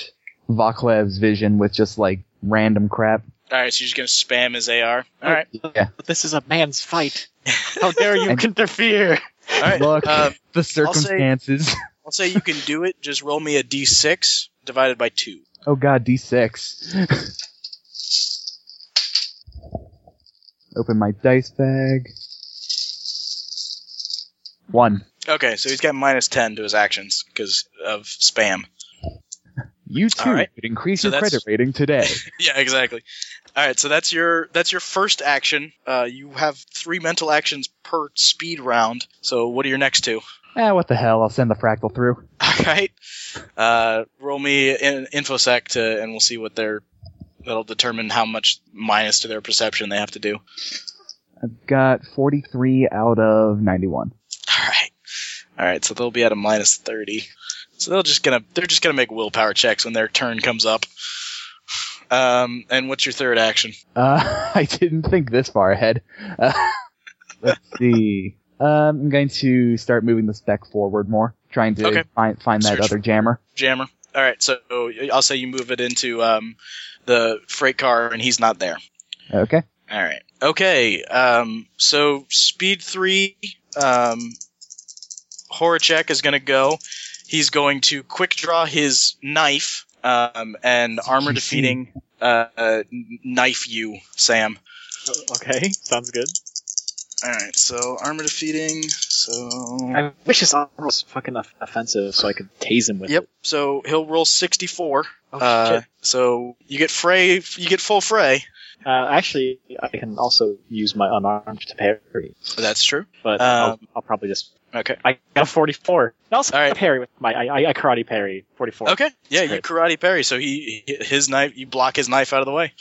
Speaker 4: Vaklev's vision with just like random crap.
Speaker 1: All right, so you're just gonna spam his AR. All right.
Speaker 4: Yeah.
Speaker 6: this is a man's fight. How dare you *laughs*
Speaker 4: And-
Speaker 6: interfere?
Speaker 1: All right.
Speaker 4: Look,
Speaker 1: Uh,
Speaker 4: the circumstances.
Speaker 1: *laughs* I'll say you can do it. Just roll me a d6 divided by two.
Speaker 4: oh God, D6. Open my dice bag. One.
Speaker 1: Okay, so he's got minus ten to his actions uh, because of spam.
Speaker 4: You too
Speaker 1: right.
Speaker 4: could increase
Speaker 1: So
Speaker 4: your
Speaker 1: that's-
Speaker 4: credit
Speaker 1: *laughs*
Speaker 4: rating today.
Speaker 1: yeah, exactly. All right, so that's your that's your first action. Uh, you have three mental actions per speed round. So what are your next two? *laughs*
Speaker 4: ah, what the hell? I'll send the fractal through.
Speaker 1: All right, uh, roll me an infosec to, and we'll see what their that'll determine how much minus to their perception they have to do.
Speaker 4: I've got 43 out of 91.
Speaker 1: All right, all right. So they'll be at a minus thirty. So they'll just gonna they're just gonna make willpower checks when their turn comes up. Um, and what's your third action?
Speaker 4: Uh, *laughs* I didn't think this far ahead. Uh, let's see. *laughs* Um, I'm going to start moving the spec forward more, trying to
Speaker 1: Okay.
Speaker 4: find, find that
Speaker 1: Search.
Speaker 4: other jammer.
Speaker 1: Jammer. All right, so I'll say you move it into um, the freight car, and he's not there.
Speaker 4: Okay.
Speaker 1: All right. Okay. Um, so speed three, um, Horacek is going to go. He's going to quick draw his knife um, and armor defeating uh, uh, n- knife you, Sam.
Speaker 6: Okay, sounds good.
Speaker 1: All right. So armor defeating. So
Speaker 6: I wish his armor was fucking off- offensive so I could tase him with
Speaker 1: yep.
Speaker 6: it.
Speaker 1: So he'll roll sixty four.
Speaker 6: Oh,
Speaker 1: Uh,
Speaker 6: shit.
Speaker 1: so you get fray. You get full fray.
Speaker 6: Uh, actually, I can also use my unarmed to parry,
Speaker 1: That's true.
Speaker 6: but I'll,
Speaker 1: Um,
Speaker 6: I'll probably just.
Speaker 1: Okay.
Speaker 6: I got a 44. And also,
Speaker 1: All right.
Speaker 6: parry with my. I, I, I karate parry 44.
Speaker 1: Okay. Yeah, you
Speaker 6: Great.
Speaker 1: karate parry. So he his knife. You block his knife out of the way.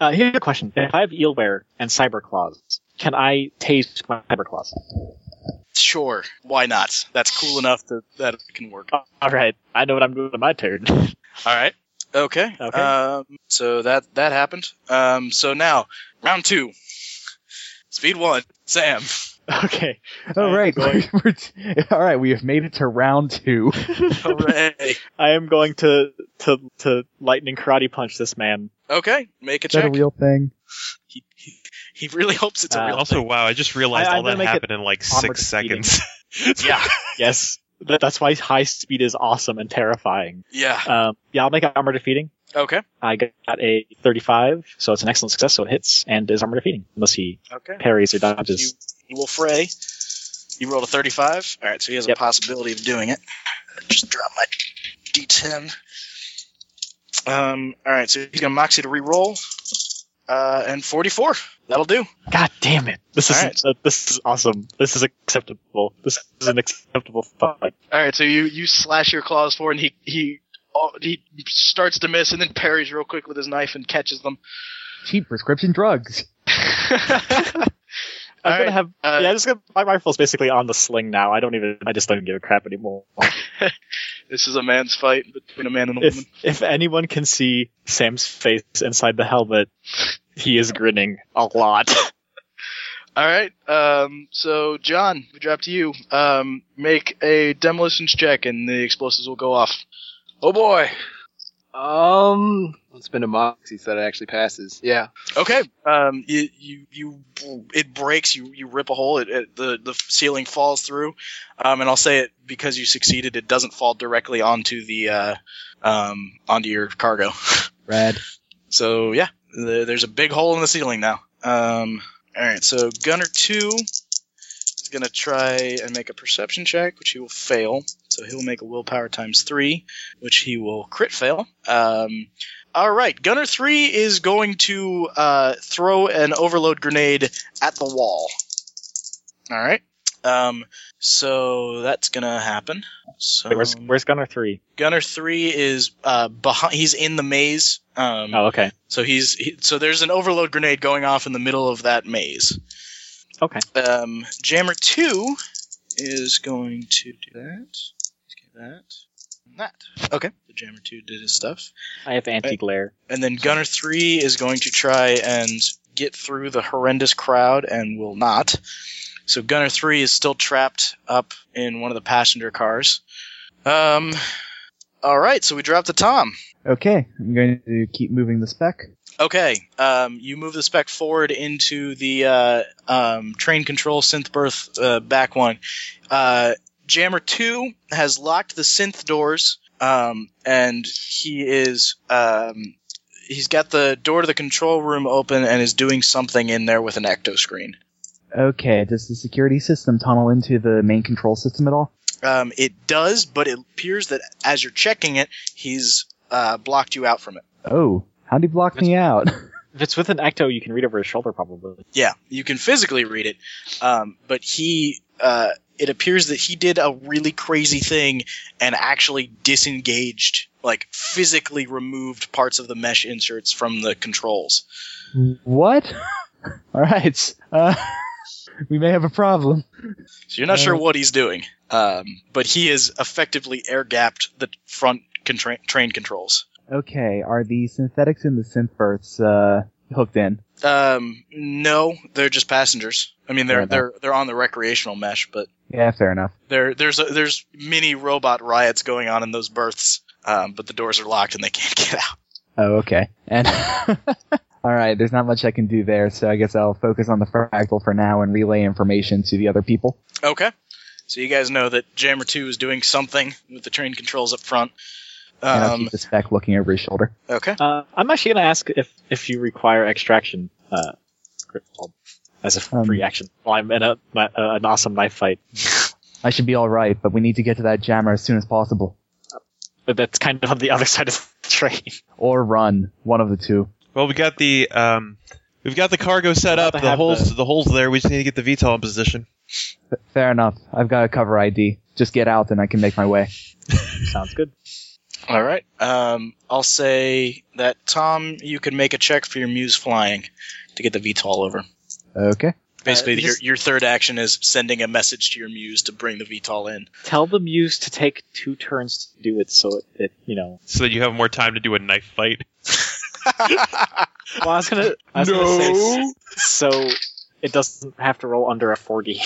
Speaker 6: Uh, here's a question. If I have eelware and cyber claws, can I tase with my cyber claws?
Speaker 1: Sure, why not? That's cool enough that that it can work.
Speaker 6: Oh, all right. I know what I'm doing on my turn. *laughs*
Speaker 1: All right. Okay.
Speaker 6: Okay.
Speaker 1: Um, so that that happened. Um, so now round two. Speed one, Sam.
Speaker 6: okay.
Speaker 4: All
Speaker 6: I-
Speaker 4: right.
Speaker 6: going-
Speaker 4: *laughs* We're t- all right. We have made it to round two.
Speaker 1: Hooray.
Speaker 6: I am going to to to lightning karate punch this man.
Speaker 1: okay, make a
Speaker 4: Is that a
Speaker 1: check.
Speaker 4: real thing?
Speaker 1: he, he, he really hopes it's a
Speaker 6: *laughs* Uh,
Speaker 1: real.
Speaker 2: Also, wow! I just realized
Speaker 6: I- I'm
Speaker 2: all
Speaker 6: gonna
Speaker 2: that
Speaker 6: make it
Speaker 2: happened in like
Speaker 6: armored
Speaker 2: six
Speaker 6: defeating.
Speaker 2: seconds. *laughs*
Speaker 1: yeah,
Speaker 6: Yes. That, that's why high speed is awesome and terrifying.
Speaker 1: yeah.
Speaker 6: Um, yeah, I'll make it armor defeating.
Speaker 1: Okay,
Speaker 6: I got a 35, so it's an excellent success, so it hits and is armor defeating, unless he
Speaker 1: okay.
Speaker 6: parries or
Speaker 1: You,
Speaker 6: dodges.
Speaker 1: you will fray. You rolled a 35? All right, so he has
Speaker 6: Yep.
Speaker 1: a possibility of doing it. Just drop my d10. Um, all right, so he's going to moxie to re-roll. Uh, and 44. That'll do.
Speaker 6: God damn it! This
Speaker 1: All
Speaker 6: is uh, this is awesome. This is acceptable. This is an acceptable fight.
Speaker 1: All right, so you, you slash your claws forward, and he he all, he starts to miss, and then parries real quick with his knife and catches them. *laughs*
Speaker 4: Cheap prescription drugs.
Speaker 1: Uh,
Speaker 6: I'm
Speaker 1: All
Speaker 6: gonna
Speaker 1: right,
Speaker 6: have
Speaker 1: uh,
Speaker 6: yeah. I'm just gonna my rifle's basically on the sling now. I don't even. I just don't give a
Speaker 1: *laughs*
Speaker 6: crap anymore.
Speaker 1: This is a man's fight between a man and a
Speaker 6: if
Speaker 1: woman.
Speaker 6: if anyone can see Sam's face inside the helmet, he is grinning a lot. *laughs*
Speaker 1: All right, um, so John, we drop to you. Um, make a demolitions check, and the explosives will go off.
Speaker 7: Oh boy.
Speaker 8: Um, let's spend a moxie so that it actually passes. Yeah.
Speaker 1: Okay. Um, you, you, you, it breaks. You, you rip a hole. It, it the the ceiling falls through. Um, and I'll say it because you succeeded. It doesn't fall directly onto the uh, um, onto your cargo. *laughs*
Speaker 4: Red.
Speaker 1: So yeah, the, there's a big hole in the ceiling now. Um, all right. So Gunner two is gonna try and make a perception check, which he will fail. So he'll make a willpower times three, which he will crit fail. Um, all right. Gunner three is going to uh, throw an overload grenade at the wall. All right. Um, so that's gonna happen. So
Speaker 6: Wait, where's where's Gunner three?
Speaker 1: Gunner three is uh, behind. He's in the maze. Um,
Speaker 6: Oh, okay.
Speaker 1: so he's he, so there's an overload grenade going off in the middle of that maze.
Speaker 6: Okay.
Speaker 1: Um, Jammer two is going to do that. Let's get that. and That. Okay. The Jammer two did his stuff,
Speaker 6: I have anti glare.
Speaker 1: and then Gunner three is going to try and get through the horrendous crowd and will not. So Gunner three is still trapped up in one of the passenger cars. Um. All right. So we drop to Tom.
Speaker 4: Okay, I'm going to keep moving the spec.
Speaker 1: Okay, um, you move the spec forward into the uh, um, train control synth berth uh, back one. Uh, Jammer 2 has locked the synth doors, um, and he is. Um, he's got the door to the control room open and is doing something in there with an ecto screen.
Speaker 4: Okay, does the security system tunnel into the main control system at all?
Speaker 1: Um, it does, but it appears that as you're checking it, he's uh, blocked you out from it.
Speaker 4: Oh, how'd he block me out?
Speaker 6: If it's with an ecto, you can read over his shoulder probably.
Speaker 1: Yeah, you can physically read it, um, but he. Uh, it appears that he did a really crazy thing and actually disengaged, like physically removed parts of the mesh inserts from the controls.
Speaker 4: what? *laughs* all right, uh, *laughs* we may have a problem.
Speaker 1: So you're not sure
Speaker 4: Uh.
Speaker 1: what he's doing, um, but he has effectively air gapped the front contra- train controls.
Speaker 4: Okay, are the synthetics in the synth berths uh, hooked in?
Speaker 1: Um, no, they're just passengers. I mean,
Speaker 4: Fair
Speaker 1: they're
Speaker 4: enough.
Speaker 1: they're they're on the recreational mesh, but
Speaker 4: Yeah, fair enough.
Speaker 1: There, there's a, there's mini robot riots going on in those berths, um, but the doors are locked and they can't *laughs* get out.
Speaker 4: Oh, okay. And *laughs* all right, there's not much I can do there, so I guess I'll focus on the fractal for now and relay information to the other people.
Speaker 1: Okay, so you guys know that Jammer Two is doing something with the train controls up front.
Speaker 4: And I'll
Speaker 1: Um,
Speaker 4: keep the spec looking over his shoulder.
Speaker 1: okay,
Speaker 6: Uh, I'm actually gonna ask if if you require extraction. Uh, as a
Speaker 4: Um,
Speaker 6: free action. Well, I'm in a, my, uh, an awesome
Speaker 1: *laughs*
Speaker 6: knife fight.
Speaker 4: I should be all right, but we need to get to that jammer as soon as possible,
Speaker 6: But that's kind of on the other *laughs* side of the train.
Speaker 4: or run. One of the two.
Speaker 2: Well, we got the um, we've got the cargo set
Speaker 6: We'll
Speaker 2: up.
Speaker 6: have to
Speaker 2: The
Speaker 6: have
Speaker 2: holes, the... holes there. We just need to get the VTOL in position.
Speaker 4: F- fair enough. I've got a cover ID. Just get out, and I can make my way.
Speaker 6: Sounds good.
Speaker 1: all right. Um, I'll say that Tom, you can make a check for your Muse flying to get the VTOL over.
Speaker 4: Okay.
Speaker 1: Basically,
Speaker 6: Uh,
Speaker 1: your
Speaker 6: just-
Speaker 1: your third action is sending a message to your Muse to bring the VTOL in.
Speaker 6: Tell the muse to take two turns to do it, so it, it you know
Speaker 2: So that you have more time to do a knife fight.
Speaker 6: *laughs*
Speaker 1: *laughs*
Speaker 6: Well, I was gonna. I was gonna say, so it doesn't have to roll under a forty.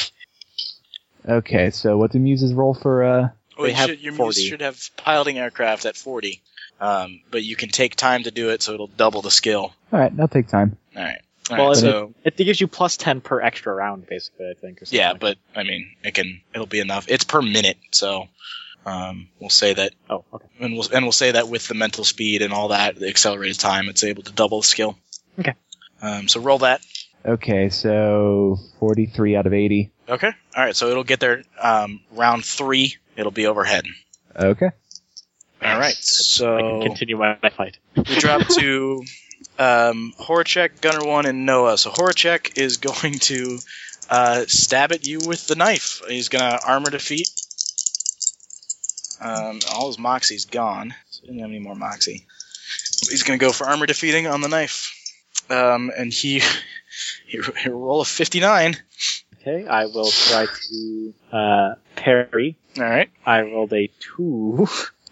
Speaker 4: Okay. So what do muses roll for? Uh.
Speaker 1: Oh,
Speaker 6: They
Speaker 1: you
Speaker 6: have
Speaker 1: should, your
Speaker 6: 40.
Speaker 1: Muse should have piloting aircraft at 40, um, but you can take time to do it, so it'll double the skill.
Speaker 4: All right. That'll take time.
Speaker 1: All right. All
Speaker 6: Well,
Speaker 1: right,
Speaker 6: it-
Speaker 1: so
Speaker 6: It gives you plus ten per extra round, basically. I think. Or something
Speaker 1: yeah,
Speaker 6: like
Speaker 1: but I mean, it can it'll be enough. It's per minute, so um, we'll say that,
Speaker 6: that. oh, okay.
Speaker 1: and we'll and we'll say that with the mental speed and all that, the accelerated time, it's able to double the skill.
Speaker 6: Okay.
Speaker 1: Um, so roll that.
Speaker 4: Okay. So forty-three out of eighty.
Speaker 1: Okay. All right. So it'll get there um, round three. It'll be overhead.
Speaker 4: Okay.
Speaker 1: All right.
Speaker 6: I can
Speaker 1: So
Speaker 6: continue my fight.
Speaker 1: we drop to um, Horacek, Gunner One, and Noah. So Horacek is going to uh, stab at you with the knife. He's going to armor defeat. Um, all his moxie's gone, so he doesn't have any more moxie. He's going to go for armor defeating on the knife, um, and he *laughs* he, he roll a fifty nine.
Speaker 6: Okay, I will try to uh, parry.
Speaker 1: All right.
Speaker 6: I rolled a two,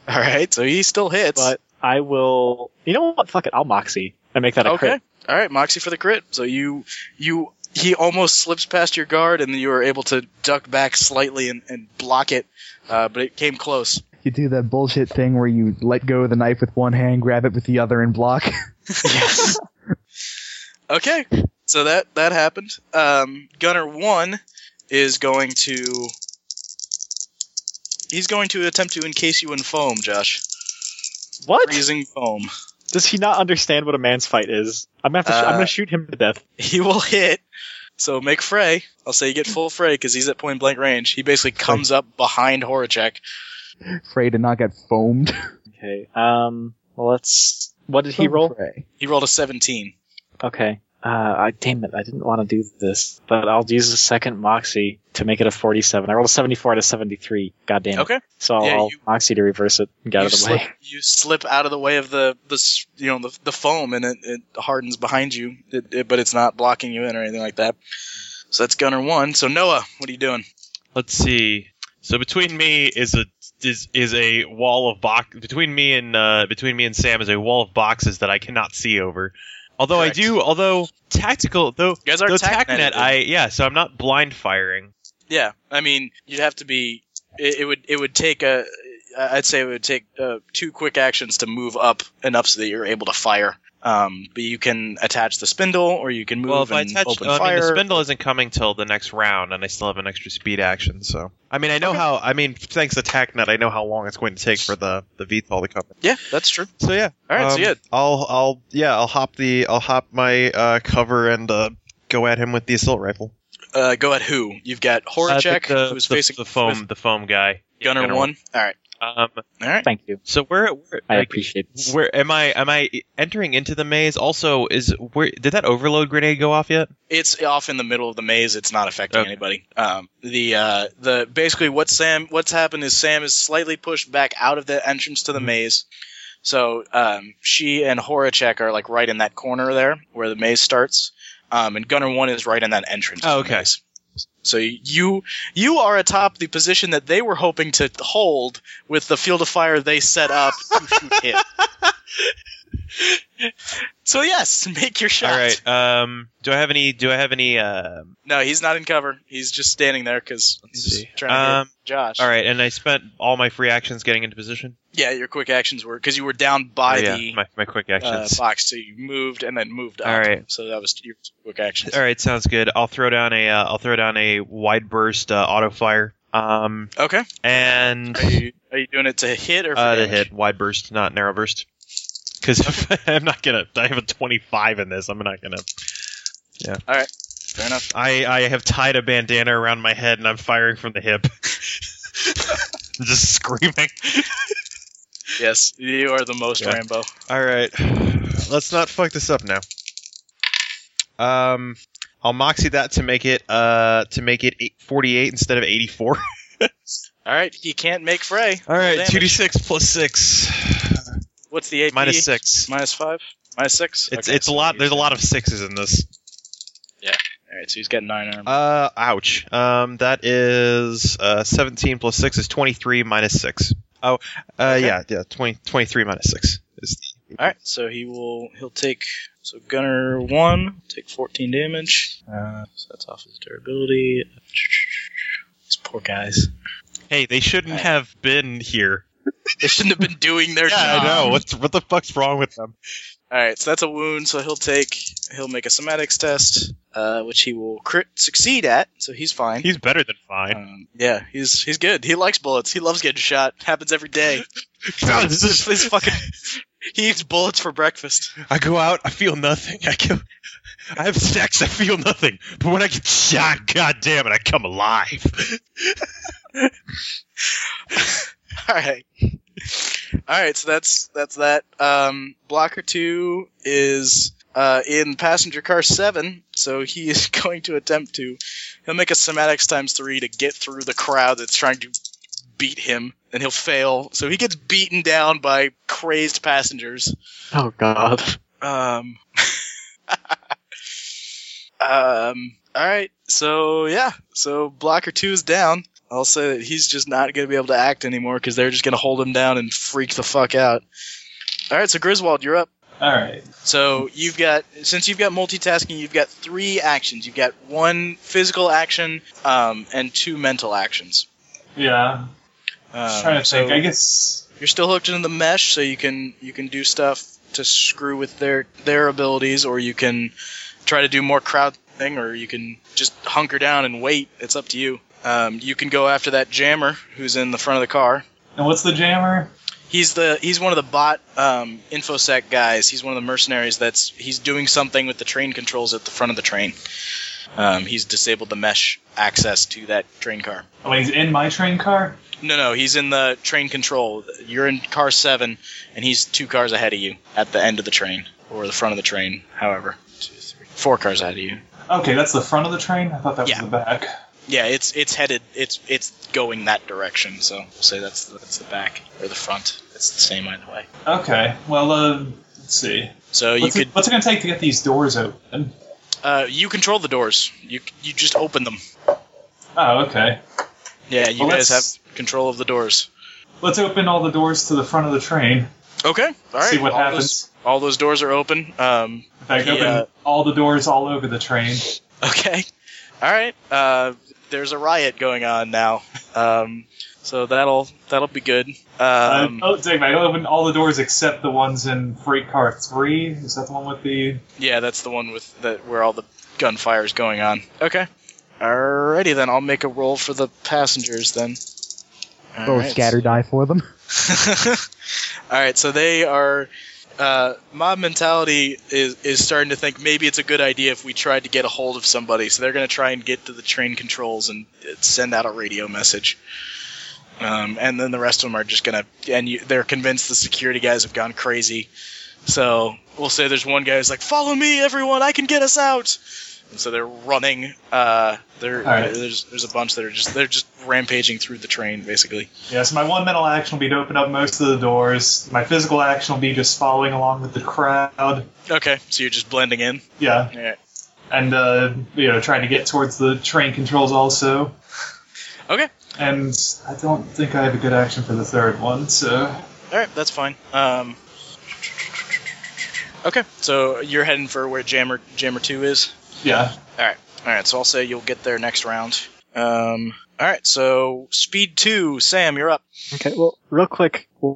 Speaker 1: All right. So he still hits.
Speaker 6: but I will. You know what? Fuck it. I'll moxie and make that a
Speaker 1: okay.
Speaker 6: crit.
Speaker 1: All right, Moxie for the crit. So you you he almost slips past your guard, and you were able to duck back slightly and, and block it, uh, but it came close.
Speaker 4: You do that bullshit thing where you let go of the knife with one hand, grab it with the other, and block. *laughs*
Speaker 1: Yes. *laughs* okay. So that that happened. Um, Gunner one is going to he's going to attempt to encase you in foam, Josh.
Speaker 6: What?
Speaker 1: Freezing foam. *laughs*
Speaker 6: Does he not understand what a man's fight is? I'm gonna have to. sh-
Speaker 1: Uh,
Speaker 6: I'm gonna shoot him to death.
Speaker 1: He will hit. So make fray. I'll say you get full fray because he's at point blank range. He basically comes up behind Horacek.
Speaker 4: Afraid to not get foamed.
Speaker 6: Okay. Um. Well, let's. What did he roll?
Speaker 4: Fray.
Speaker 1: He rolled a 17.
Speaker 6: Okay. Uh, I, damn it! I didn't want to do this, but I'll use a second moxie to make it a 47. I rolled a 74 out of 73. God damn it!
Speaker 1: Okay.
Speaker 6: So
Speaker 1: Yeah,
Speaker 6: I'll
Speaker 1: you-
Speaker 6: moxie to reverse it and get
Speaker 1: you
Speaker 6: out of the
Speaker 1: slip,
Speaker 6: way. *laughs*
Speaker 1: You slip out of the way of the, the s- you know the, the foam and it, it hardens behind you, it, it, but it's not blocking you in or anything like that. So that's Gunner one. So Noah, what are you doing?
Speaker 2: Let's see. So between me is a is is a wall of box between me and uh, between me and Sam is a wall of boxes that I cannot see over. Although
Speaker 1: Correct.
Speaker 2: I do, although tactical though
Speaker 1: You guys are
Speaker 2: though
Speaker 1: tac
Speaker 2: TacNet,
Speaker 1: netted.
Speaker 2: I yeah. So I'm not blind firing.
Speaker 1: Yeah, I mean you'd have to be. It, it would it would take a. I'd say it would take uh, two quick actions to move up enough so that you're able to fire. Um, but you can attach the spindle, or you can move
Speaker 2: Well, if I
Speaker 1: and
Speaker 2: attach,
Speaker 1: open
Speaker 2: I
Speaker 1: fire.
Speaker 2: mean, the spindle isn't coming till the next round, and I still have an extra speed action. So I mean, I know how. I mean, thanks to TacNet, I know how long it's going to take for the the VTOL to come. in.
Speaker 1: yeah, that's true.
Speaker 2: So yeah.
Speaker 1: All right, so
Speaker 2: um,
Speaker 1: yeah,
Speaker 2: I'll I'll yeah I'll hop the I'll hop my uh, cover and uh, go at him with the assault rifle.
Speaker 1: uh, go at who? You've got Horacek,
Speaker 2: Uh, the,
Speaker 1: who's
Speaker 2: the,
Speaker 1: facing
Speaker 2: the foam the foam guy.
Speaker 1: Gunner,
Speaker 2: Gunner
Speaker 1: one. All right,
Speaker 2: Um,
Speaker 1: all right.
Speaker 6: Thank you.
Speaker 2: so where where,
Speaker 6: I
Speaker 2: like,
Speaker 6: appreciate this.
Speaker 2: where am I am I entering into the maze? Also, is where did that overload grenade go off yet?
Speaker 1: It's off in the middle of the maze. It's not affecting
Speaker 2: Okay.
Speaker 1: anybody. Um, the uh, the basically what Sam what's happened is Sam is slightly pushed back out of the entrance
Speaker 2: Mm-hmm.
Speaker 1: to the maze. So um, she and Horacek are like right in that corner there where the maze starts, um, and Gunner One is right in that entrance. to
Speaker 2: Oh,
Speaker 1: the
Speaker 2: okay.
Speaker 1: maze. So you you are atop the position that they were hoping to hold with the field of fire they set up to shoot
Speaker 2: *laughs*
Speaker 1: him. so yes, *laughs* make your shot.
Speaker 2: All right. Um, do I have any? Do I have any? Um,
Speaker 1: No, he's not in cover. He's just standing there because he's just
Speaker 2: see.
Speaker 1: trying to
Speaker 2: Um,
Speaker 1: hit Josh.
Speaker 2: all right. And I spent all my free actions getting into position.
Speaker 1: Yeah, your quick actions were because you were down by
Speaker 2: Oh, yeah,
Speaker 1: the
Speaker 2: my, my quick
Speaker 1: uh,
Speaker 2: actions.
Speaker 1: box, so you moved and then moved up.
Speaker 2: All right.
Speaker 1: So that was your quick actions.
Speaker 2: all right. Sounds good. I'll throw down a uh, I'll throw down a wide burst uh, auto fire. Um,
Speaker 1: Okay.
Speaker 2: and
Speaker 1: Are you, are you doing it to hit or for
Speaker 2: uh, to
Speaker 1: damage?
Speaker 2: hit wide burst, not narrow burst. Because *laughs* I'm not gonna. I have a 25 in this. I'm not gonna.
Speaker 1: Fair enough.
Speaker 2: I, I have tied a bandana around my head and I'm firing from the hip. *laughs* Just screaming.
Speaker 1: Yes, you are the most
Speaker 2: Yeah.
Speaker 1: Rambo.
Speaker 2: All right, let's not fuck this up now. Um, I'll moxie that to make it uh to make it eight- 48 instead of 84.
Speaker 1: All right, he can't make fray.
Speaker 2: All right,
Speaker 1: Damage.
Speaker 2: 2d6 plus six
Speaker 1: What's the AP?
Speaker 2: minus six.
Speaker 1: Minus five. Minus six.
Speaker 2: It's
Speaker 1: Okay,
Speaker 2: it's a
Speaker 1: so
Speaker 2: lot.
Speaker 1: he's
Speaker 2: There's a
Speaker 1: down.
Speaker 2: lot of sixes in this.
Speaker 1: All right, so he's got nine armor.
Speaker 2: Uh, ouch. Um, that is uh 17 plus six is 23 minus six. Oh, uh, yeah, yeah, 20, 23 minus six. Is,
Speaker 1: All right, so he will he'll take so Gunner one take fourteen damage. Uh, so that's off his durability. These poor guys.
Speaker 2: hey, they shouldn't
Speaker 1: All right.
Speaker 2: have been here.
Speaker 1: They shouldn't have been doing their
Speaker 2: Yeah,
Speaker 1: job.
Speaker 2: I know. What's what the fuck's wrong with them?
Speaker 1: All right, so that's a wound. So he'll take he'll make a somatics test, uh, which he will crit succeed at. So he's fine.
Speaker 2: He's better than fine.
Speaker 1: um, yeah, he's he's good. He likes bullets. He loves getting shot. Happens every day.
Speaker 2: God,
Speaker 1: This is- this fucking *laughs* He eats bullets for breakfast.
Speaker 2: *laughs* I go out, I feel nothing. I go, I have sex, I feel nothing. But when I get shot, goddamn it, I come alive.
Speaker 1: All right. All right, so that's that's that. Um, blocker two is uh, in passenger car seven, so he is *laughs* going to attempt to. He'll make a somatics times three to get through the crowd that's trying to beat him, and he'll fail. So he gets beaten down by crazed passengers.
Speaker 6: Oh God.
Speaker 1: Um. *laughs* um. All right. So yeah. So blocker two is down. I'll say that he's just not going to be able to act anymore because they're just going to hold him down and freak the fuck out. All right. So Griswold, you're up.
Speaker 5: All right.
Speaker 1: So you've got since you've got multitasking, you've got three actions. You've got one physical action um, and two mental actions.
Speaker 5: Yeah.
Speaker 1: Um,
Speaker 5: Just trying to
Speaker 1: so
Speaker 5: think. I guess.
Speaker 1: you're still hooked into the mesh, so you can you can do stuff to screw with their their abilities, or you can try to do more crowd thing, or you can just hunker down and wait. It's up to you. Um, you can go after that jammer who's in the front of the car.
Speaker 5: And what's the jammer?
Speaker 1: He's the he's one of the bot um, infosec guys. He's one of the mercenaries that's he's doing something with the train controls at the front of the train. Um, he's disabled the mesh access to that train car.
Speaker 5: Oh, he's in my train car.
Speaker 1: No, no, he's in the train control. You're in car seven, and he's two cars ahead of you at the end of the train or the front of the train, however. Two, three, four cars ahead of you.
Speaker 5: Okay, that's the front of the train. I thought that
Speaker 1: Yeah.
Speaker 5: was the back.
Speaker 1: Yeah, it's it's headed it's it's going that direction. So we'll say that's that's the back or the front. It's the same either way.
Speaker 5: Okay. Well, uh, let's see.
Speaker 1: So you
Speaker 5: What's,
Speaker 1: could
Speaker 5: it, what's it gonna take to get these doors open?
Speaker 1: uh, you control the doors. You you just open them.
Speaker 5: Oh, okay.
Speaker 1: Yeah, you
Speaker 5: Well,
Speaker 1: guys
Speaker 5: let's-
Speaker 1: have control of the doors.
Speaker 5: Let's open all the doors to the front of the train.
Speaker 1: Okay, all right.
Speaker 5: See what
Speaker 1: all Those,
Speaker 5: happens.
Speaker 1: all those doors are open. Um, *laughs*
Speaker 5: In fact,
Speaker 1: Yeah.
Speaker 5: open all the doors all over the train.
Speaker 1: Okay. All right. Uh, there's a riot going on now. Um, so that'll that'll be good. Um,
Speaker 5: uh, oh, take back. Open all the doors except the ones in Freight Car Three. Is that the one with the?
Speaker 1: yeah, that's the one with the, where all the gunfire is going on. Okay. Alrighty then. I'll make a roll for the passengers then. All
Speaker 4: Throw a
Speaker 1: right.
Speaker 4: scatter die for them.
Speaker 1: *laughs* All right, so they are. Uh, mob mentality is, is starting to think maybe it's a good idea if we tried to get a hold of somebody. So they're going to try and get to the train controls and uh, send out a radio message. Um, and then the rest of them are just going to. And you, they're convinced the security guys have gone crazy. So we'll say there's one guy who's like, "Follow me, everyone! I can get us out!" And so they're running. Uh, they're,
Speaker 5: All right.
Speaker 1: there's there's a bunch that are just they're just rampaging through the train basically.
Speaker 5: Yeah, so my one mental action will be to open up most of the doors. My physical action will be just following along with the crowd.
Speaker 1: Okay, so you're just blending in.
Speaker 5: Yeah,
Speaker 1: All right.
Speaker 5: and uh, you know, trying to get towards the train controls also.
Speaker 1: Okay.
Speaker 5: And I don't think I have a good action for the third one, so
Speaker 1: All right, that's fine. Um, okay, so you're heading for where Jammer Jammer Two is.
Speaker 5: yeah.
Speaker 1: All right, so I'll say you'll get there next round. Um, all right, so Speed Two, Sam, you're up.
Speaker 6: Okay. Well, real quick, wh-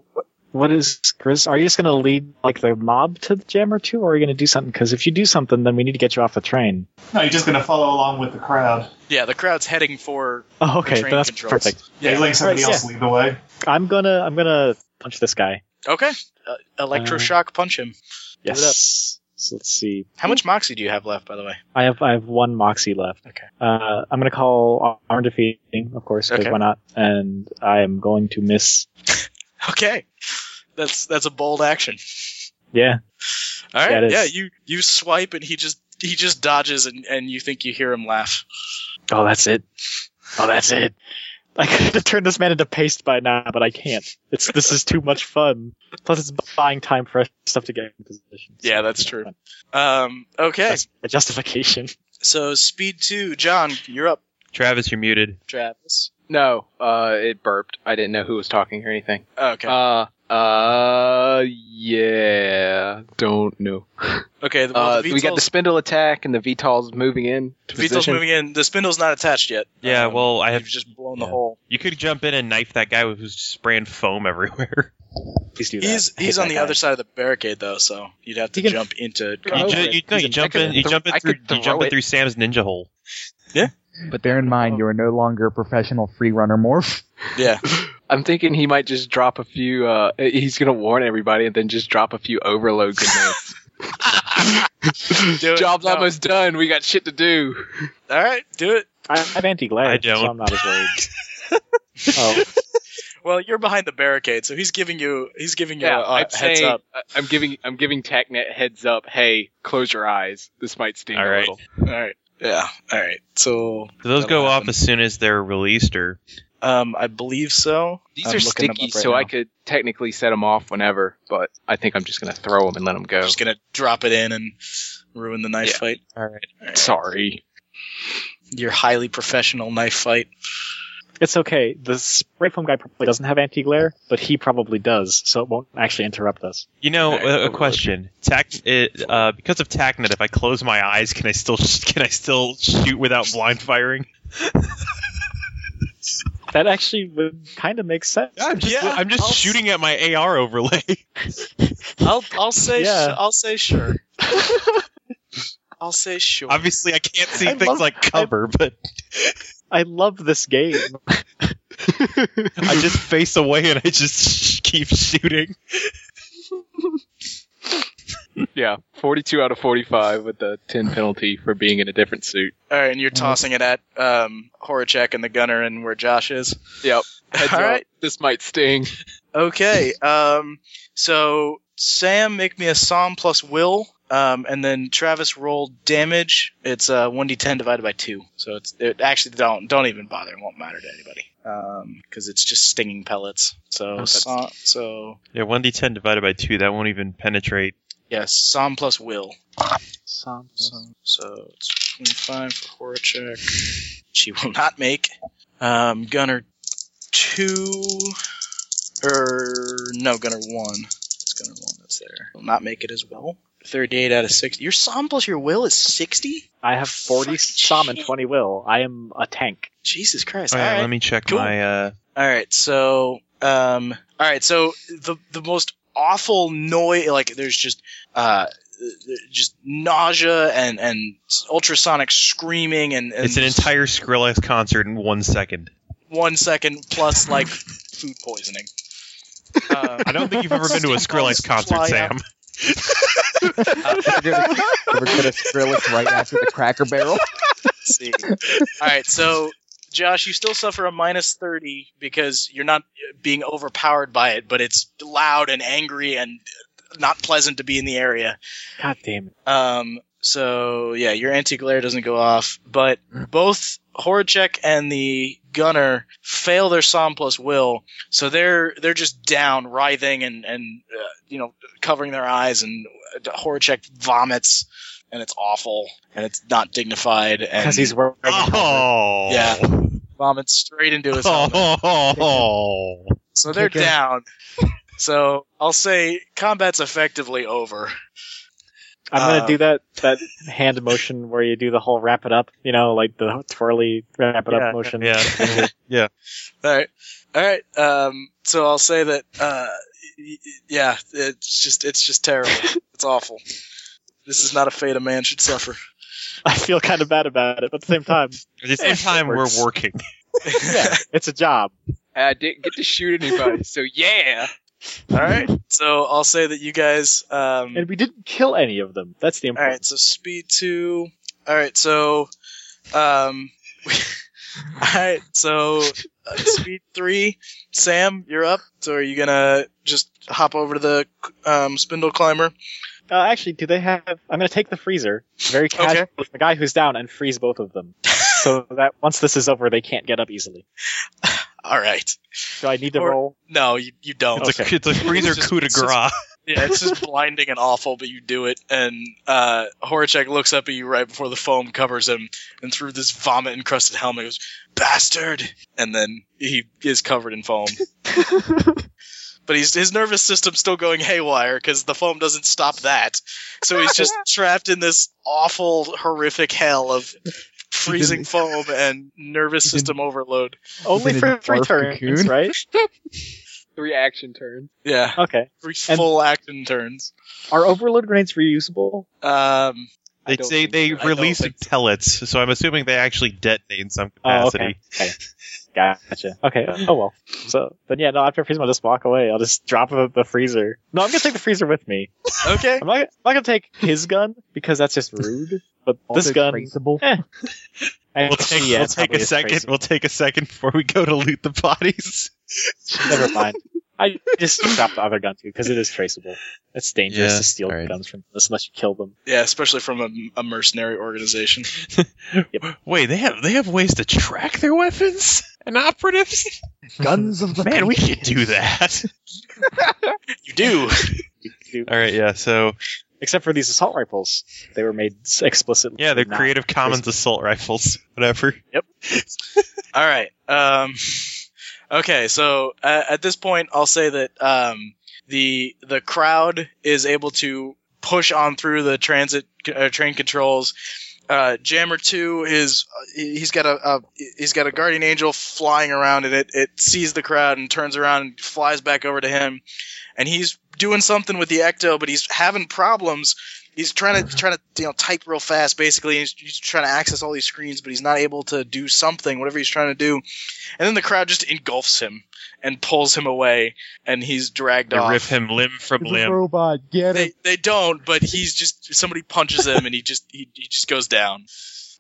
Speaker 6: what is Chris? Are you just gonna lead like the mob to the jammer too, or are you gonna do something? Because if you do something, then we need to get you off the train.
Speaker 5: No, you're just gonna follow along with the crowd.
Speaker 1: Yeah, the crowd's heading for.
Speaker 6: Oh, okay.
Speaker 1: train
Speaker 6: That's
Speaker 1: controls.
Speaker 6: perfect.
Speaker 5: Yeah, you're letting somebody
Speaker 6: Right,
Speaker 5: else lead the way.
Speaker 6: I'm gonna I'm gonna punch this guy.
Speaker 1: Okay, uh, electroshock punch him. Give it up.
Speaker 6: Yes. So let's see.
Speaker 1: How much moxie do you have left, by the way? *laughs*
Speaker 6: I have I have one moxie left.
Speaker 1: Okay.
Speaker 6: Uh, I'm gonna call arm defeating, of course, 'cause
Speaker 1: Okay.
Speaker 6: why not? And I am going to miss.
Speaker 1: Okay, that's that's a bold action.
Speaker 6: Yeah.
Speaker 1: All
Speaker 6: Yeah, it
Speaker 1: right,
Speaker 6: is.
Speaker 1: yeah, you you swipe and he just he just dodges and and you think you hear him laugh.
Speaker 6: Oh, that's it. Oh, that's it. I could have turned this man into paste by now, but I can't. It's this is too much fun. Plus, it's buying time for stuff to get in position. So
Speaker 1: Yeah, that's
Speaker 6: it's
Speaker 1: true.
Speaker 6: fun.
Speaker 1: Um, okay,
Speaker 6: That's a justification.
Speaker 1: so Speed Two, John, you're up.
Speaker 2: Travis, you're muted.
Speaker 1: Travis.
Speaker 8: No, uh, it burped. I didn't know who was talking or anything.
Speaker 1: Okay.
Speaker 8: Uh, uh, yeah, don't know.
Speaker 1: okay. Well,
Speaker 8: Uh,
Speaker 1: the
Speaker 8: we got
Speaker 1: Beatles,
Speaker 8: the spindle attack and the VTOL's moving in. to
Speaker 1: the Beatles
Speaker 8: position.
Speaker 1: moving in. The spindle's not attached yet.
Speaker 2: Yeah,
Speaker 1: Um,
Speaker 2: well, I
Speaker 1: you've
Speaker 2: have.
Speaker 1: just blown the
Speaker 2: yeah.
Speaker 1: hole.
Speaker 2: You could jump in and knife that guy who's spraying foam *laughs* everywhere.
Speaker 6: Please do that.
Speaker 1: He's
Speaker 6: I hate
Speaker 1: he's on
Speaker 6: that
Speaker 1: the
Speaker 6: guy.
Speaker 1: other side of the barricade though, so you'd have to
Speaker 6: He can-
Speaker 1: jump into.
Speaker 2: You,
Speaker 1: conflict.
Speaker 2: ju- you, no,
Speaker 8: He's
Speaker 2: you
Speaker 8: an- I
Speaker 2: jump
Speaker 8: could
Speaker 2: in. You
Speaker 8: throw-
Speaker 2: jump
Speaker 8: I
Speaker 2: in through.
Speaker 8: could
Speaker 2: You
Speaker 8: throw
Speaker 2: jump in
Speaker 8: it.
Speaker 2: through Sam's ninja hole.
Speaker 4: But bear in mind, you are no longer a professional free runner morph.
Speaker 1: yeah.
Speaker 8: I'm thinking he might just drop a few. Uh, he's gonna warn everybody and then just drop a few overload commands.
Speaker 1: Do it. *laughs*
Speaker 8: Job's
Speaker 1: No.
Speaker 8: almost done. We got shit to do.
Speaker 1: All right, do it.
Speaker 6: I, I'm anti-glare,
Speaker 2: I don't.
Speaker 6: so I'm not as worried. oh,
Speaker 1: Well, you're behind the barricade, so he's giving you he's giving you a, a
Speaker 8: I'm
Speaker 1: uh, heads
Speaker 8: saying-
Speaker 1: up.
Speaker 8: I- I'm giving I'm giving TechNet heads up. Hey, close your eyes. This might sting
Speaker 2: All
Speaker 8: a
Speaker 2: right.
Speaker 8: little.
Speaker 1: All right. Yeah. All right. So
Speaker 2: Do those
Speaker 1: That'll
Speaker 2: go off
Speaker 1: happen.
Speaker 2: as soon as they're released, or
Speaker 1: um I believe so.
Speaker 8: These
Speaker 1: I'm
Speaker 8: are
Speaker 1: looking them
Speaker 8: sticky,
Speaker 1: up right
Speaker 8: so I
Speaker 1: now.
Speaker 8: could technically set them off whenever. But I think I'm just gonna throw them and let them go.
Speaker 1: I'm just going to drop it in and ruin the knife
Speaker 8: Yeah.
Speaker 1: fight.
Speaker 2: all right,
Speaker 8: Sorry.
Speaker 1: Your highly professional knife fight.
Speaker 6: it's okay. The spray foam guy probably doesn't have anti-glare, but he probably does, so it won't actually interrupt us.
Speaker 2: you know,
Speaker 8: All right,
Speaker 2: a, a
Speaker 8: overload.
Speaker 2: question. Tac, it, uh, because of TACnet, if I close my eyes, can I still sh- can I still shoot without blind firing?
Speaker 6: That actually would kind of make sense.
Speaker 2: I'm just
Speaker 1: Yeah,
Speaker 2: I'm just
Speaker 1: I'll s-
Speaker 2: shooting at my AR overlay.
Speaker 1: I'll I'll say
Speaker 6: Yeah.
Speaker 1: I'll say sure. I'll say sure.
Speaker 2: Obviously, I can't see
Speaker 6: I
Speaker 2: things
Speaker 6: love-
Speaker 2: like cover, but
Speaker 6: I love this game.
Speaker 2: I just face away and I just keep shooting.
Speaker 8: Yeah, 42 out of 45 with the 10 penalty for being in a different suit.
Speaker 1: All right, and you're tossing it at um Horacek and the gunner and where Josh is. *laughs*
Speaker 8: Yep. Heads
Speaker 1: All
Speaker 8: up,
Speaker 1: right.
Speaker 8: This might sting.
Speaker 1: Okay. Um so Sam make me a psalm plus will um and then Travis roll damage. It's uh 1d10 divided by 2. So it's it actually don't don't even bother. It won't matter to anybody. Um cuz it's just stinging pellets. So
Speaker 2: that's-
Speaker 1: psa- so
Speaker 2: Yeah, one d10 divided by two. That won't even penetrate.
Speaker 1: Yes, Psalm plus Will. Psalm. Psalm. So it's 25 for Horacek. She will not make. Um, Gunner 2. Or, no, Gunner 1. It's Gunner 1 that's there. Will not make it as well. 38 out of 60. Your Psalm plus your Will is 60?
Speaker 6: I have 40
Speaker 1: Fucking
Speaker 6: Psalm and
Speaker 1: shit.
Speaker 6: 20 Will. I am a tank.
Speaker 1: Jesus Christ.
Speaker 2: All right,
Speaker 1: All right.
Speaker 2: Oh, let me check
Speaker 1: cool.
Speaker 2: my. Uh,
Speaker 1: All right, so um, all right, so the the most awful noise, like there's just uh, just nausea and and ultrasonic screaming and, and
Speaker 2: it's an entire Skrillex concert in one second.
Speaker 1: one second plus like food poisoning. Uh,
Speaker 2: I don't think you've ever been to a Skrillex concert,
Speaker 1: Fly out.
Speaker 2: *laughs* Sam.
Speaker 4: We're gonna, we're gonna Skrillex right after the Cracker Barrel.
Speaker 1: let's see. All right, so Josh, you still suffer a minus thirty because you're not being overpowered by it, but it's loud and angry and not pleasant to be in the area.
Speaker 6: God damn it.
Speaker 1: Um, so yeah, your anti-glare doesn't go off, but both Horacek and the gunner fail their psalm plus will, so they're they're just down, writhing and and uh, you know covering their eyes, and uh, Horacek vomits, and it's awful, and it's not dignified, and
Speaker 6: Because he's wearing
Speaker 2: Oh,
Speaker 1: Yeah. vomits straight into
Speaker 2: *laughs*
Speaker 1: his helmet.
Speaker 2: Oh,
Speaker 1: So they're
Speaker 4: Kick ass.
Speaker 1: down. So I'll say combat's effectively over.
Speaker 6: I'm gonna
Speaker 1: Uh,
Speaker 6: do that that hand motion where you do the whole wrap it up, you know, like the twirly wrap it
Speaker 2: Yeah,
Speaker 6: up motion.
Speaker 2: yeah, *laughs* yeah.
Speaker 1: All right, all right. Um, so I'll say that. Uh, y- y- yeah, it's just it's just *laughs* terrible. it's awful. This is not a fate a man should suffer.
Speaker 6: *laughs* I feel kind of bad about it, but at the same time,
Speaker 2: At the same time, we're
Speaker 6: Works.
Speaker 2: working.
Speaker 6: yeah, *laughs* it's a job.
Speaker 8: I didn't get to shoot anybody, so yeah.
Speaker 1: all right. So I'll say that you guys. Um,
Speaker 6: And we didn't kill any of them. That's the
Speaker 1: all
Speaker 6: important.
Speaker 1: right. So speed two. All right. So. Um, *laughs* all right. So uh, speed three. Sam, you're up. So are you gonna just hop over to the um, spindle climber?
Speaker 6: Uh, actually, do they have? I'm gonna take the freezer very casually with the guy who's down and freeze both of
Speaker 1: *laughs*
Speaker 6: them, so that once this is over, they can't get up easily.
Speaker 1: All right.
Speaker 6: Do I need to
Speaker 1: Or-
Speaker 6: roll?
Speaker 1: No, you, you don't.
Speaker 2: It's, a, it's a freezer
Speaker 1: It's just-
Speaker 2: coup de
Speaker 1: it's just-
Speaker 2: grace.
Speaker 1: Yeah, it's just blinding and awful, but you do it. And uh, Horacek looks up at you right before the foam covers him, and through this vomit encrusted helmet, he goes, "Bastard!" And then he is covered in
Speaker 4: *laughs*
Speaker 1: foam. but he's, his nervous system's still going haywire because the foam doesn't stop that. So he's
Speaker 4: *laughs*
Speaker 1: just trapped in this awful, horrific hell of freezing foam and nervous
Speaker 4: He didn't-
Speaker 1: system overload.
Speaker 6: Only
Speaker 4: it
Speaker 6: for
Speaker 4: a
Speaker 6: three
Speaker 4: dwarf
Speaker 6: turns,
Speaker 4: cocoon?
Speaker 6: right?
Speaker 8: Three action turns.
Speaker 1: Yeah,
Speaker 6: Okay.
Speaker 1: three
Speaker 6: And-
Speaker 1: full action turns.
Speaker 6: Are overload grenades reusable?
Speaker 1: Um,
Speaker 8: I
Speaker 2: They
Speaker 8: don't
Speaker 2: say
Speaker 8: think
Speaker 2: they
Speaker 8: so. I don't
Speaker 2: release
Speaker 8: think
Speaker 2: pellets, so I'm assuming they actually detonate in some
Speaker 6: Oh,
Speaker 2: capacity.
Speaker 6: okay. okay. Gotcha. Okay.
Speaker 2: Uh,
Speaker 6: Oh well. So then, yeah. No, after freezing, I'll just walk away. I'll just drop the, the freezer. No, I'm gonna take the freezer with me.
Speaker 1: Okay.
Speaker 6: I'm not. I'm not gonna take his gun because that's just rude. But this
Speaker 4: Also
Speaker 6: gun,
Speaker 4: traceable.
Speaker 2: We'll take,
Speaker 6: yeah,
Speaker 2: we'll
Speaker 6: it's
Speaker 2: take
Speaker 6: probably
Speaker 2: a
Speaker 6: is
Speaker 2: second.
Speaker 6: traceable.
Speaker 2: We'll take a second before we go to loot the bodies.
Speaker 6: Never mind. I
Speaker 2: *laughs*
Speaker 6: just dropped the other gun too because it is traceable. It's dangerous
Speaker 2: Yeah,
Speaker 6: to steal
Speaker 2: alright.
Speaker 6: guns from this unless you kill them.
Speaker 1: Yeah, especially from a, a mercenary organization.
Speaker 2: Wait, they have they have ways to track their weapons and operatives.
Speaker 4: Guns of the
Speaker 2: Man, we could do *laughs* that.
Speaker 1: You do.
Speaker 6: You-
Speaker 2: All right, yeah. So
Speaker 6: Except for these assault rifles, they were made s- explicitly.
Speaker 2: yeah, they're
Speaker 6: not-
Speaker 2: Creative Commons assault rifles, *laughs* whatever.
Speaker 1: All right. Um, *laughs* okay, so uh, at this point, I'll say that um, the the crowd is able to push on through the transit uh, train controls. Uh, Jammer Two is he's got a, a he's got a guardian angel flying around, and it it sees the crowd and turns around and flies back over to him, and he's doing something with the ecto, but he's having problems. He's trying to trying to you know type real fast, basically. He's, he's trying to access all these screens, but he's not able to do something, whatever he's trying to do. And then the crowd just engulfs him and pulls him away, and he's dragged
Speaker 2: They
Speaker 1: off.
Speaker 2: rip him limb from
Speaker 4: He's a
Speaker 2: limb.
Speaker 4: robot. Get
Speaker 1: They
Speaker 4: it?
Speaker 1: they don't, but he's just somebody punches him and he just he, he just goes down.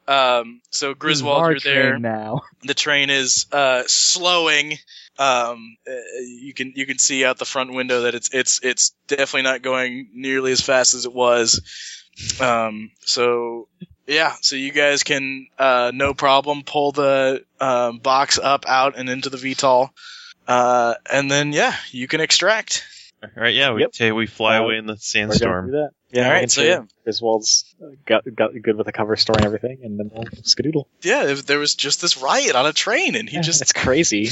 Speaker 1: Um, so Griswold,
Speaker 4: Our
Speaker 1: you're there.
Speaker 4: train now.
Speaker 1: The train is uh, slowing. Um, uh, you can you can see out the front window that it's it's it's definitely not going nearly as fast as it was. Um, so yeah, so you guys can uh, no problem pull the um, box up out and into the VTOL. Uh, and then yeah, you can extract.
Speaker 2: All right, yeah. We
Speaker 6: Yep.
Speaker 2: ta- we fly
Speaker 6: Uh,
Speaker 2: away in the
Speaker 6: We're gonna do
Speaker 2: sandstorm.
Speaker 6: that. Yeah.
Speaker 1: All
Speaker 6: we
Speaker 1: right,
Speaker 6: can
Speaker 1: so
Speaker 6: see
Speaker 1: yeah.
Speaker 6: Griswold's uh, got, got good with the cover story and everything, and then we'll skedoodle.
Speaker 1: Yeah, if there was just this riot on a train, and he just
Speaker 6: it's crazy.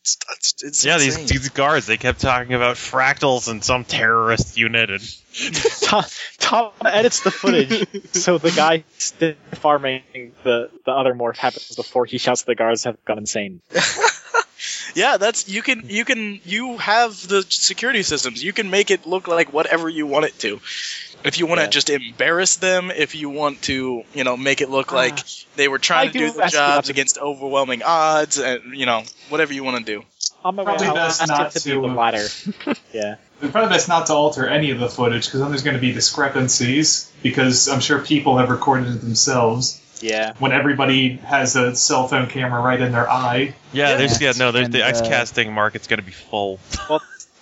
Speaker 1: it's, it's, it's
Speaker 2: Yeah, these,
Speaker 1: insane.
Speaker 2: these guards they kept talking about fractals and some terrorist unit and
Speaker 6: Tom, Tom edits the footage, so the guy stiff farming the, the other morph happens before he shouts the guards have gone insane.
Speaker 1: Yeah, that's you can you can you have the security systems. You can make it look like whatever you want it to. If you want
Speaker 6: Yeah.
Speaker 1: to just embarrass them, if you want to, you know, make it look like they were trying
Speaker 6: Uh-huh. I
Speaker 1: to
Speaker 6: do
Speaker 1: do their
Speaker 6: ask you
Speaker 1: jobs
Speaker 6: that.
Speaker 1: against overwhelming odds, and you know, whatever you want to do.
Speaker 6: On my
Speaker 5: Probably
Speaker 6: way out,
Speaker 5: best
Speaker 6: I'll
Speaker 5: not
Speaker 6: skip to
Speaker 5: to-
Speaker 6: the ladder. *laughs* yeah.
Speaker 5: It's probably best not to alter any of the footage because then there's going to be discrepancies because I'm sure people have recorded it themselves
Speaker 6: Yeah.
Speaker 5: when everybody has a cell phone camera right in their eye.
Speaker 2: yeah, there's yeah no there's
Speaker 4: And,
Speaker 2: the
Speaker 4: uh,
Speaker 2: X casting market's gonna be full.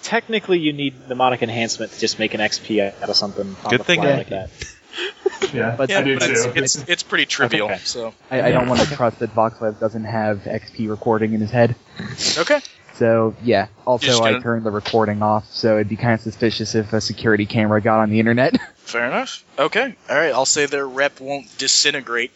Speaker 6: Technically, you need mnemonic enhancement to just make an XP out of something. on
Speaker 2: Good
Speaker 6: the
Speaker 2: thing
Speaker 6: fly
Speaker 4: I-
Speaker 6: like that.
Speaker 5: Yeah,
Speaker 4: But
Speaker 5: I do
Speaker 1: but it's,
Speaker 5: too.
Speaker 1: it's it's pretty trivial.
Speaker 6: Okay.
Speaker 1: So
Speaker 4: I, I don't want to trust that VoxLab doesn't have XP recording in his head.
Speaker 1: okay,
Speaker 4: So yeah. Also,
Speaker 1: Just
Speaker 4: I
Speaker 1: gonna-
Speaker 4: turned the recording off, so it'd be kind of suspicious if a security camera got on the internet. *laughs*
Speaker 1: fair enough. Okay, all right. I'll say their rep won't disintegrate.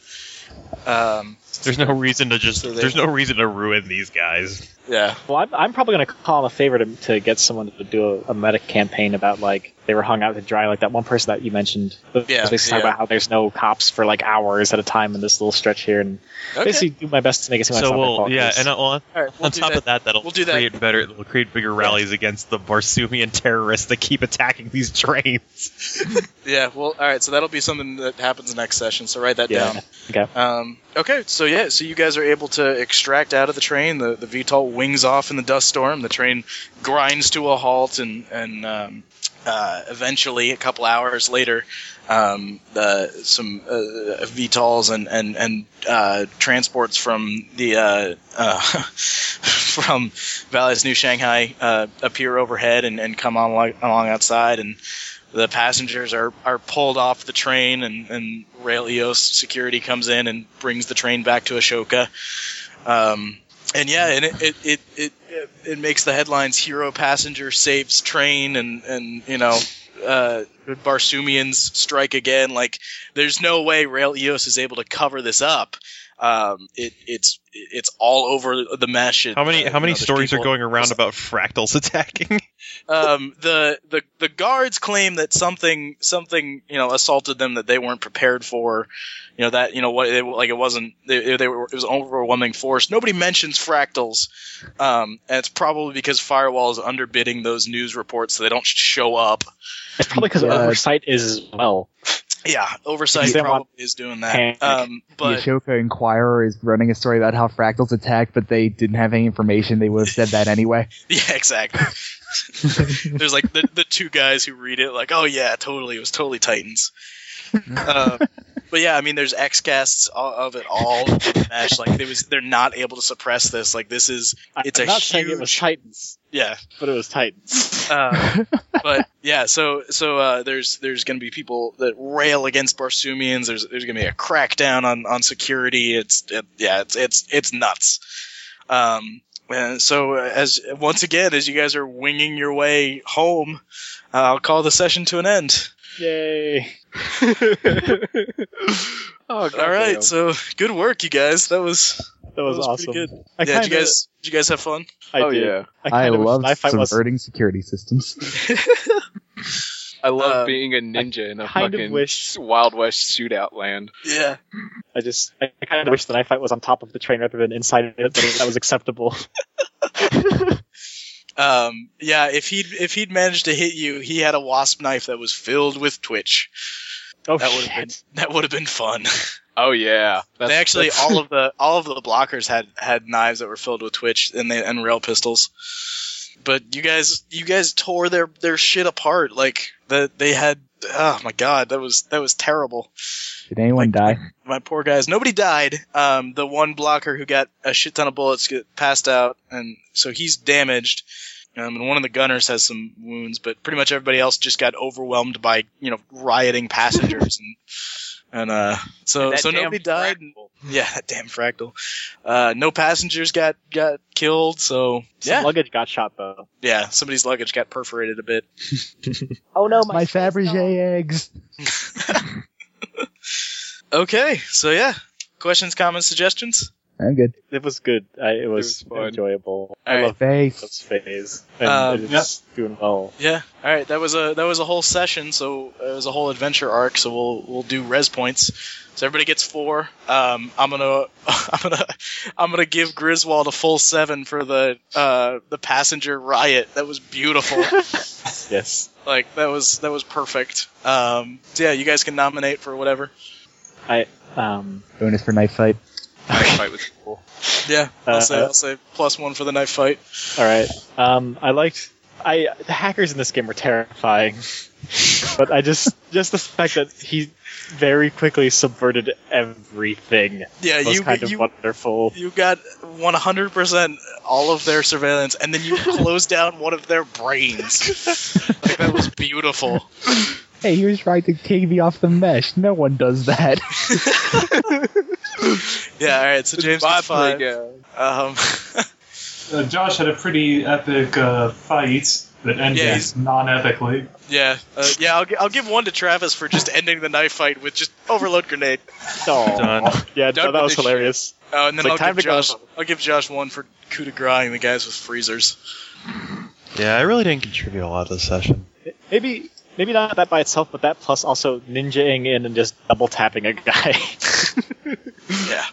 Speaker 1: Um,
Speaker 2: There's no reason to just
Speaker 1: So they-
Speaker 2: there's no reason to ruin these guys.
Speaker 1: yeah.
Speaker 6: Well, I'm, I'm probably going to call a favor to, to get someone to do a, a meta campaign about like they were hung out to dry, like that one person that you mentioned.
Speaker 1: Yeah,
Speaker 6: They talk
Speaker 1: yeah.
Speaker 6: about how there's no cops for like hours at a time in this little stretch here, and
Speaker 1: Okay.
Speaker 6: basically do my best to make it seem like it's
Speaker 2: so
Speaker 6: not my
Speaker 2: we'll
Speaker 6: fault,
Speaker 2: yeah,
Speaker 6: 'cause-
Speaker 2: and uh, on,
Speaker 1: All right. We'll
Speaker 2: on
Speaker 1: do
Speaker 2: top
Speaker 1: that.
Speaker 2: of that, that'll
Speaker 1: We'll do that.
Speaker 2: create better, it'll create bigger rallies against the Barsoomian terrorists that keep attacking these *laughs* trains.
Speaker 1: Yeah, well, all right. So that'll be something that happens next session. So write that
Speaker 6: Yeah,
Speaker 1: down.
Speaker 6: okay.
Speaker 1: Um, okay. So yeah. So you guys are able to extract out of the train. The the VTOL wings off in the dust storm. The train grinds to a halt, and and um, uh, eventually, a couple hours later, um, uh, some uh, VTOLs and and and uh, transports from the uh, uh, *laughs* from Valley's New Shanghai uh, appear overhead and, and come on along, along outside and the passengers are, are pulled off the train and, and Raelios security comes in and brings the train back to Ashoka. Um, and yeah, and it, it, it, it, it makes the headlines hero passenger saves train and, and you know, uh, Barsoomians strike again. Like there's no way Raelios is able to cover this up. Um, it, it's, it's all over the mesh.
Speaker 2: How many
Speaker 1: Uh,
Speaker 2: how many
Speaker 1: you know, there's
Speaker 2: stories are
Speaker 1: people-
Speaker 2: going around about fractals attacking?
Speaker 1: um, the, the the guards claim that something something you know assaulted them that they weren't prepared for. You know that you know what it, like it wasn't they, they were it was overwhelming force. Nobody mentions fractals, um, and it's probably because Firewall is underbidding those news reports so they don't show up.
Speaker 6: it's probably because
Speaker 4: Yeah.
Speaker 6: oversight is as well.
Speaker 1: Yeah, oversight
Speaker 6: They
Speaker 1: probably
Speaker 6: want
Speaker 1: is doing that.
Speaker 6: panic.
Speaker 1: Um, but
Speaker 4: the Ashoka Inquirer is running a story about how fractals attacked, but they didn't have any information. They would have said that anyway.
Speaker 1: *laughs* yeah, exactly. There's like the, the two guys who read it, like, oh yeah, totally, it was totally Titans. Uh, but yeah, I mean, there's X casts of it all. Smash, like, they was they're not able to suppress this. Like, this is
Speaker 6: I-
Speaker 1: It's
Speaker 6: I'm
Speaker 1: a
Speaker 6: not saying it was
Speaker 1: huge-
Speaker 6: Titans,
Speaker 1: yeah.
Speaker 6: but it was Titans.
Speaker 1: Uh, but yeah, so so uh, there's there's going to be people that rail against Barsumians. There's there's going to be a crackdown on on security. It's it, yeah, it's it's it's nuts. Um, and so uh, as once again, as you guys are winging your way home, uh, I'll call the session to an end.
Speaker 6: Yay!
Speaker 7: Oh,
Speaker 1: All right, so good work, you guys. That was
Speaker 6: That was,
Speaker 1: was
Speaker 6: awesome.
Speaker 1: pretty
Speaker 6: I
Speaker 1: yeah. Did
Speaker 6: kinda-
Speaker 1: you guys did you guys have fun?
Speaker 6: I
Speaker 7: oh
Speaker 6: did.
Speaker 7: yeah,
Speaker 6: I,
Speaker 4: I,
Speaker 6: kind of-
Speaker 4: love
Speaker 6: I fight was
Speaker 4: subverting security systems.
Speaker 7: I
Speaker 1: Uh,
Speaker 7: love being a ninja in a
Speaker 6: kind of
Speaker 7: fucking
Speaker 6: wish-
Speaker 7: Wild West shootout land.
Speaker 1: Yeah.
Speaker 6: I just I kind of wish the knife fight was on top of the train rather than inside it, but that was acceptable.
Speaker 1: Um, yeah. If he'd if he'd managed to hit you, he had a wasp knife that was filled with twitch.
Speaker 6: Oh
Speaker 1: That would've
Speaker 6: *laughs* shit!
Speaker 1: That would have been fun.
Speaker 7: Oh yeah, that's,
Speaker 1: they actually all of the all of the blockers had had knives that were filled with twitch and they and rail pistols. But you guys you guys tore their their shit apart like that they had oh my god that was that was terrible.
Speaker 4: Did anyone die?
Speaker 1: My poor guys. Nobody died. Um, the one blocker who got a shit ton of bullets get passed out and so he's damaged. Um, and one of the gunners has some wounds, but pretty much everybody else just got overwhelmed by you know rioting passengers and and uh so
Speaker 8: That
Speaker 1: so
Speaker 8: damn
Speaker 1: nobody died.
Speaker 8: fractal.
Speaker 1: Yeah, that damn fractal. Uh, no passengers got got killed, so yeah,
Speaker 6: Some luggage got shot though.
Speaker 1: yeah. Somebody's luggage got perforated a bit.
Speaker 3: Oh no, my,
Speaker 4: My
Speaker 3: space dog.
Speaker 4: Fabergé eggs.
Speaker 1: Okay, so yeah. Questions, comments, suggestions.
Speaker 4: I'm good.
Speaker 6: It was good. I, it was,
Speaker 7: was fun.
Speaker 6: enjoyable. I
Speaker 1: Alright.
Speaker 6: love
Speaker 4: Face.
Speaker 6: this phase. And
Speaker 1: Um,
Speaker 6: it is doing well.
Speaker 1: Yeah. All right, that was a that was a whole session, so it was a whole adventure arc. So we'll we'll do res points. So everybody gets four. Um, I'm gonna *laughs* I'm gonna I'm gonna give Griswold a full seven for the uh the passenger riot. That was beautiful.
Speaker 6: Yes.
Speaker 1: like that was that was perfect. Um, so yeah, you guys can nominate for whatever.
Speaker 6: Um,
Speaker 4: Bonus for knife fight.
Speaker 7: That fight was cool.
Speaker 1: Yeah, I'll
Speaker 6: Uh,
Speaker 1: say I'll say plus one for the knife fight.
Speaker 6: all right. Um, I liked. I the hackers in this game were terrifying, but
Speaker 1: *laughs*
Speaker 6: I just just the fact that he very quickly subverted everything
Speaker 1: Yeah,
Speaker 6: was
Speaker 1: you
Speaker 6: kind of
Speaker 1: you, *laughs*
Speaker 6: wonderful.
Speaker 1: you got one hundred percent all of their surveillance, and then you
Speaker 6: *laughs*
Speaker 1: closed down one of their brains. like that was beautiful.
Speaker 4: Hey, he was trying to kick me off the mesh. No one does that. *laughs*
Speaker 1: Yeah, all right. So James got five.
Speaker 7: playground.
Speaker 1: Um, *laughs*
Speaker 5: Uh, Josh had a pretty epic uh, fight that ended
Speaker 1: Yeah, he's-
Speaker 5: non-epically.
Speaker 1: yeah, uh, yeah. I'll, gi- I'll give one to Travis for just ending the knife fight with just overload grenade.
Speaker 6: Aw.
Speaker 2: Done.
Speaker 6: Yeah,
Speaker 7: Done
Speaker 6: no, that
Speaker 7: with
Speaker 6: was
Speaker 7: this shit.
Speaker 6: hilarious.
Speaker 1: Uh, and then
Speaker 6: It's like,
Speaker 1: I'll
Speaker 6: time
Speaker 1: give
Speaker 6: to go.
Speaker 1: Josh. I'll give Josh one for coup de grace the guys with freezers.
Speaker 2: Yeah, I really didn't contribute a lot to the session.
Speaker 6: Maybe maybe not that by itself, but that plus also ninjaing in and just double tapping a guy. *laughs*
Speaker 1: yeah.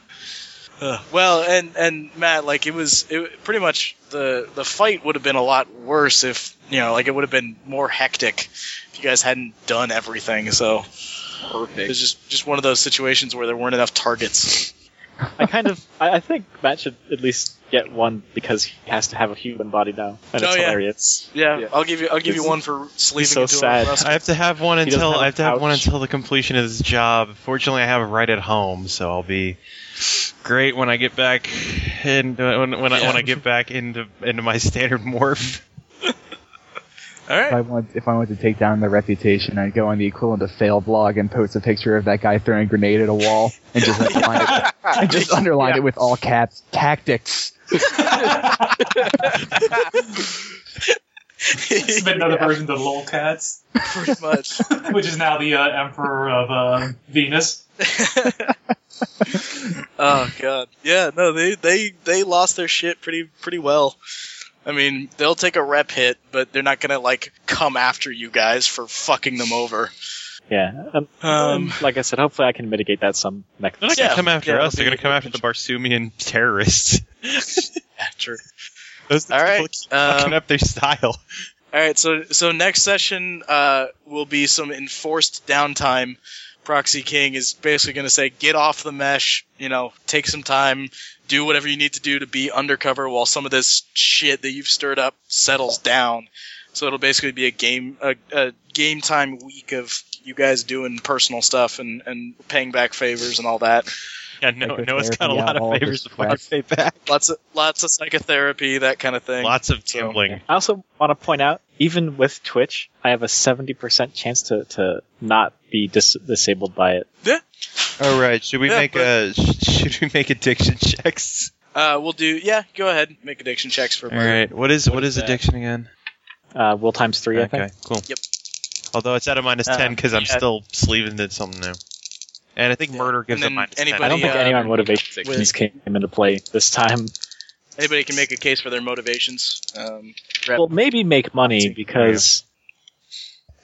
Speaker 1: Uh, well, and and Matt, like it was, it pretty much the the fight would have been a lot worse if you know, like it would have been more hectic if you guys hadn't done everything. So it
Speaker 7: Perfect.
Speaker 1: was just just one of those situations where there weren't enough targets.
Speaker 6: I kind of I, I think Matt should at least get one because he has to have a human body now, and
Speaker 1: Oh,
Speaker 6: it's
Speaker 1: yeah.
Speaker 6: hilarious.
Speaker 1: Yeah,
Speaker 7: Yeah.
Speaker 1: I'll give you I'll give you
Speaker 6: It's-
Speaker 1: one for sleeping
Speaker 6: so
Speaker 1: into
Speaker 6: sad.
Speaker 1: a rust.
Speaker 2: I have to have one
Speaker 6: He doesn't
Speaker 2: until
Speaker 6: have a
Speaker 2: I have to have one
Speaker 6: pouch.
Speaker 2: until the completion of this job. Fortunately, I have it right at home, so I'll be great when I get back and when when, I, when I get back into into my standard morph.
Speaker 1: All
Speaker 4: If
Speaker 1: right.
Speaker 4: I want, if I want to take down their reputation, I'd go on the equivalent of fail blog and post a picture of that guy throwing a grenade at a wall and just underline it. I just underlined it with all caps. Tactics.
Speaker 1: *laughs*
Speaker 5: It's been another version of the lolcats,
Speaker 1: pretty much.
Speaker 5: which is now the uh, Emperor of uh, Venus.
Speaker 1: oh god. Yeah, no, they they they lost their shit pretty pretty well. I mean, they'll take a rep hit, but they're not gonna like come after you guys for fucking them over.
Speaker 6: *laughs* Yeah, um,
Speaker 1: Um,
Speaker 6: like I said, hopefully I can mitigate that some next.
Speaker 2: They're not gonna
Speaker 1: Yeah.
Speaker 2: come after
Speaker 1: Yeah,
Speaker 2: us.
Speaker 1: it'll
Speaker 2: They're gonna
Speaker 1: be-
Speaker 2: come after the Barsumian terrorists.
Speaker 1: true.
Speaker 2: Those
Speaker 1: All
Speaker 2: people
Speaker 1: right.
Speaker 2: keep fucking
Speaker 1: Um, all
Speaker 2: up their style.
Speaker 1: right. So so next session uh, will be some enforced downtime Proxy King is basically going to say, get off the mesh, you know, take some time, do whatever you need to do to be undercover while some of this shit that you've stirred up settles down. So it'll basically be a game, a, a game time week of you guys doing personal stuff and, and paying back favors and all that.
Speaker 2: *laughs* Yeah, no,
Speaker 4: Psychotherapy,
Speaker 2: Noah's got a
Speaker 4: yeah,
Speaker 2: lot
Speaker 4: all
Speaker 2: of favors
Speaker 4: this
Speaker 2: to
Speaker 4: crap.
Speaker 2: pay back.
Speaker 1: Lots of, lots of psychotherapy, that kind of thing.
Speaker 2: Lots of gambling.
Speaker 6: I also want to point out, even with Twitch, I have a 70% chance to, to not be dis- disabled by it.
Speaker 2: All right, should we
Speaker 1: Yeah,
Speaker 2: make
Speaker 1: but-
Speaker 2: a *laughs* should we make addiction checks?
Speaker 1: Uh, we'll do, yeah, go ahead, make addiction checks for
Speaker 2: All right, what is what is
Speaker 1: is that?
Speaker 2: addiction again?
Speaker 6: Uh, will times three, I
Speaker 2: Okay,
Speaker 6: think.
Speaker 2: cool.
Speaker 1: Yep.
Speaker 2: Although it's at a minus
Speaker 1: Uh,
Speaker 2: ten because I'm
Speaker 1: yeah.
Speaker 2: still sleeving to something new, and I think
Speaker 1: Yeah.
Speaker 2: murder gives
Speaker 1: And
Speaker 2: a
Speaker 1: then
Speaker 2: minus
Speaker 1: anybody,
Speaker 6: I don't
Speaker 1: But,
Speaker 6: think
Speaker 1: uh,
Speaker 6: any of my motivations came into play this time.
Speaker 1: Anybody can make a case for their motivations. Um, rep-
Speaker 6: Well, maybe make money because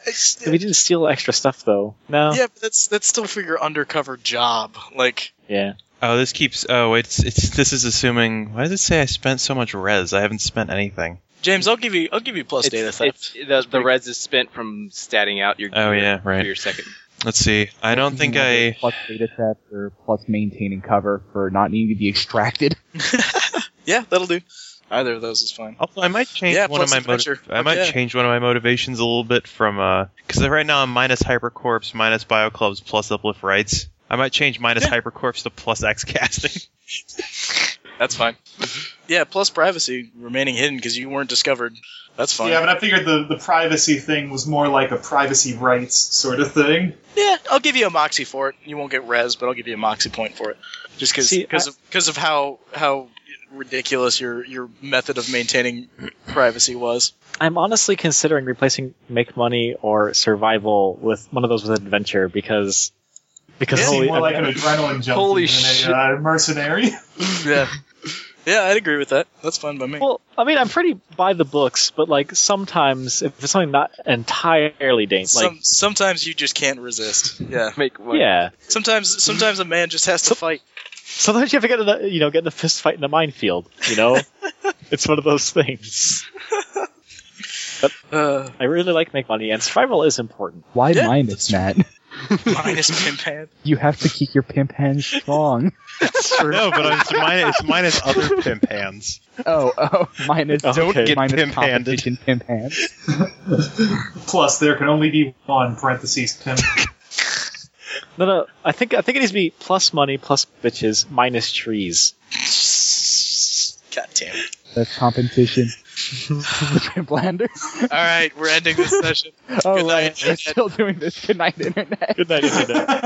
Speaker 1: it's-
Speaker 6: we uh, didn't steal extra stuff though. No.
Speaker 1: yeah, but that's that's still for your undercover job. Like,
Speaker 6: Yeah.
Speaker 2: Oh, this keeps. Oh, it's it's. This is assuming. Why does it say I spent so much res? I haven't spent anything.
Speaker 1: James, I'll give you I'll give you plus data theft.
Speaker 8: it's- the the res is spent from statting out your
Speaker 2: Oh
Speaker 8: gear
Speaker 2: yeah,
Speaker 8: for
Speaker 2: right.
Speaker 8: your second.
Speaker 2: Let's see. I don't think I.
Speaker 4: plus data set or plus maintaining cover for not needing to be extracted.
Speaker 1: yeah, that'll do. Either of those is fine.
Speaker 2: Although I might change
Speaker 1: Yeah,
Speaker 2: one of
Speaker 1: plus
Speaker 2: my
Speaker 1: adventure.
Speaker 2: motiv- I might
Speaker 1: Yeah.
Speaker 2: change one of my motivations a little bit from uh because right now I'm minus hypercorpse, minus bioclubs, plus uplift rights. I might change minus hypercorpse to plus X casting.
Speaker 1: That's fine. *laughs* yeah, plus privacy remaining hidden because you weren't discovered. That's fine.
Speaker 5: Yeah,
Speaker 1: Yeah,
Speaker 5: but I figured the, the privacy thing was more like a privacy rights sort of thing.
Speaker 1: I'll give you a moxie for it. You won't get res, but I'll give you a moxie point for it. Just because
Speaker 6: See,
Speaker 1: because of because of how how ridiculous your your method of maintaining privacy was.
Speaker 6: I'm honestly considering replacing make money or survival with one of those with adventure because because
Speaker 5: It
Speaker 6: holy
Speaker 5: seemed more like
Speaker 6: *laughs*
Speaker 5: an adrenaline junkie
Speaker 8: Holy
Speaker 5: than
Speaker 8: shit.
Speaker 5: a uh, mercenary.
Speaker 1: yeah. *laughs* Yeah, I'd agree with that. That's fine by me.
Speaker 6: well, I mean, I'm pretty by the books, but like sometimes if it's something not entirely dangerous,
Speaker 1: Some,
Speaker 6: like
Speaker 1: sometimes you just can't resist. Yeah.
Speaker 8: *laughs* Make money.
Speaker 6: yeah,
Speaker 1: Sometimes sometimes a man *laughs* just has to fight.
Speaker 6: sometimes you have to get in a, you know get in a fist fight in a minefield. You know, it's one of those things.
Speaker 1: Uh,
Speaker 6: I really like make money, and survival is important.
Speaker 4: Why
Speaker 1: Yeah,
Speaker 4: minus, Matt?
Speaker 1: minus pimp hand.
Speaker 4: You have to keep your pimp
Speaker 2: *laughs*
Speaker 4: hands strong.
Speaker 2: no, but it's minus it's minus other pimp hands.
Speaker 4: Oh, oh, minus
Speaker 6: Don't
Speaker 4: okay,
Speaker 2: get
Speaker 4: minus
Speaker 2: pimp-handed.
Speaker 4: competition pimp hands.
Speaker 5: Plus, there can only be one parentheses pimp.
Speaker 6: No, no, I think I think it needs to be plus money, plus bitches, minus trees.
Speaker 1: God damn it.
Speaker 4: That's
Speaker 2: *laughs*
Speaker 4: competition. *laughs* Blander.
Speaker 1: All right, we're ending this session.
Speaker 4: Oh,
Speaker 1: Good night,
Speaker 4: right. We're
Speaker 1: Internet.
Speaker 4: still doing this. Good night, internet.
Speaker 6: *laughs* Good night, internet.